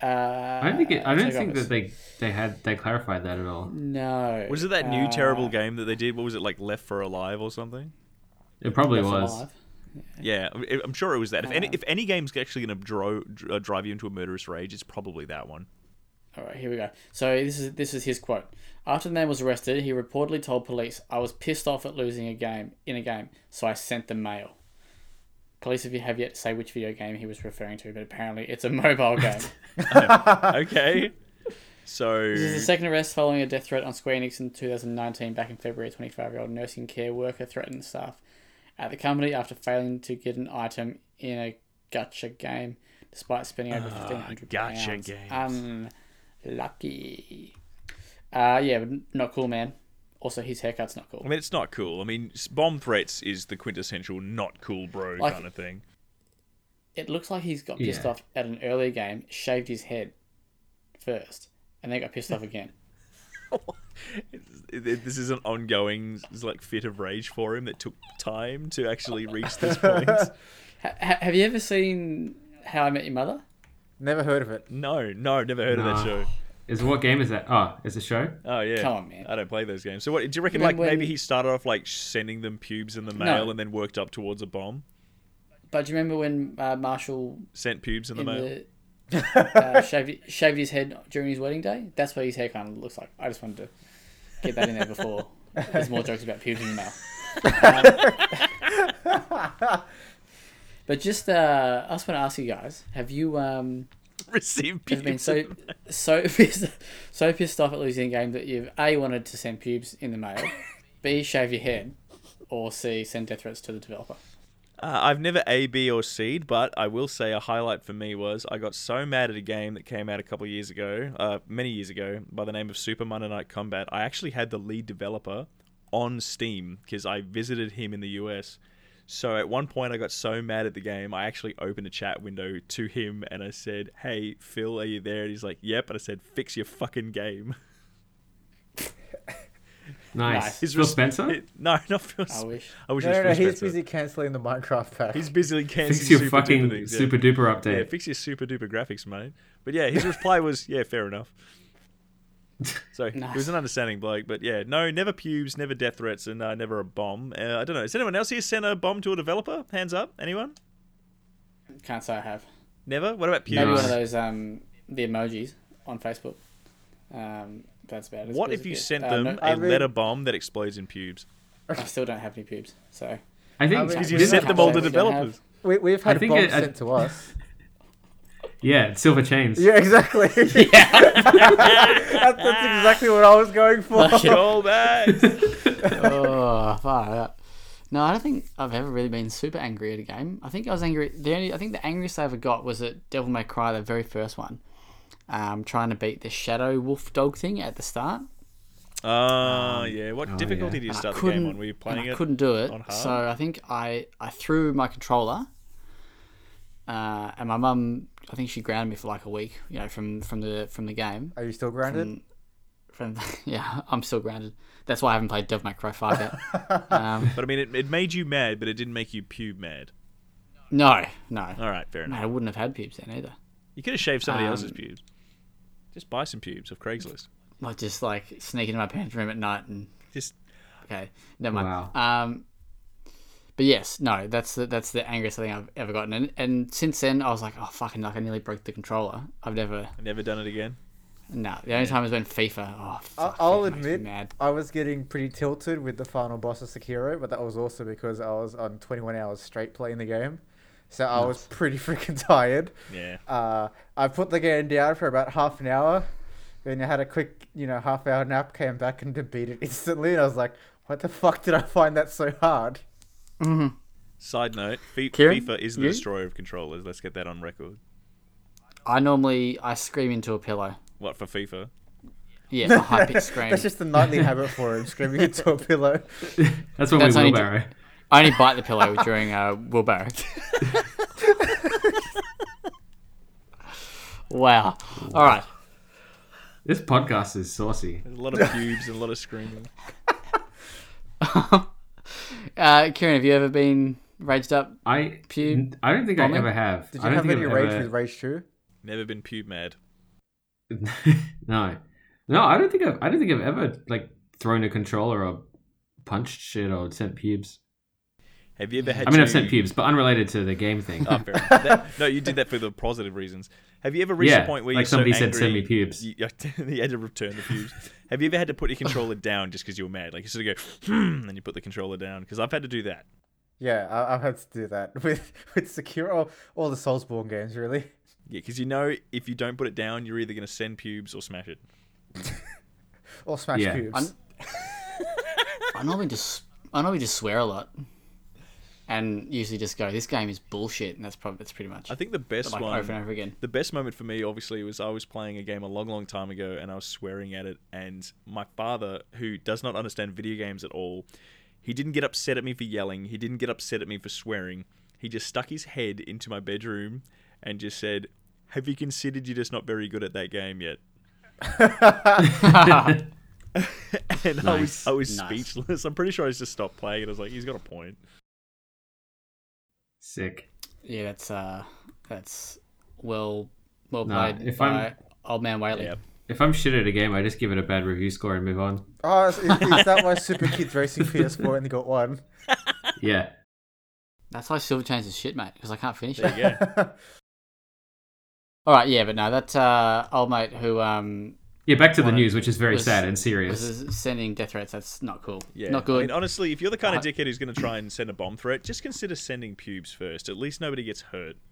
Speaker 2: Uh,
Speaker 3: I don't think it, I don't
Speaker 2: take
Speaker 3: think
Speaker 2: office.
Speaker 3: that they they had they clarified that at all.
Speaker 2: No. Uh,
Speaker 1: Was it that new terrible game that they did? What was it like? Left for Alive or something?
Speaker 3: It probably
Speaker 2: That's
Speaker 3: was.
Speaker 2: alive.
Speaker 1: Yeah, I- I'm sure it was that. If any if any game's actually going to dro- dr- uh, drive you into a murderous rage, it's probably that one.
Speaker 2: All right, here we go. So this is this is his quote. After the man was arrested, he reportedly told police, "I was pissed off at losing a game in a game, so I sent the mail." Police have have yet to say which video game he was referring to, but apparently it's a mobile game.
Speaker 1: Okay. So
Speaker 2: this is the second arrest following a death threat on Square Enix in 2019. Back in February, a 25-year-old nursing care worker threatened staff at the company after failing to get an item in a gotcha game, despite spending over 1,500
Speaker 1: gacha
Speaker 2: pounds.
Speaker 1: games.
Speaker 2: Unlucky. Uh, yeah, but not cool, man. Also, his haircut's not cool.
Speaker 1: I mean, it's not cool. I mean, s- bomb threats is the quintessential not cool bro
Speaker 2: Like-
Speaker 1: kind of thing.
Speaker 2: It looks like he's got pissed
Speaker 3: Yeah.
Speaker 2: off at an earlier game, shaved his head first, and then got pissed off again.
Speaker 1: Th- th- This is an ongoing s- like fit of rage for him that took time to actually reach this point.
Speaker 2: Ha- ha- have you ever seen How I Met Your Mother?
Speaker 4: Never heard of it.
Speaker 1: No, no, never heard of that
Speaker 3: Nah.
Speaker 1: show.
Speaker 3: Is what game is that? Oh, it's a show.
Speaker 1: Oh yeah,
Speaker 2: Come on, man.
Speaker 1: I don't play those games. So what do you reckon?
Speaker 2: Remember
Speaker 1: Like maybe
Speaker 2: when-
Speaker 1: he started off like sending them pubes in the mail and then worked up towards a bomb.
Speaker 2: But do you remember when uh, Marshall
Speaker 1: Sent pubes in the
Speaker 2: in
Speaker 1: mail.
Speaker 2: the, uh, shaved, shaved his head during his wedding day? That's what his hair kind of looks like. I just wanted to get that in there before there's more jokes about pubes in the mail. Um, but just, uh, I just want to ask you guys: Have you um,
Speaker 1: Received pubes.
Speaker 2: have been so so pissed, so pissed off at losing a game that you've a wanted to send pubes in the mail, b shave your head, or c send death threats to the developer?
Speaker 1: Uh, I've never A, B, or C'd, but I will say a highlight for me was I got so mad at a game that came out a couple years ago, uh, many years ago, by the name of Super Monday Night Combat. I actually had the lead developer on Steam because I visited him in the US. So at one point, I got so mad at the game, I actually opened a chat window to him and I said, Hey, Phil, are you there? And he's like, Yep. And I said, Fix your fucking game.
Speaker 3: Nice.
Speaker 1: His
Speaker 3: Phil
Speaker 1: res-
Speaker 3: Spencer.
Speaker 1: no, not Phil.
Speaker 2: I wish.
Speaker 1: I wish
Speaker 4: Oh, No,
Speaker 1: it was
Speaker 4: no, no,
Speaker 1: Phil
Speaker 4: he's
Speaker 1: Spencer.
Speaker 4: busy cancelling the Minecraft pack.
Speaker 1: He's busily canceling
Speaker 3: Fix your
Speaker 1: super duper
Speaker 3: fucking
Speaker 1: things, yeah.
Speaker 3: super duper
Speaker 1: Yeah,
Speaker 3: update.
Speaker 1: fix your super duper graphics, mate. But yeah, his reply was, yeah, fair enough. So he was an understanding bloke, but yeah, no, never pubes, never death threats, and uh, never a bomb. Uh, I don't know. Has anyone else here sent a bomb to a developer? Hands up. Anyone?
Speaker 2: Can't say I have.
Speaker 1: Never. What about pubes?
Speaker 2: Maybe one of
Speaker 3: Nice.
Speaker 2: those um the emojis on Facebook. Um, that's about it.
Speaker 1: What if you sent them
Speaker 2: Uh, I
Speaker 1: a
Speaker 4: I mean-
Speaker 1: letter bomb that explodes in pubes?
Speaker 2: I still don't have any pubes, so
Speaker 3: I think
Speaker 4: mean,
Speaker 1: Because
Speaker 4: Because
Speaker 1: you
Speaker 4: we
Speaker 3: didn't-
Speaker 1: sent them all to
Speaker 2: actually don't have-
Speaker 1: developers.
Speaker 4: We, we've had
Speaker 3: think
Speaker 4: bombs
Speaker 3: it- I-
Speaker 4: sent to us.
Speaker 3: Yeah, silver chains.
Speaker 4: Yeah, exactly. that's, that's exactly what I was going for.
Speaker 2: Fuck yeah.
Speaker 1: Roll back.
Speaker 2: Um, oh, far out. No, I don't think I've ever really been super angry at a game. I think I was angry. The only I think the angriest I ever got was at Devil May Cry, the very first one. Um, trying to beat the Shadow Wolf Dog thing at the start.
Speaker 1: Ah, yeah. What difficulty
Speaker 3: yeah.
Speaker 1: do you
Speaker 2: and
Speaker 1: start
Speaker 2: I
Speaker 1: the game
Speaker 2: couldn't-
Speaker 1: on? Were you
Speaker 2: and
Speaker 1: playing
Speaker 2: I
Speaker 1: it?
Speaker 2: couldn't do it.
Speaker 1: on hard?
Speaker 2: So I think I I threw my controller, uh, and my mum. I think she grounded me for like a week. You know, from from the from the game.
Speaker 4: Are you still grounded?
Speaker 2: From yeah, I'm still grounded. That's why I haven't played Devil May Cry Five yet. um,
Speaker 1: But I mean, it, it made you mad, but it didn't make you pube mad.
Speaker 2: no, no,
Speaker 1: All right, fair
Speaker 2: no.
Speaker 1: enough.
Speaker 2: I wouldn't have had pubes then either.
Speaker 1: You could have shaved somebody
Speaker 2: Um,
Speaker 1: else's pubes. Just buy some pubes off Craigslist.
Speaker 2: Like just like sneak into my parents' room at night and
Speaker 1: Just
Speaker 2: okay, never mind.
Speaker 3: Wow.
Speaker 2: Um, but yes, no, that's the that's the angriest thing I've ever gotten, and and since then I was like, oh fucking, like I nearly broke the controller. I've never
Speaker 1: I've never done it again.
Speaker 2: No, the only time has been FIFA. Oh,
Speaker 4: I-
Speaker 2: fuck,
Speaker 4: I'll
Speaker 2: FIFA makes me
Speaker 4: admit,
Speaker 2: mad.
Speaker 4: I was getting pretty tilted with the final boss of Sekiro, but that was also because I was on 21 hours straight playing the game. So I was pretty freaking tired.
Speaker 1: Yeah.
Speaker 4: Uh, I put the game down for about half an hour, then I had a quick, you know, half hour nap, came back and beat it instantly, and I was like, what the fuck did I find that so hard?
Speaker 1: Side note: Fi-
Speaker 2: Kieran,
Speaker 1: FIFA is the
Speaker 2: you?
Speaker 1: destroyer of controllers. Let's get that on record.
Speaker 2: I normally I scream into a pillow.
Speaker 1: What for FIFA?
Speaker 2: Yeah, a high pitched scream.
Speaker 4: That's just a nightly habit for him, screaming into a pillow.
Speaker 3: That's when
Speaker 2: That's
Speaker 3: we
Speaker 2: only-
Speaker 3: wheelbarrow.
Speaker 2: I only bite the pillow during uh, wheelbarrow. wow. All right.
Speaker 3: This podcast is saucy.
Speaker 1: There's a lot of pubes and a lot of screaming.
Speaker 2: Uh, Kieran, have you ever been raged up?
Speaker 3: I
Speaker 2: Pew-
Speaker 3: I don't think I
Speaker 2: Bombing?
Speaker 3: ever have.
Speaker 4: Did
Speaker 3: I
Speaker 4: you
Speaker 3: don't think
Speaker 4: have any
Speaker 3: I've
Speaker 4: rage
Speaker 3: ever-
Speaker 4: with Rage 2?
Speaker 1: Never been pube mad.
Speaker 3: no, no, I don't think I've. I don't think I've ever like thrown a controller or punched shit or sent pubes.
Speaker 1: Have you ever had?
Speaker 3: I mean,
Speaker 1: to...
Speaker 3: I've sent pubes, but unrelated to the game thing.
Speaker 1: Ah, fair enough. That- no, you did that for the positive reasons. Have you ever reached
Speaker 3: Yeah,
Speaker 1: the point where
Speaker 3: like
Speaker 1: you're
Speaker 3: somebody
Speaker 1: so
Speaker 3: said,
Speaker 1: angry,
Speaker 3: "Send me pubes."
Speaker 1: You, you had to return the pubes. Have you ever had to put your controller down just because you were mad? Like you sort of go, hmm, and you put the controller down. Because I've had to do that.
Speaker 4: Yeah, I- I've had to do that with, with Sekiro, all, all the Soulsborne games, really.
Speaker 1: Yeah, because you know if you don't put it down, you're either going to send pubes or smash it.
Speaker 4: Or Smash
Speaker 3: Yeah.
Speaker 4: Cubes.
Speaker 2: I'm- I normally just I normally just swear a lot, and usually just go, "This game is bullshit," and that's probably that's pretty much
Speaker 1: I think the best
Speaker 2: like
Speaker 1: one.
Speaker 2: over and over again.
Speaker 1: the best moment for me obviously was i was playing a game a long long time ago and i was swearing at it and my father who does not understand video games at all he didn't get upset at me for yelling he didn't get upset at me for swearing he just stuck his head into my bedroom and just said have you considered you're just not very good at that game yet and i was
Speaker 3: Nice.
Speaker 1: i was
Speaker 2: Nice.
Speaker 1: speechless i'm pretty sure i just stopped playing it i was like he's got a point
Speaker 3: Sick.
Speaker 2: Yeah, that's uh, that's well well
Speaker 3: Nah,
Speaker 2: played
Speaker 3: if
Speaker 2: by
Speaker 3: I'm-
Speaker 2: old man Whaley.
Speaker 1: Yep.
Speaker 3: If I'm shit at a game, I just give it a bad review score and move on.
Speaker 4: Oh, is, is, is that why Super Kids Racing PS4 only got one?
Speaker 3: Yeah.
Speaker 2: That's why Silver Chains is shit, mate, because I can't finish
Speaker 1: there
Speaker 2: it.
Speaker 1: you go
Speaker 2: All right, yeah, but no, that uh, old mate who um
Speaker 3: Yeah, back to the
Speaker 2: Wanna-
Speaker 3: news, which is very
Speaker 2: was-
Speaker 3: sad and serious.
Speaker 2: was sending death threats. That's not cool.
Speaker 1: Yeah,
Speaker 2: not
Speaker 1: I
Speaker 2: good.
Speaker 1: mean, honestly, if you're the kind of
Speaker 2: I-
Speaker 1: dickhead who's going to try and send a bomb threat, just consider sending pubes first. At least nobody gets hurt.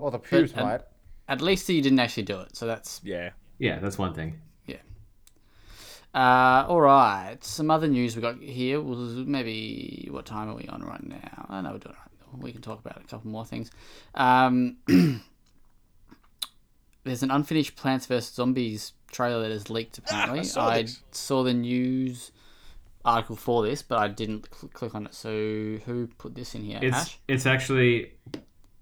Speaker 4: Or the pubes
Speaker 2: um,
Speaker 4: might.
Speaker 2: At least you didn't actually do it, so that's
Speaker 1: Yeah,
Speaker 3: Yeah, that's one thing.
Speaker 2: yeah. Uh, all right, some other news we got here was maybe what time are we on right now? I know we're doing all right. We can talk about a couple more things. Um, there's an unfinished Plants vs Zombies trailer that is leaked. Apparently,
Speaker 1: Ah, saw
Speaker 2: I
Speaker 1: this.
Speaker 2: saw the news article for this, but I didn't cl- click on it. So who put this in here?
Speaker 3: It's
Speaker 2: Ash?
Speaker 3: it's actually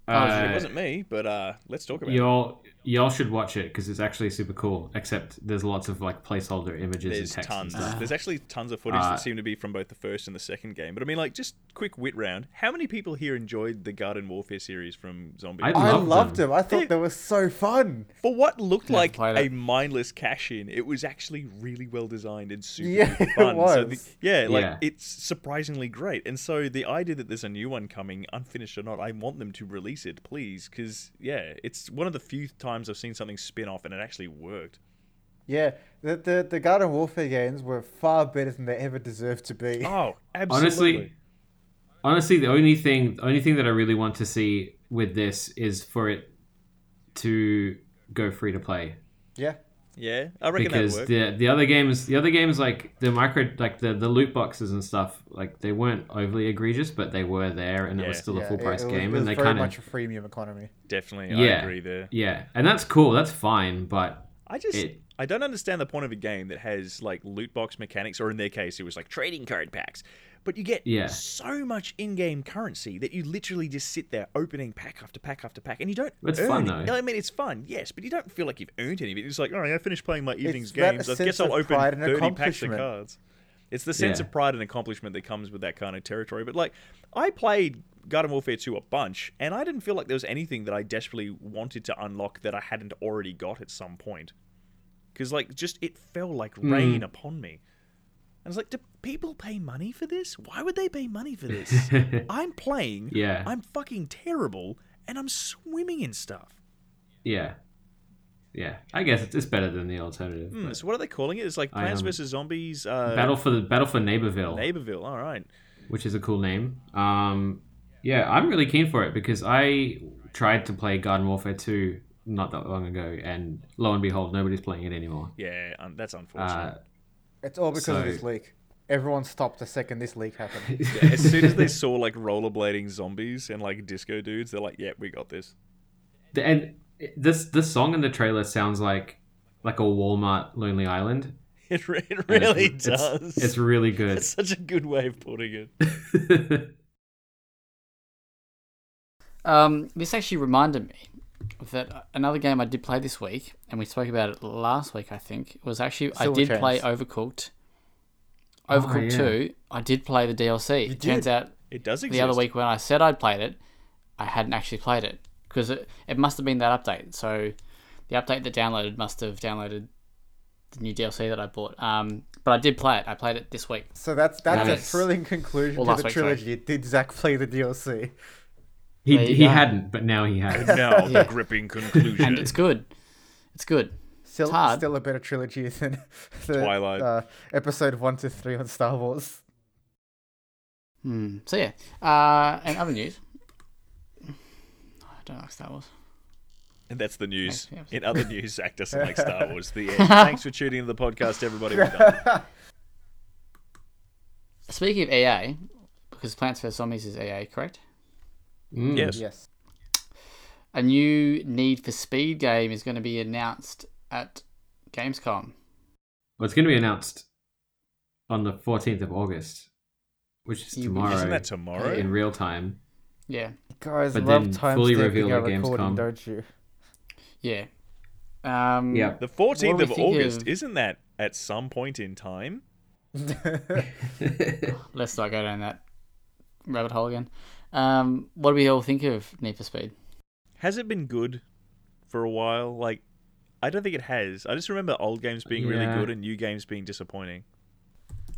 Speaker 2: Oh,
Speaker 1: it
Speaker 3: uh,
Speaker 1: wasn't me, but uh, let's talk about it.
Speaker 3: y'all y'all should watch it because it's actually super cool. Except there's lots of like placeholder images
Speaker 1: There's
Speaker 3: and text and
Speaker 1: tons.
Speaker 3: stuff.
Speaker 1: There's actually tons of footage
Speaker 3: Ah. Uh,
Speaker 1: that seem to be from both the first and the second game. But I mean, like, just quick wit round. How many people here enjoyed the Garden Warfare series from Zombie?
Speaker 3: I
Speaker 4: I
Speaker 3: loved
Speaker 4: loved
Speaker 3: them.
Speaker 4: them. I thought they were so fun.
Speaker 1: For what looked
Speaker 2: Never
Speaker 1: like
Speaker 2: played
Speaker 1: a
Speaker 2: it.
Speaker 1: mindless cash in, it was actually really well designed and super
Speaker 4: Yeah,
Speaker 1: duper
Speaker 4: it
Speaker 1: fun. So the,
Speaker 4: was.
Speaker 1: yeah, like
Speaker 3: Yeah.
Speaker 1: it's surprisingly great. And so the idea that there's a new one coming, unfinished or not, I want them to release it, please, because yeah, it's one of the few times I've seen something spin off and it actually worked.
Speaker 4: Yeah, the, the the Garden Warfare games were far better than they ever deserved to be.
Speaker 1: Oh, absolutely.
Speaker 3: honestly honestly the only thing the only thing that i really want to see with this is for it to go free to play
Speaker 4: Yeah.
Speaker 1: Yeah, I reckon
Speaker 3: because
Speaker 1: that worked.
Speaker 3: the the other games the other games like the micro like the, the loot boxes and stuff like they weren't overly egregious but they were there and it was
Speaker 1: Yeah.
Speaker 3: still a
Speaker 4: Yeah,
Speaker 3: full price
Speaker 4: it, it was,
Speaker 3: game
Speaker 4: it was
Speaker 3: and they
Speaker 4: very
Speaker 3: kind
Speaker 4: much
Speaker 3: of
Speaker 4: a freemium economy.
Speaker 1: Definitely, I
Speaker 3: yeah
Speaker 1: agree there.
Speaker 3: yeah and that's cool that's fine but
Speaker 1: I just
Speaker 3: It-
Speaker 1: I don't understand the point of a game that has like loot box mechanics, or in their case, it was like trading card packs. But you get
Speaker 3: Yeah.
Speaker 1: so much in-game currency that you literally just sit there opening pack after pack after pack, and you don't.
Speaker 3: It's
Speaker 1: earn
Speaker 3: fun,
Speaker 1: it.
Speaker 3: though.
Speaker 1: No, I mean, it's fun, yes, but you don't feel like you've earned any of it. It's like, all right, I finished playing my evening's
Speaker 4: that
Speaker 1: games. I
Speaker 4: sense
Speaker 1: guess I'll
Speaker 4: of
Speaker 1: open
Speaker 4: pride and
Speaker 1: thirty packs of
Speaker 4: accomplishment.
Speaker 1: cards. It's the sense
Speaker 3: Yeah.
Speaker 1: of pride and accomplishment that comes with that kind of territory. But like, I played Garden Warfare 2 a bunch, and I didn't feel like there was anything that I desperately wanted to unlock that I hadn't already got at some point. Because like, just it fell like
Speaker 3: Hmm.
Speaker 1: rain upon me. And it's like, do people pay money for this? Why would they pay money for this? I'm playing.
Speaker 3: Yeah.
Speaker 1: I'm fucking terrible, and I'm swimming in stuff.
Speaker 3: yeah yeah i guess it's, it's better than the alternative
Speaker 1: Hmm,
Speaker 3: but-
Speaker 1: so what are they calling it? It's like
Speaker 3: I,
Speaker 1: Plants
Speaker 3: um,
Speaker 1: vs Zombies. Uh,
Speaker 3: battle for the battle for neighborville
Speaker 1: Neighborville. All right.
Speaker 3: which is a cool name. Um, yeah, I'm really keen for it because I tried to play Garden Warfare 2 not that long ago, and lo and behold, nobody's playing it anymore.
Speaker 1: Yeah, um, that's unfortunate.
Speaker 3: Uh,
Speaker 4: It's all because of this
Speaker 3: So-
Speaker 4: leak. Everyone stopped the second this leak happened.
Speaker 1: as soon as they saw like rollerblading zombies and like disco dudes, they're like, "Yeah, we got this."
Speaker 3: and this this song in the trailer sounds like like a Walmart Lonely Island.
Speaker 1: It, re- it
Speaker 3: And
Speaker 1: really
Speaker 3: it's, it's-
Speaker 1: does.
Speaker 3: It's, really good.
Speaker 1: That's such a good way of putting it.
Speaker 2: Um, this actually reminded me of that another game I did play this week, and we spoke about it last week. I think was actually I
Speaker 4: Silver
Speaker 2: did
Speaker 4: Chains.
Speaker 2: play Overcooked.
Speaker 3: Oh,
Speaker 2: Overcooked
Speaker 3: yeah.
Speaker 2: Two. I did play the DLC.
Speaker 4: You
Speaker 2: It turns
Speaker 4: did?
Speaker 2: out
Speaker 1: It does
Speaker 2: the
Speaker 1: exist.
Speaker 2: other week when I said I'd played it, I hadn't actually played it because it, it must have been that update. So the update that downloaded must have downloaded the new DLC that I bought. Um, but I did play it. I played it this week.
Speaker 4: So that's that's
Speaker 3: Nice.
Speaker 4: a thrilling conclusion
Speaker 2: Well,
Speaker 4: to
Speaker 2: last
Speaker 4: the
Speaker 2: week, sorry.
Speaker 4: trilogy. Did Zach play the DLC?
Speaker 3: he
Speaker 2: There you
Speaker 3: he
Speaker 2: go.
Speaker 3: hadn't, but now he has.
Speaker 1: Now
Speaker 2: Yeah.
Speaker 1: the gripping conclusion.
Speaker 2: And it's good. It's good.
Speaker 4: Still,
Speaker 2: It's hard.
Speaker 4: still a better trilogy than the,
Speaker 1: Twilight.
Speaker 4: Uh, episode one to three on Star Wars.
Speaker 2: Hmm. So yeah. Uh, and other news. I don't like Star Wars.
Speaker 1: And that's the news.
Speaker 2: Thanks, yeah.
Speaker 1: In other news, Zach doesn't like Star Wars. The end. Thanks for tuning into the podcast, everybody. We're done.
Speaker 2: Speaking of EA, because Plants vs Zombies is EA, correct?
Speaker 3: Mm.
Speaker 1: Yes.
Speaker 4: Yes.
Speaker 2: A new Need for Speed game is going to be announced at Gamescom.
Speaker 3: Well, it's going to be announced on the 14th of August, which is
Speaker 2: You-
Speaker 3: tomorrow.
Speaker 1: Isn't that tomorrow?
Speaker 3: in real time?
Speaker 2: Yeah.
Speaker 4: Guys
Speaker 3: But
Speaker 4: love
Speaker 3: then
Speaker 4: time
Speaker 3: fully
Speaker 4: stamping
Speaker 3: revealed
Speaker 4: our
Speaker 3: at
Speaker 4: recording,
Speaker 3: Gamescom.
Speaker 4: don't you?
Speaker 2: Yeah. Um,
Speaker 3: Yeah.
Speaker 1: The
Speaker 2: What
Speaker 1: 14th
Speaker 2: do
Speaker 1: of
Speaker 2: we think
Speaker 1: August.
Speaker 2: of-
Speaker 1: Isn't that at some point in time?
Speaker 2: Let's not go down that rabbit hole again. Um, what do we all think of Need for Speed?
Speaker 1: Has it been good for a while? Like, I don't think it has. I just remember old games being
Speaker 3: Yeah.
Speaker 1: really good and new games being disappointing.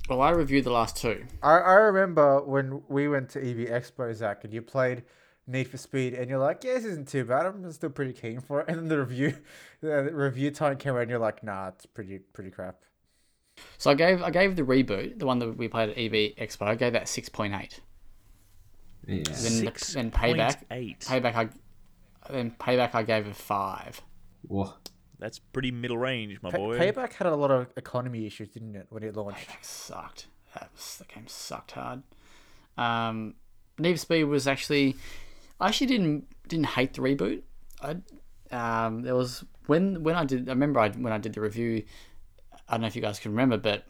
Speaker 2: Well, I reviewed the last two.
Speaker 4: I, I remember when we went to EV Expo, Zach, and you played Need for Speed, and you're like, "Yeah, this isn't too bad. I'm still pretty keen for it." And then the review, the review time came around, and you're like, "Nah, it's pretty pretty crap."
Speaker 2: So I gave I gave the reboot, the one that we played at EB Expo, I gave that six point eight.
Speaker 3: Yeah.
Speaker 2: Then the- then payback.
Speaker 1: 6.8.
Speaker 2: Payback I then payback I gave a five.
Speaker 3: Whoa.
Speaker 1: That's pretty middle range, my
Speaker 4: Pa-
Speaker 1: boy.
Speaker 4: Payback had a lot of economy issues, didn't it, when it launched?
Speaker 2: That sucked. That was, the game sucked hard. Um, Need for Speed was actually, I actually didn't didn't hate the reboot. I um, there was when when I did I remember I, when I did the review. I don't know if you guys can remember, but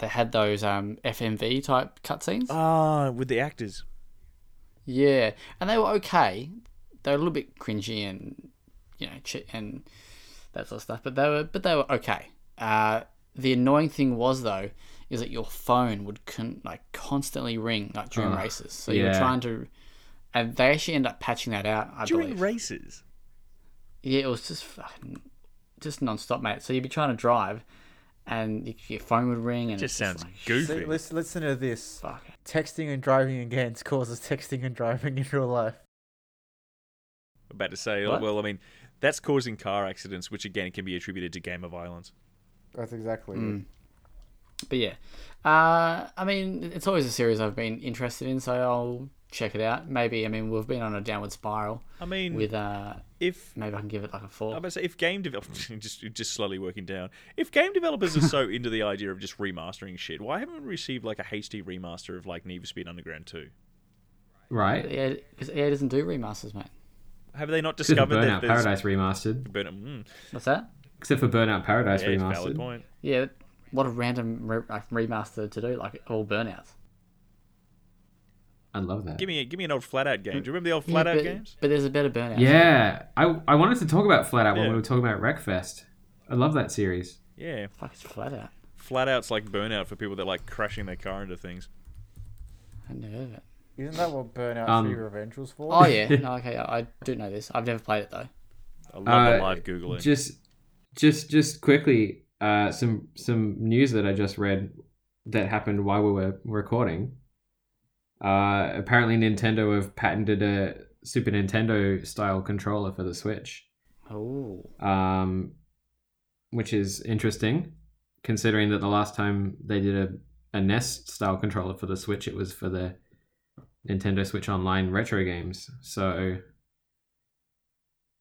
Speaker 2: they had those um, FMV type cutscenes.
Speaker 1: Ah, with the actors.
Speaker 2: Yeah, and they were okay. They were a little bit cringy and you know ch- and that sort of stuff, but they were but they were okay. Uh, the annoying thing was though is that your phone would con- like constantly ring like during
Speaker 3: Ugh,
Speaker 2: races, so you were
Speaker 3: yeah.
Speaker 2: trying to, and they actually end up patching that out. I
Speaker 1: During
Speaker 2: believe.
Speaker 1: races.
Speaker 2: Yeah, it was just fucking just non-stop, mate. So you'd be trying to drive, and y- your phone would ring, and
Speaker 1: Just
Speaker 2: it's
Speaker 1: sounds
Speaker 2: like,
Speaker 1: goofy.
Speaker 4: See, listen, listen to this.
Speaker 2: fuck.
Speaker 4: Texting and driving in games causes texting and driving in real life.
Speaker 1: about to say, oh,
Speaker 2: What?
Speaker 1: well, I mean, that's causing car accidents, which again can be attributed to gamer violence.
Speaker 4: That's exactly
Speaker 2: Mm. But yeah, uh, I mean, it's always a series I've been interested in, so I'll check it out. Maybe I mean we've been on a downward spiral
Speaker 1: I mean,
Speaker 2: with uh,
Speaker 1: if
Speaker 2: maybe I can give it like a
Speaker 1: I'm
Speaker 2: four.
Speaker 1: gonna say if game developers just just slowly working down. If game developers are so into the idea of just remastering shit, why haven't we received like a HD remaster of like Need for Speed Underground 2?
Speaker 3: right?
Speaker 2: Yeah, because EA doesn't do remasters, mate.
Speaker 1: Have they not
Speaker 3: Except for
Speaker 1: discovered
Speaker 3: Burnout
Speaker 1: that there's
Speaker 3: Paradise remastered.
Speaker 1: Burnout, mm,
Speaker 2: What's that?
Speaker 3: Except for Burnout Paradise
Speaker 1: yeah, it's a valid
Speaker 3: remastered.
Speaker 1: point.
Speaker 2: Yeah, what a random re- like remaster to do, like all burnouts.
Speaker 3: I love that.
Speaker 1: Give me a, give me an old flat out game. Do you remember the old flat out
Speaker 2: but,
Speaker 1: games?
Speaker 2: but there's a better burnout.
Speaker 3: Yeah, I I wanted to talk about Flat Out when
Speaker 1: Yeah.
Speaker 3: we were talking about Wreckfest. I love that series.
Speaker 1: Yeah,
Speaker 2: fuck, it's flat out.
Speaker 1: flat out's like burnout for people that like crashing their car into things.
Speaker 2: I never heard of it.
Speaker 4: Isn't that what Burnout
Speaker 3: Um,
Speaker 4: 3 Revenge was for?
Speaker 2: Oh yeah, no, okay, I, I do know this. I've never played it though.
Speaker 1: I love
Speaker 3: Uh,
Speaker 1: the live googling.
Speaker 3: Just just just quickly, uh, some some news that I just read that happened while we were recording. Uh, apparently, Nintendo have patented a Super Nintendo style controller for the Switch,
Speaker 2: Oh,
Speaker 3: um, which is interesting, considering that the last time they did a, a NES style controller for the Switch, it was for the Nintendo Switch Online retro games. So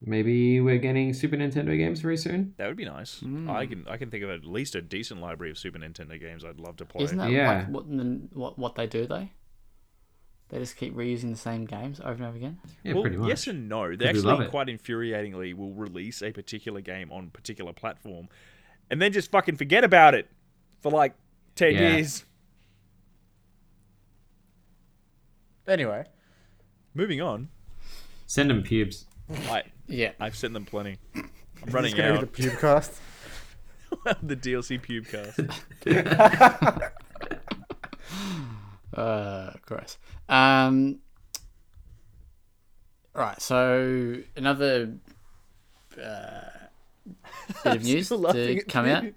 Speaker 3: maybe we're getting Super Nintendo games very soon.
Speaker 1: that would be nice.
Speaker 2: Hmm.
Speaker 1: I can I can think of at least a decent library of Super Nintendo games I'd love to play.
Speaker 2: isn't that
Speaker 3: Yeah.
Speaker 2: like what, the- what what they do though? They just keep reusing the same games over and over again.
Speaker 3: Yeah,
Speaker 1: well,
Speaker 3: pretty much.
Speaker 1: yes and no. They
Speaker 3: Because we love
Speaker 1: actually
Speaker 3: it.
Speaker 1: quite infuriatingly will release a particular game on particular platform, and then just fucking forget about it for like ten
Speaker 3: Yeah.
Speaker 1: years.
Speaker 4: Anyway,
Speaker 1: Moving on,
Speaker 3: Send them pubes.
Speaker 1: I
Speaker 2: Yeah,
Speaker 1: I've sent them plenty. I'm
Speaker 4: it's
Speaker 1: running
Speaker 4: going to
Speaker 1: out.
Speaker 4: be the pubecast.
Speaker 1: the DLC pubecast.
Speaker 2: Uh, gross. Um, right. So another uh, bit of news
Speaker 4: still laughing
Speaker 2: to
Speaker 4: at
Speaker 2: come
Speaker 4: you.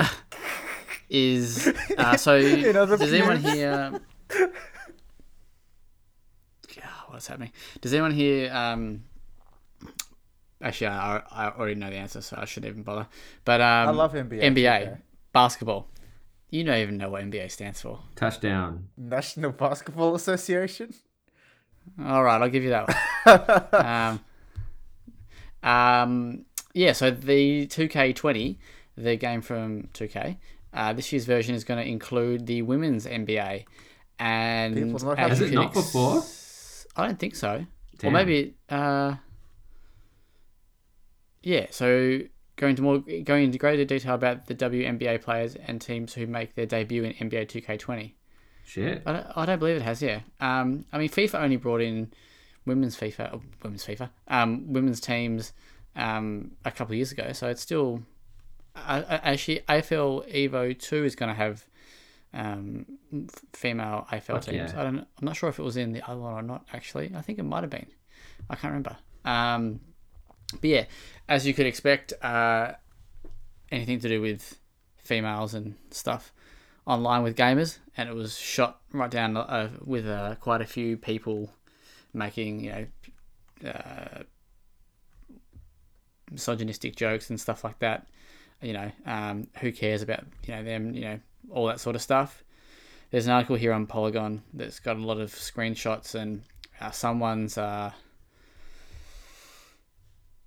Speaker 2: out is uh, so.
Speaker 4: other
Speaker 2: does anyone
Speaker 4: news.
Speaker 2: here? Yeah, what's happening? Does anyone here? Um, actually, I, I already know the answer, so I shouldn't even bother. But um,
Speaker 4: I love NBA,
Speaker 2: NBA
Speaker 4: okay.
Speaker 2: basketball. You don't even know what NBA stands for.
Speaker 3: Touchdown.
Speaker 4: National Basketball Association.
Speaker 2: All right, I'll give you that one. um, um, yeah, so the 2K20, the game from 2K, uh, this year's version is going to include the women's NBA. And
Speaker 4: People not
Speaker 2: as
Speaker 4: happy.
Speaker 3: Has
Speaker 2: you
Speaker 3: it
Speaker 2: could
Speaker 3: not
Speaker 2: ex-
Speaker 3: before?
Speaker 2: I don't think so.
Speaker 3: Damn.
Speaker 2: Or maybe, uh, yeah. So going to more going into greater detail about the WNBA players and teams who make their debut in NBA 2K20.
Speaker 3: Shit.
Speaker 2: I don't, I don't believe it has. Yeah. Um. I mean, FIFA only brought in women's FIFA, oh, women's FIFA, um, women's teams, um, a couple of years ago. So it's still, I, I, actually, AFL Evo two is going to have, um, f- female AFL teams.
Speaker 3: yeah.
Speaker 2: I don't. I'm not sure if it was in the other one or not. Actually, I think it might have been. I can't remember. Um, but yeah, as you could expect, uh, anything to do with females and stuff online with gamers, and it was shot right down uh, with uh, quite a few people making you know uh, misogynistic jokes and stuff like that. You know, um, who cares about you know them? You know, all that sort of stuff. There's an article here on Polygon that's got a lot of screenshots and uh, someone's uh,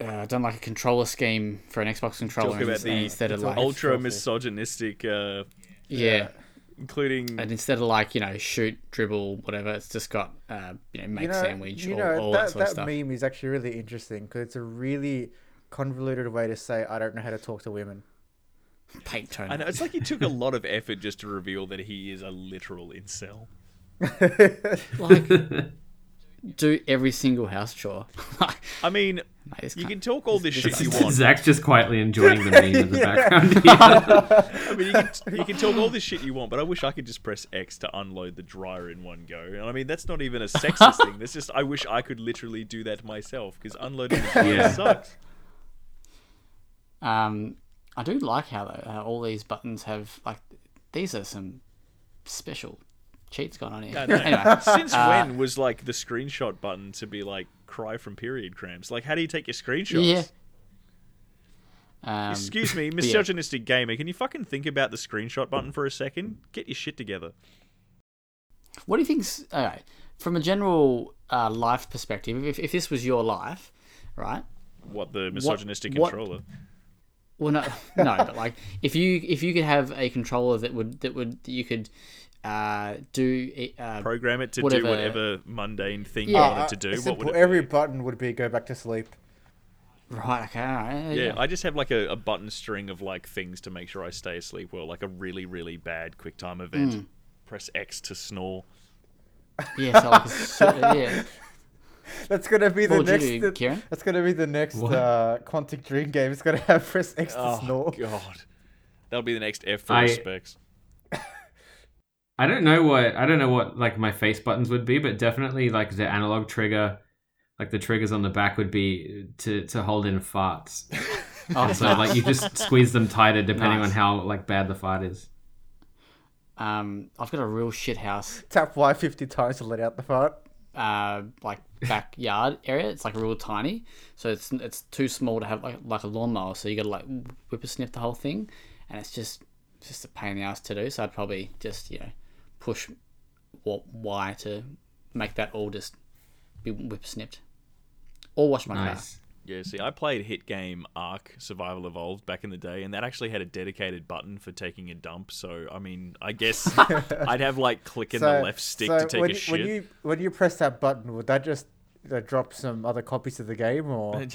Speaker 2: uh, done like a controller scheme for an Xbox controller
Speaker 1: Talking about
Speaker 2: and- and
Speaker 1: the
Speaker 2: instead of
Speaker 4: the
Speaker 2: like
Speaker 1: Ultra
Speaker 4: filthy.
Speaker 1: misogynistic, uh,
Speaker 2: yeah.
Speaker 1: including
Speaker 2: And instead of like you know shoot, dribble, whatever, it's just got uh, you know make sandwich,
Speaker 4: you
Speaker 2: all,
Speaker 4: know,
Speaker 2: all
Speaker 4: that,
Speaker 2: that, sort of
Speaker 4: that
Speaker 2: stuff.
Speaker 4: meme is actually really interesting because it's a really convoluted way to say I don't know how to talk to women.
Speaker 2: Paint toner.
Speaker 1: I know it's like he took a lot of effort just to reveal that he is a literal incel.
Speaker 2: like do every single house chore. Like,
Speaker 1: I mean,
Speaker 2: mate, this
Speaker 1: Uh, you
Speaker 2: can't-
Speaker 1: can talk all this shit you want.
Speaker 3: Zach's just quietly enjoying the meme in the background.
Speaker 1: I mean, you can, you can talk all this shit you want, but I wish I could just press X to unload the dryer in one go. And I mean, that's not even a sexist thing. That's just I wish I could literally do that myself because unloading the dryer
Speaker 3: Yeah.
Speaker 1: sucks.
Speaker 2: um, I do like how though, uh, all these buttons have like these are some special cheats going on here.
Speaker 1: I know.
Speaker 2: Anyway, uh,
Speaker 1: Since when was like the screenshot button to be like cry from period cramps? Like, how do you take your screenshots?
Speaker 2: yeah. Um,
Speaker 1: Excuse me,
Speaker 2: but yeah.
Speaker 1: misogynistic gamer. Can you fucking think about the screenshot button for a second? Get your shit together.
Speaker 2: What do you think's all right from a general uh, life perspective? If, if this was your life, right?
Speaker 1: What the misogynistic
Speaker 2: what-
Speaker 1: controller?
Speaker 2: Well, no, no, but like if you if you could have a controller that would that would that you could uh, do uh,
Speaker 1: Program it to
Speaker 2: whatever-
Speaker 1: do whatever mundane thing you
Speaker 2: Yeah.
Speaker 1: wanted to do.
Speaker 4: uh, It's
Speaker 1: what
Speaker 4: simple.
Speaker 1: would it
Speaker 4: Every
Speaker 1: be?
Speaker 4: button would be go back to sleep.
Speaker 2: right. Okay, all right,
Speaker 1: Yeah,
Speaker 2: yeah.
Speaker 1: I just have like a, a button string of like things to make sure I stay asleep well, like a really, really bad QuickTime event.
Speaker 4: Hmm.
Speaker 1: Press X to snore.
Speaker 2: Yeah, so like, a sort of- yeah.
Speaker 4: That's gonna be the
Speaker 2: What would you
Speaker 4: next.
Speaker 2: do, Kieran?
Speaker 4: That's gonna be the next
Speaker 3: What?
Speaker 4: uh, Quantic Dream game. It's gonna have press X to
Speaker 1: Oh
Speaker 4: snore.
Speaker 1: god. That'll be the next F for
Speaker 3: I-
Speaker 1: respects.
Speaker 3: I don't know what I don't know what like my face buttons would be, but definitely like the analog trigger, like the triggers on the back would be to to hold in farts.
Speaker 2: Oh,
Speaker 3: So like you just squeeze them tighter depending
Speaker 2: Nice.
Speaker 3: on how like bad the fart is.
Speaker 2: um, I've got a real shit house,
Speaker 4: Tap Y fifty times to let out the fart.
Speaker 2: uh, like backyard area. It's like real tiny, so it's it's too small to have like like a lawnmower. So you got to like whipper snip the whole thing, and it's just it's just a pain in the ass to do. So I'd probably just you know push wa- Y to make that all just be whipper snipped, or wash my car.
Speaker 3: Nice.
Speaker 1: Yeah, see, I played hit game Arc Survival Evolved back in the day, and that actually had a dedicated button for taking a dump. So, I mean, I guess I'd have like clicking the left stick
Speaker 4: so
Speaker 1: to take
Speaker 4: when,
Speaker 1: a
Speaker 4: you-
Speaker 1: shit.
Speaker 4: When you when you press that button, would that just uh, drop some other copies of the game, or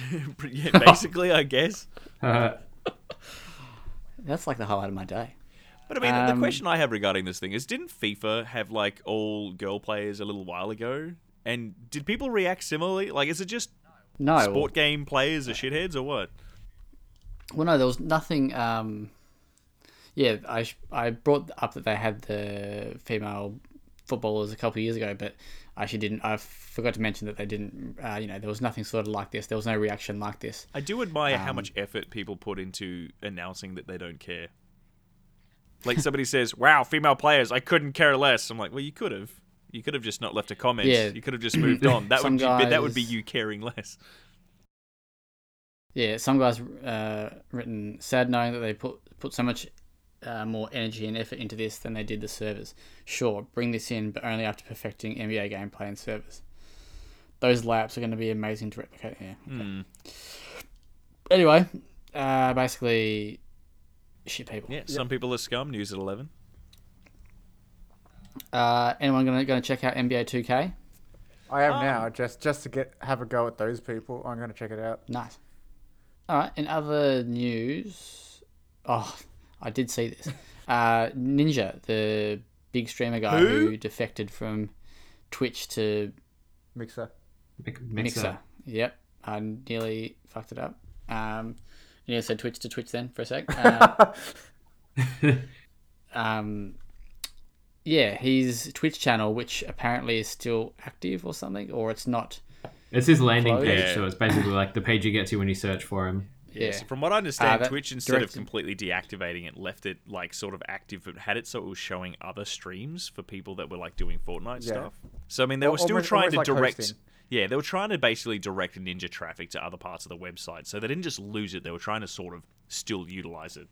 Speaker 1: yeah, basically, I guess.
Speaker 2: That's like the highlight of my day.
Speaker 1: But I mean, the
Speaker 2: Um,
Speaker 1: question I have regarding this thing is didn't FIFA have like all girl players a little while ago? And did people react similarly? Like, is it just
Speaker 2: No, well-
Speaker 1: sport game players are shitheads or what?
Speaker 2: Well, no, there was nothing. Um, yeah, I sh- I brought up that they had the female footballers a couple of years ago, but I actually didn't. I forgot to mention that they didn't. Uh, you know, there was nothing sort of like this. There was no reaction like this.
Speaker 1: I do admire
Speaker 2: Um,
Speaker 1: how much effort people put into announcing that they don't care. Like somebody says, "Wow, female players, I couldn't care less." I'm like, "Well, you could have. You could have just not left a comment.
Speaker 2: Yeah.
Speaker 1: You could have just moved on. That
Speaker 2: Some
Speaker 1: would be, that would be
Speaker 2: guys-
Speaker 1: you caring less."
Speaker 2: Yeah, some guys uh, written sad knowing that they put put so much uh, more energy and effort into this than they did the servers. Sure, bring this in, but only after perfecting NBA gameplay and servers. Those laps are going to be amazing to replicate. Yeah.
Speaker 1: Hmm.
Speaker 2: Anyway, uh, basically, shit people.
Speaker 1: Yeah, some people are scum. News at eleven.
Speaker 2: Uh, anyone gonna gonna check out NBA Two K?
Speaker 4: I
Speaker 1: um,
Speaker 4: am now just just to get have a go at those people. I'm gonna check it out.
Speaker 2: Nice. All right. In other news, oh, I did see this. Uh, Ninja, the big streamer guy who,
Speaker 1: Who?
Speaker 2: defected from Twitch to
Speaker 4: Mixer.
Speaker 3: Mix-
Speaker 2: Mixer.
Speaker 3: Mixer.
Speaker 2: Yep, I nearly fucked it up. Um, you nearly said Twitch to Twitch then for a sec. Uh, um, yeah, his Twitch channel, which apparently is still active or something, or it's not.
Speaker 3: It's his landing
Speaker 2: Close.
Speaker 3: page,
Speaker 1: Yeah.
Speaker 3: so it's basically like the page you get to when you search for him.
Speaker 2: Yeah.
Speaker 1: So from what I understand,
Speaker 2: that
Speaker 1: Twitch instead of
Speaker 2: directed-
Speaker 1: completely deactivating it, left it like sort of active, but had it so it was showing other streams for people that were like doing Fortnite
Speaker 4: Yeah.
Speaker 1: stuff. So I mean, they
Speaker 4: Al-
Speaker 1: were still
Speaker 4: almost-
Speaker 1: trying to
Speaker 4: almost like
Speaker 1: direct.
Speaker 4: hosting.
Speaker 1: Yeah, they were trying to basically direct Ninja traffic to other parts of the website, so they didn't just lose it. They were trying to sort of still utilize it.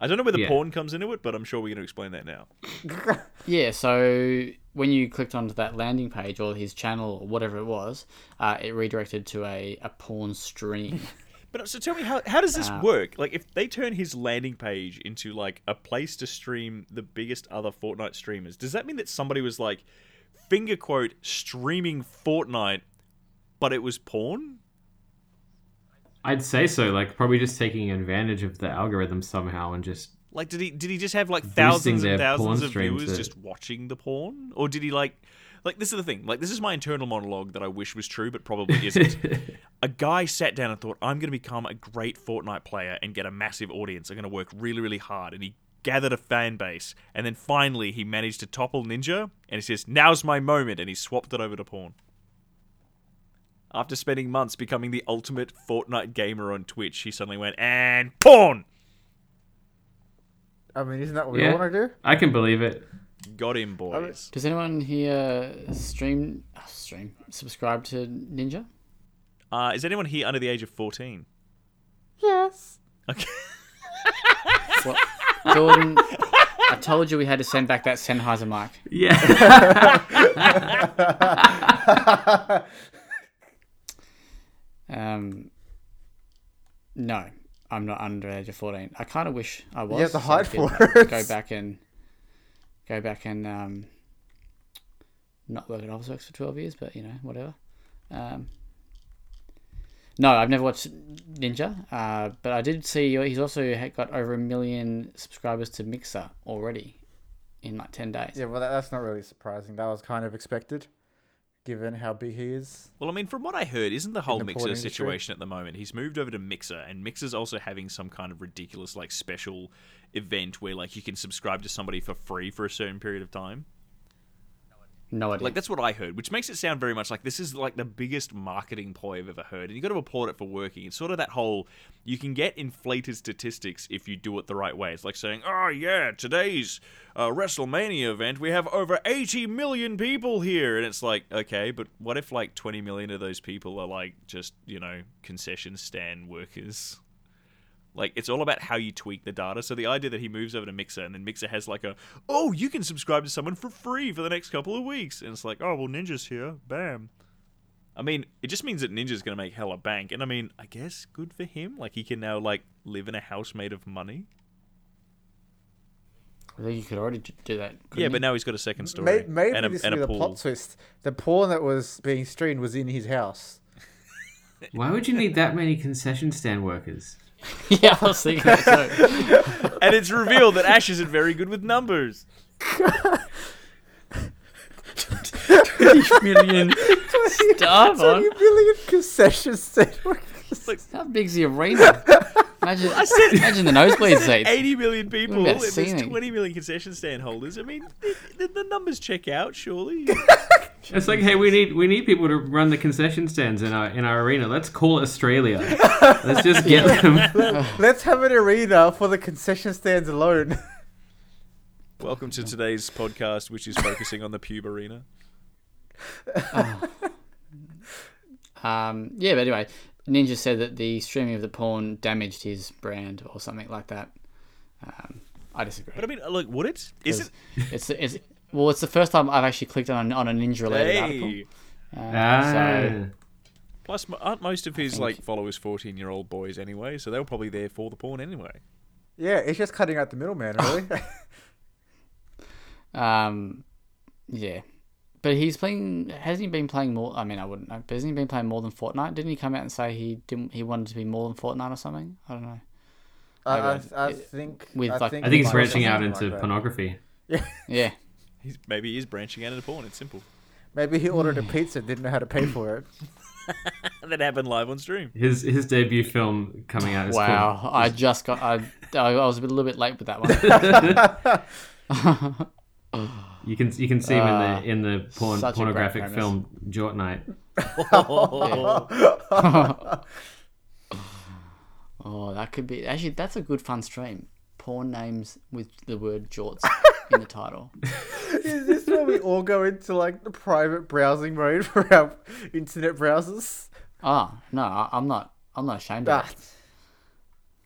Speaker 1: I don't know where the
Speaker 3: Yeah.
Speaker 1: porn comes into it, but I'm sure we're going to explain that now.
Speaker 2: Yeah, so when you clicked onto that landing page or his channel or whatever it was, uh, it redirected to a, a porn stream.
Speaker 1: But uh, so tell me, how, how does this work? Like, if they turn his landing page into like a place to stream the biggest other Fortnite streamers, does that mean that somebody was like, finger quote, streaming Fortnite, but it was porn?
Speaker 3: I'd say so, like probably just taking advantage of the algorithm somehow and just
Speaker 1: Like, did he did he just have like thousands
Speaker 3: their
Speaker 1: and thousands
Speaker 3: porn
Speaker 1: of
Speaker 3: streams
Speaker 1: viewers
Speaker 3: that-
Speaker 1: just watching the porn, or did he like, like this is the thing? Like, this is my internal monologue that I wish was true, but probably isn't. a guy sat down and thought, I'm going to become a great Fortnite player and get a massive audience. I'm going to work really, really hard. And he gathered a fan base. And then finally, he managed to topple Ninja. And he says, Now's my moment. And he swapped it over to porn. After spending months becoming the ultimate Fortnite gamer on Twitch, he suddenly went, And porn!
Speaker 4: I mean, isn't that what we
Speaker 3: Yeah.
Speaker 4: want to do?
Speaker 3: I can believe it.
Speaker 1: Got him, boys.
Speaker 2: Does anyone here stream stream subscribe to Ninja?
Speaker 1: Uh, is anyone here under the age of 14?
Speaker 4: Yes.
Speaker 1: Okay.
Speaker 2: Well, Jordan, I told you we had to send back that Sennheiser mic.
Speaker 3: Yeah.
Speaker 2: Um, no, I'm not under the age of 14. I kind of wish I was.
Speaker 4: have to
Speaker 2: I
Speaker 4: hide
Speaker 2: could
Speaker 4: for it.
Speaker 2: Go back and go back and um, not work at Officeworks for 12 years, but you know, whatever. Um, no, I've never watched Ninja, uh, but I did see he's also ha- got over a million subscribers to Mixer already in like 10 days.
Speaker 4: Yeah, well, that, that's not really surprising. That was kind of expected, given how big he is.
Speaker 1: Well, I mean, from what I heard, isn't the whole
Speaker 4: the porn
Speaker 1: Mixer
Speaker 4: industry.
Speaker 1: situation at the moment? He's moved over to Mixer, and Mixer's also having some kind of ridiculous, like, special event where, like, you can subscribe to somebody for free for a certain period of time.
Speaker 2: No idea.
Speaker 1: Like, that's what I heard, which makes it sound very much like this is, like, the biggest marketing ploy I've ever heard. And you got to applaud it for working. It's sort of that whole you can get inflated statistics if you do it the right way. It's like saying, oh, yeah, today's uh, WrestleMania event, we have over 80 million people here. And it's like, okay, but what if, like, 20 million of those people are, like, just, you know, concession stand workers? Like it's all about how you tweak the data. So the idea that he moves over to Mixer and then Mixer has like a oh you can subscribe to someone for free for the next couple of weeks and it's like oh well Ninja's here bam. I mean it just means that Ninja's gonna make hella bank and I mean I guess good for him like he can now like live in a house made of money.
Speaker 2: I think you could already d- do that. couldn't
Speaker 1: yeah,
Speaker 2: you?
Speaker 1: but now he's got a second story
Speaker 4: Maybe, maybe
Speaker 1: and a,
Speaker 4: this
Speaker 1: and
Speaker 4: will
Speaker 1: a
Speaker 4: be the
Speaker 1: pool.
Speaker 4: plot twist. The porn that was being streamed was in his house.
Speaker 3: Why would you need that many concession stand workers?
Speaker 2: yeah, I was thinking that too.
Speaker 1: and it's revealed that Ash isn't very good with numbers.
Speaker 2: million starve on.
Speaker 4: 20 million concession stand workers.
Speaker 2: How big's the arena? Imagine, imagine the nosebleed seats.
Speaker 1: 80 million people
Speaker 2: Look
Speaker 1: and
Speaker 2: at that
Speaker 1: there's
Speaker 2: ceiling.
Speaker 1: 20 million concession stand holders. I mean the, the, the numbers check out surely.
Speaker 3: It's like, hey, we need we need people to run the concession stands in our in our arena. Let's call Australia. Let's just get them.
Speaker 4: Let's have an arena for the concession stands alone.
Speaker 1: Welcome to today's podcast, which is focusing on the pube arena.
Speaker 2: Um, yeah, but anyway, Ninja said that the streaming of the porn damaged his brand or something like that. Um, I disagree.
Speaker 1: But I mean, uh, look, would it? Is it?
Speaker 2: It's, it's well, it's the first time I've actually clicked on on a Ninja related article.
Speaker 1: Hey.
Speaker 3: Ah,
Speaker 1: Plus, m- aren't most of his like followers fourteen-year-old boys anyway? So they were probably there for the porn anyway.
Speaker 4: yeah, it's just cutting out the middleman, really.
Speaker 2: Um, yeah, but he's playing. Hasn't he been playing more? I mean, I wouldn't know. But hasn't he been playing more than Fortnite? Didn't he come out and say he didn't? He wanted to be more than Fortnite or something. I don't know.
Speaker 4: I, I,
Speaker 2: God.
Speaker 4: I think.
Speaker 2: With,
Speaker 4: I
Speaker 2: like-
Speaker 4: think,
Speaker 3: I think
Speaker 4: he
Speaker 3: he's
Speaker 4: might have
Speaker 3: branching out
Speaker 4: something
Speaker 3: into
Speaker 4: like that.
Speaker 3: pornography.
Speaker 2: Yeah.
Speaker 1: He's maybe he is branching out into porn. It's simple.
Speaker 4: Maybe he ordered a pizza, didn't know how to pay for it.
Speaker 1: And that happened live on stream.
Speaker 3: His his debut film coming out is
Speaker 2: Wow,
Speaker 3: called
Speaker 2: I just got I, I was a little bit late with that one.
Speaker 3: You can you can see him in the in the porn,
Speaker 2: Ah. such a great
Speaker 3: pornographic
Speaker 2: premise.
Speaker 3: film Jort Night.
Speaker 2: oh, that could be actually that's a good fun stream. Porn names with the word jorts in the title.
Speaker 4: Is this where we all go into like the private browsing mode for our internet browsers?
Speaker 2: Ah, no, I, I'm not. I'm not ashamed of
Speaker 4: Ah,
Speaker 2: it.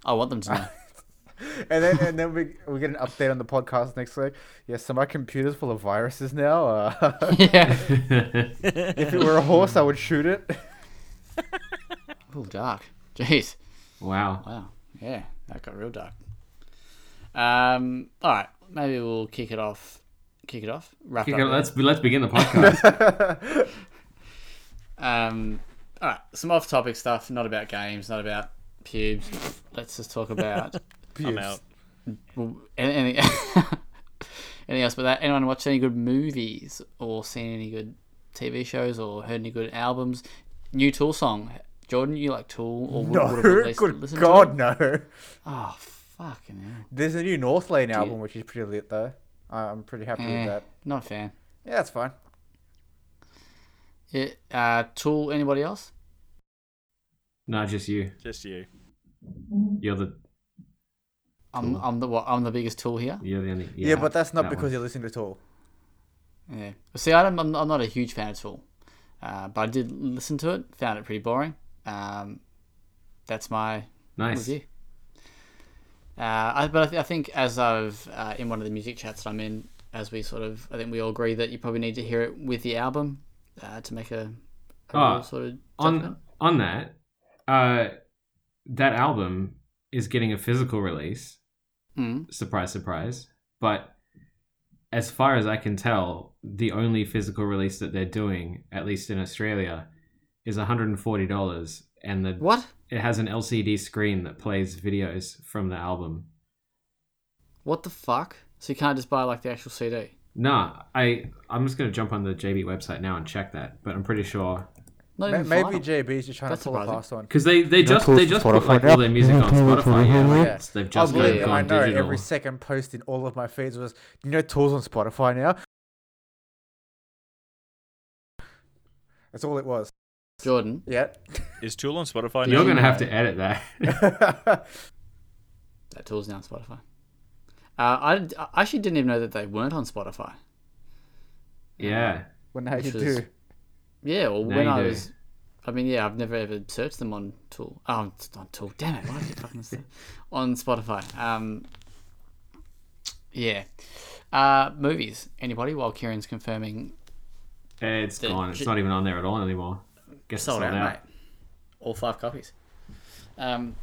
Speaker 2: I want them to know.
Speaker 4: and then and then we we get an update on the podcast next week. Yeah, so my computer's full of viruses now. Uh,
Speaker 2: yeah.
Speaker 4: if it were a horse, I would shoot it.
Speaker 2: Ooh, dark. Jeez.
Speaker 3: Wow.
Speaker 2: Wow. Yeah, that got real dark. Um. All right. Maybe we'll kick it off. Kick it off. Wrap it
Speaker 3: Okay,
Speaker 2: up. there.
Speaker 3: let's let's begin the podcast.
Speaker 2: Um, all right, some off-topic stuff. Not about games. Not about pubes. Let's just talk about
Speaker 1: I'm out.
Speaker 2: well, any- any- anything else. But that anyone watched any good movies or seen any good TV shows or heard any good albums? New Tool song. Jordan, you like Tool or would, would have at
Speaker 4: No,
Speaker 2: least
Speaker 4: good
Speaker 2: listened To
Speaker 4: God,
Speaker 2: it?
Speaker 4: no.
Speaker 2: Oh fucking hell!
Speaker 4: There's a new North Lane album, which is pretty lit though. I- I'm pretty happy
Speaker 2: Eh,
Speaker 4: with that.
Speaker 2: Not a fan.
Speaker 4: Yeah, that's fine.
Speaker 2: Yeah, uh, Tool. Anybody else?
Speaker 3: Not just you.
Speaker 1: Just you.
Speaker 3: You're the
Speaker 2: I'm, I'm the what, I'm the biggest Tool here.
Speaker 3: you're the only.
Speaker 4: Yeah, but that's not
Speaker 3: that
Speaker 4: because
Speaker 3: one.
Speaker 4: you're listening to all.
Speaker 2: Yeah. See, I don't, I'm, I'm not a huge fan at all, uh, but I did listen to it. Found it pretty boring. Um, that's my
Speaker 3: Nice.
Speaker 2: with you. Uh, I, but I, th- I think as I've uh, in one of the music chats that I'm in, as we sort of, I think we all agree that you probably need to hear it with the album uh, to make a, a
Speaker 3: Ah,
Speaker 2: real sort of judgment.
Speaker 3: on on that, uh, that album is getting a physical release.
Speaker 2: Mm.
Speaker 3: Surprise, surprise. But as far as I can tell, the only physical release that they're doing, at least in Australia, is one hundred and forty dollars, and the
Speaker 2: What?
Speaker 3: it has an LCD screen that plays videos from the album.
Speaker 2: What the fuck? So you can't just buy like the actual CD.
Speaker 3: Nah, I I'm just gonna jump on the JB website now and check that, but I'm pretty sure
Speaker 2: Not
Speaker 4: Ma-
Speaker 2: even
Speaker 4: Maybe
Speaker 2: vinyl.
Speaker 4: JB's just trying
Speaker 2: That's
Speaker 4: to pull a
Speaker 2: surprising.
Speaker 4: fast one.
Speaker 3: because they they just
Speaker 5: cool
Speaker 3: they
Speaker 5: for
Speaker 3: just put
Speaker 5: Spotify
Speaker 3: like all their
Speaker 5: now?
Speaker 3: music on Spotify. Yeah,
Speaker 4: Yeah.
Speaker 3: like, they've just
Speaker 4: I,
Speaker 2: gone-
Speaker 4: believe-
Speaker 3: gone,
Speaker 4: I know
Speaker 3: digital.
Speaker 4: every second post in all of my feeds was, you know, Tools on Spotify now. That's all it was.
Speaker 2: Jordan.
Speaker 4: Yeah.
Speaker 1: Is Tool on Spotify now?
Speaker 3: You're gonna have to edit that.
Speaker 2: That tool's now on Spotify. Uh, I, I actually didn't even know that they weren't on Spotify.
Speaker 3: yeah,
Speaker 4: well, now you
Speaker 2: Which is-
Speaker 4: do.
Speaker 2: Yeah, well,
Speaker 3: Now
Speaker 2: when
Speaker 3: you
Speaker 2: I
Speaker 3: do.
Speaker 2: was, I mean, yeah, I've never ever searched them on Tool. Oh, it's not Tool. Damn it! Why did you fucking say on Spotify? Um, yeah, uh, movies. Anybody? While Kieran's confirming,
Speaker 3: it's
Speaker 2: The
Speaker 3: gone. It's
Speaker 2: j-
Speaker 3: not even on there at all anymore. Guess
Speaker 2: sold
Speaker 3: it's
Speaker 2: out,
Speaker 3: not out.
Speaker 2: mate. All five copies. Um,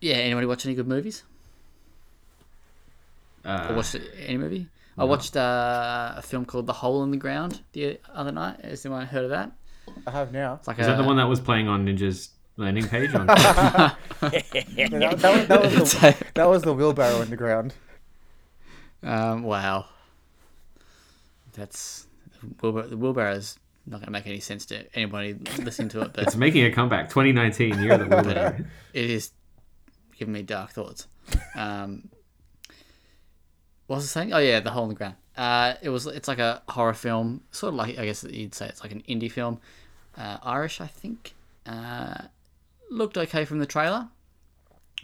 Speaker 2: yeah. Anybody watch any good movies? I
Speaker 3: Uh,
Speaker 2: watched any movie. I watched uh, a film called The Hole in the Ground the other night. Has anyone heard of that?
Speaker 4: I have now.
Speaker 2: It's like
Speaker 3: is that the
Speaker 2: a-
Speaker 3: one that was playing on Ninja's landing page? On
Speaker 4: Yeah, that, that was, that, was
Speaker 2: It's a-
Speaker 4: the, that was the wheelbarrow in the ground.
Speaker 2: Um, wow. That's Wilbur, the wheelbarrow's not going to make any sense to anybody listening to it,
Speaker 3: it's
Speaker 2: but
Speaker 3: making a comeback. 2019, year of the wheelbarrow.
Speaker 2: it is giving me dark thoughts. Um, what was I saying? Oh yeah, the hole in the ground. Uh, it was. It's like a horror film, sort of like I guess you'd say it's like an indie film, uh, Irish, I think. Uh, looked okay from the trailer.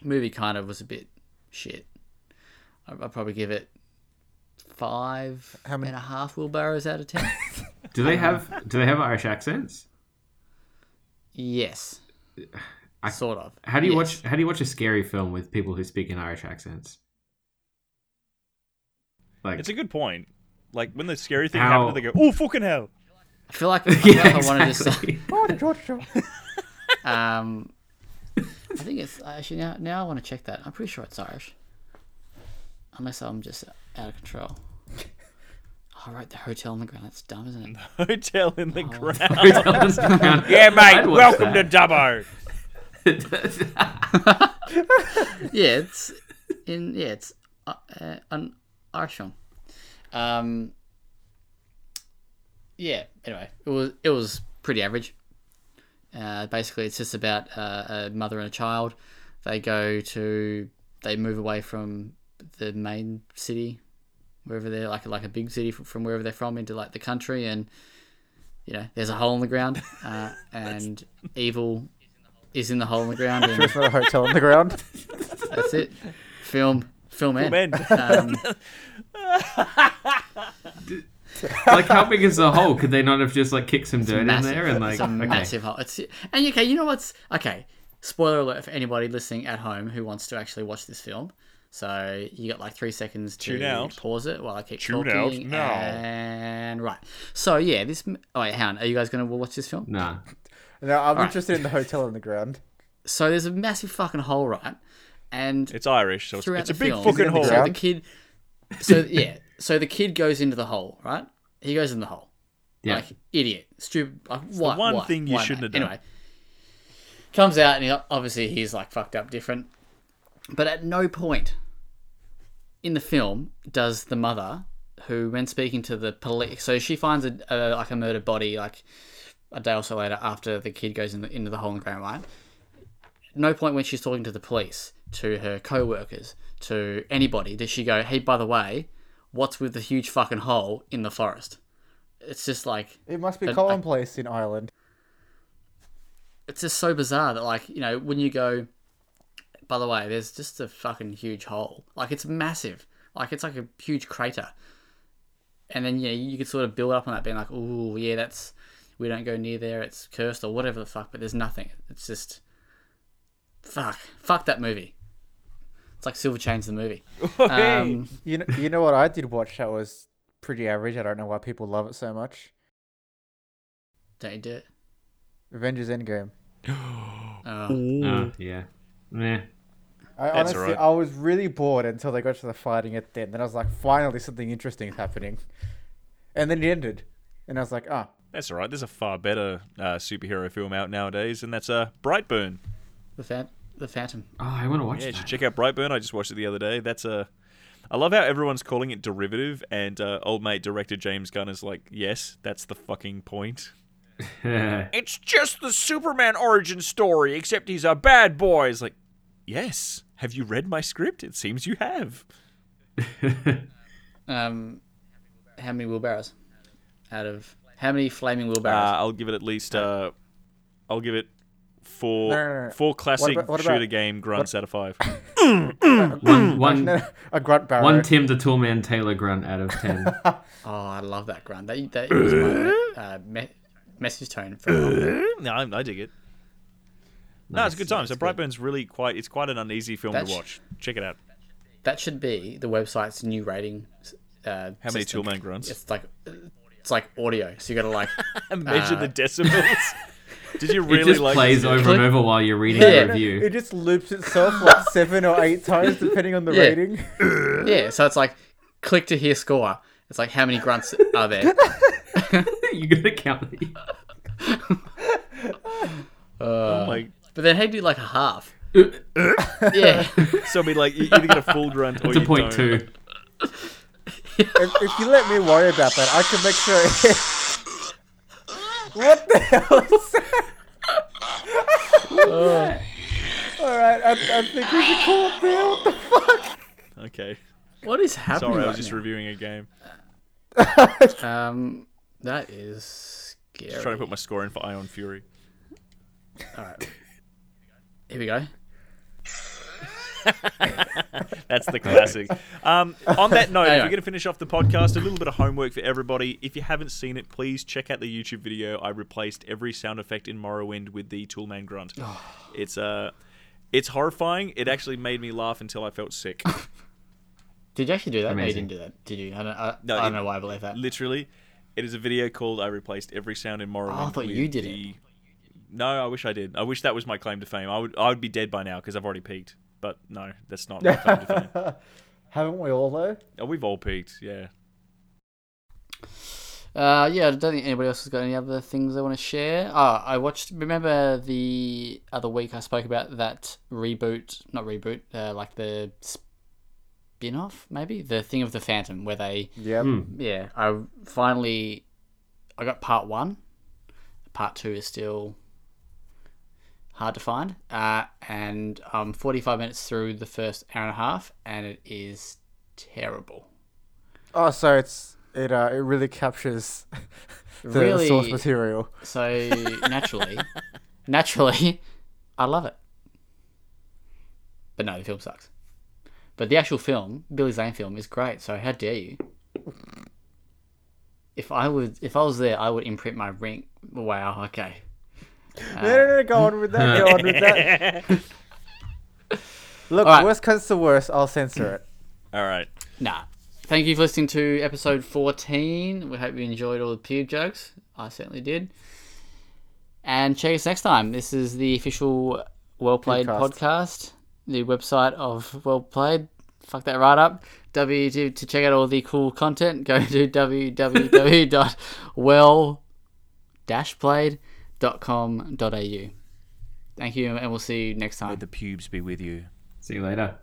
Speaker 2: Movie kind of was a bit shit. I- I'd probably give it five
Speaker 4: How many-
Speaker 2: and a half wheelbarrows out of ten.
Speaker 3: Do they have Do they have Irish accents?
Speaker 2: yes, sort of.
Speaker 3: How do you
Speaker 2: Yes.
Speaker 3: watch How do you watch a scary film with people who speak in Irish accents? Like
Speaker 1: It's a good point. Like when the scary thing
Speaker 3: How-
Speaker 1: happened, they go, "Oh fucking hell!"
Speaker 2: I feel like I, feel
Speaker 3: Yeah,
Speaker 2: like I want to just.
Speaker 3: exactly.
Speaker 2: Um, I think it's actually now. Now I want to check that. I'm pretty sure it's Irish, unless I'm just out of control. All right, the hotel on the ground. That's dumb, isn't it?
Speaker 1: Hotel in
Speaker 2: Oh.
Speaker 1: the ground.
Speaker 3: yeah,
Speaker 1: Dubbo.
Speaker 3: to.
Speaker 2: yeah, it's in. Yeah, it's uh, uh, an Irish film. Um, yeah. Anyway, it was it was pretty average. Uh, basically, it's just about uh, a mother and a child. They go to they move away from the main city, wherever they're like like a big city from, from wherever they're from into like the country, and you know there's a hole in the ground, uh, and evil is in the hole in the ground. And,
Speaker 4: It's not a hotel in the ground.
Speaker 2: that's it. Film. Film end.
Speaker 1: end.
Speaker 2: Um,
Speaker 3: like, how big is the hole? Could they not have just like kicked some dirt
Speaker 2: massive,
Speaker 3: in there and like
Speaker 2: it's a
Speaker 3: okay?
Speaker 2: massive hole. It's, and okay, you know what's okay? Spoiler alert for anybody listening at home who wants to actually watch this film. So you got like three seconds to
Speaker 1: Tune out.
Speaker 2: pause it while I keep
Speaker 1: Tune out
Speaker 2: talking.
Speaker 1: now.
Speaker 2: And right. So yeah, this. m- Oh wait, hang on. Are you guys gonna watch this film?
Speaker 3: Nah,
Speaker 4: No, I'm interested in the hotel in the ground.
Speaker 2: So there's a massive fucking hole, right? And
Speaker 1: It's Irish, so it's,
Speaker 2: Throughout
Speaker 1: it's a
Speaker 2: the
Speaker 1: big
Speaker 2: film.
Speaker 1: fucking
Speaker 4: Isn't it
Speaker 1: hole.
Speaker 4: the
Speaker 2: So
Speaker 4: ground?
Speaker 2: the kid, so yeah, so the kid goes into the hole, right? He goes in the hole.
Speaker 3: Yeah.
Speaker 2: Like idiot, stupid. Like why?
Speaker 1: one
Speaker 2: why-
Speaker 1: thing you
Speaker 2: why,
Speaker 1: shouldn't
Speaker 2: mate?
Speaker 1: have done.
Speaker 2: Anyway, comes out and he, obviously he's like fucked up, different. But at no point in the film does the mother, who when speaking to the police, so she finds a, a like a murdered body like a day or so later after the kid goes in the, into the hole in the ground, right? no point when she's talking to the police, to her co-workers, to anybody, does she go, "Hey, by the way, what's with the huge fucking hole in the forest?" It's just like
Speaker 4: It must be
Speaker 2: But I-
Speaker 4: commonplace in Ireland.
Speaker 2: it's just so bizarre that like you know when you go, by the way, there's just a fucking huge hole. Like it's massive. Like it's like a huge crater. And then you know, you could sort of build up on that, being like, "Ooh, yeah, that's we don't go near there. It's cursed or whatever the fuck." But there's nothing. It's just Fuck. Fuck that movie. It's like Silver Chains the movie.
Speaker 1: Hey.
Speaker 2: Um,
Speaker 4: You know, you know what I did watch that was pretty average. I don't know why people love it so much.
Speaker 2: don't you do it.
Speaker 4: Avengers Endgame.
Speaker 2: Oh,
Speaker 3: Uh, yeah. Meh.
Speaker 4: I
Speaker 1: That's
Speaker 4: honestly,
Speaker 1: alright.
Speaker 4: I was really bored until they got to the fighting at the end. Then I was like, finally, something interesting is happening. And then it ended, and I was like, ah,
Speaker 1: That's all right. There's a far better uh, superhero film out nowadays, and that's uh, Brightburn.
Speaker 2: the fan, the Phantom.
Speaker 3: Oh, I want to watch
Speaker 1: Yeah, you
Speaker 3: that.
Speaker 1: should check out Brightburn. I just watched it the other day. That's a. I love how everyone's calling it derivative, and uh, old mate director James Gunn is like, "Yes, that's the fucking point." It's just the Superman origin story, except he's a bad boy. It's like, yes. Have you read my script? It seems you have.
Speaker 2: Um, how many wheelbarrows? Out of how many flaming
Speaker 1: Uh,
Speaker 2: wheelbarrows?
Speaker 1: I'll give it at least. Uh, I'll give it four
Speaker 4: No, no, no.
Speaker 1: four classic
Speaker 4: about- what about-
Speaker 1: shooter game grunts out of five.
Speaker 3: one, one,
Speaker 4: a grunt barrow.
Speaker 3: one Tim the Toolman Taylor grunt out of ten.
Speaker 2: oh, I love that grunt. That that was my uh, me- message tone. From
Speaker 1: no, I, I dig it. No, it's a good time. So Brightburn's really quite. It's quite an uneasy film
Speaker 2: That's-
Speaker 1: to watch. Check it out.
Speaker 2: that should be the website's new rating. Uh,
Speaker 1: How many
Speaker 2: system.
Speaker 1: Toolman grunts?
Speaker 2: It's like it's like audio, so you got to like
Speaker 1: And measure
Speaker 2: Uh,
Speaker 1: the decibels. Ah. Did you
Speaker 3: It
Speaker 1: really
Speaker 3: just
Speaker 1: like?
Speaker 3: plays over and
Speaker 2: Click-
Speaker 3: over while you're reading
Speaker 2: Yeah.
Speaker 3: the
Speaker 4: It
Speaker 3: review.
Speaker 4: just loops itself like seven or eight times, depending on the
Speaker 2: Yeah.
Speaker 4: rating.
Speaker 2: yeah. So it's like click to hear score. It's like how many grunts are there?
Speaker 3: you gotta count. the-
Speaker 1: like
Speaker 2: But then how do you do like a half? yeah,
Speaker 1: so, be like you either get a full grunt or
Speaker 3: It's a
Speaker 1: you
Speaker 3: point
Speaker 1: don't.
Speaker 3: two.
Speaker 4: If, if you let me worry about that, I can make sure. what the hell is that? All right, I, I think we should call it there. What the
Speaker 1: Okay,
Speaker 2: what is happening?
Speaker 1: sorry, I
Speaker 2: right
Speaker 1: was just
Speaker 2: now?
Speaker 1: reviewing a game.
Speaker 2: um, that is scary.
Speaker 1: Just trying to put my score in for Ion Fury.
Speaker 2: Here we go.
Speaker 1: That's the classic. um, on that note, if
Speaker 2: Anyway.
Speaker 1: we're going to finish off the podcast, a little bit of homework for everybody. If you haven't seen it, please check out the YouTube video. I replaced every sound effect in Morrowind with the Toolman grunt.
Speaker 2: Oh.
Speaker 1: It's uh, it's horrifying. It actually made me laugh until I felt sick.
Speaker 2: Did you actually do that? No, you
Speaker 3: Amazing.
Speaker 2: didn't do that, did you? I don't, I,
Speaker 1: No,
Speaker 2: I don't
Speaker 1: it-
Speaker 2: know why I believe that.
Speaker 1: Literally, it is a video called "I Replaced Every Sound in Morrowind."
Speaker 2: Oh, I thought
Speaker 1: with
Speaker 2: you did it.
Speaker 1: the- No, I wish I did. I wish that was my claim to fame. I would, I would be dead by now because I've already peaked. But no, that's not my claim to fame.
Speaker 4: fuck? Haven't we all though?
Speaker 1: Oh, we've all peaked. Yeah.
Speaker 2: Uh, yeah, I don't think anybody else has got any other things they want to share. Ah, I watched. Remember the other week I spoke about that reboot, not reboot, uh, like the spin off, maybe? The thing of the Phantom, where they.
Speaker 4: Yeah.
Speaker 2: Yeah, I finally. I got part one. Part two is still hard to find. Uh, and I'm 45 minutes through the first hour and a half, and it is terrible.
Speaker 4: Oh, so it's it uh, it really captures the source
Speaker 2: Really-
Speaker 4: material.
Speaker 2: So naturally, naturally, I love it. But no, the film sucks. But the actual film, Billy Zane film, is great. So how dare you? If I would, if I was there, I would imprint my ring. Wow. Okay.
Speaker 4: no, no, no, go on with that. Go on with that. Look,
Speaker 2: Alright.
Speaker 4: worst comes to worst, I'll censor it.
Speaker 1: All right.
Speaker 2: Nah. Thank you for listening to episode 14. We hope you enjoyed all the pube jokes. I certainly did. And check us next time. This is the official Well Played
Speaker 4: Pubecast.
Speaker 2: podcast, the website of Well Played. Fuck that right up. W to, to check out all the cool content, go to www.well-played.com.au. Thank you, and we'll see you next time.
Speaker 1: pubes be with you.
Speaker 3: See you later.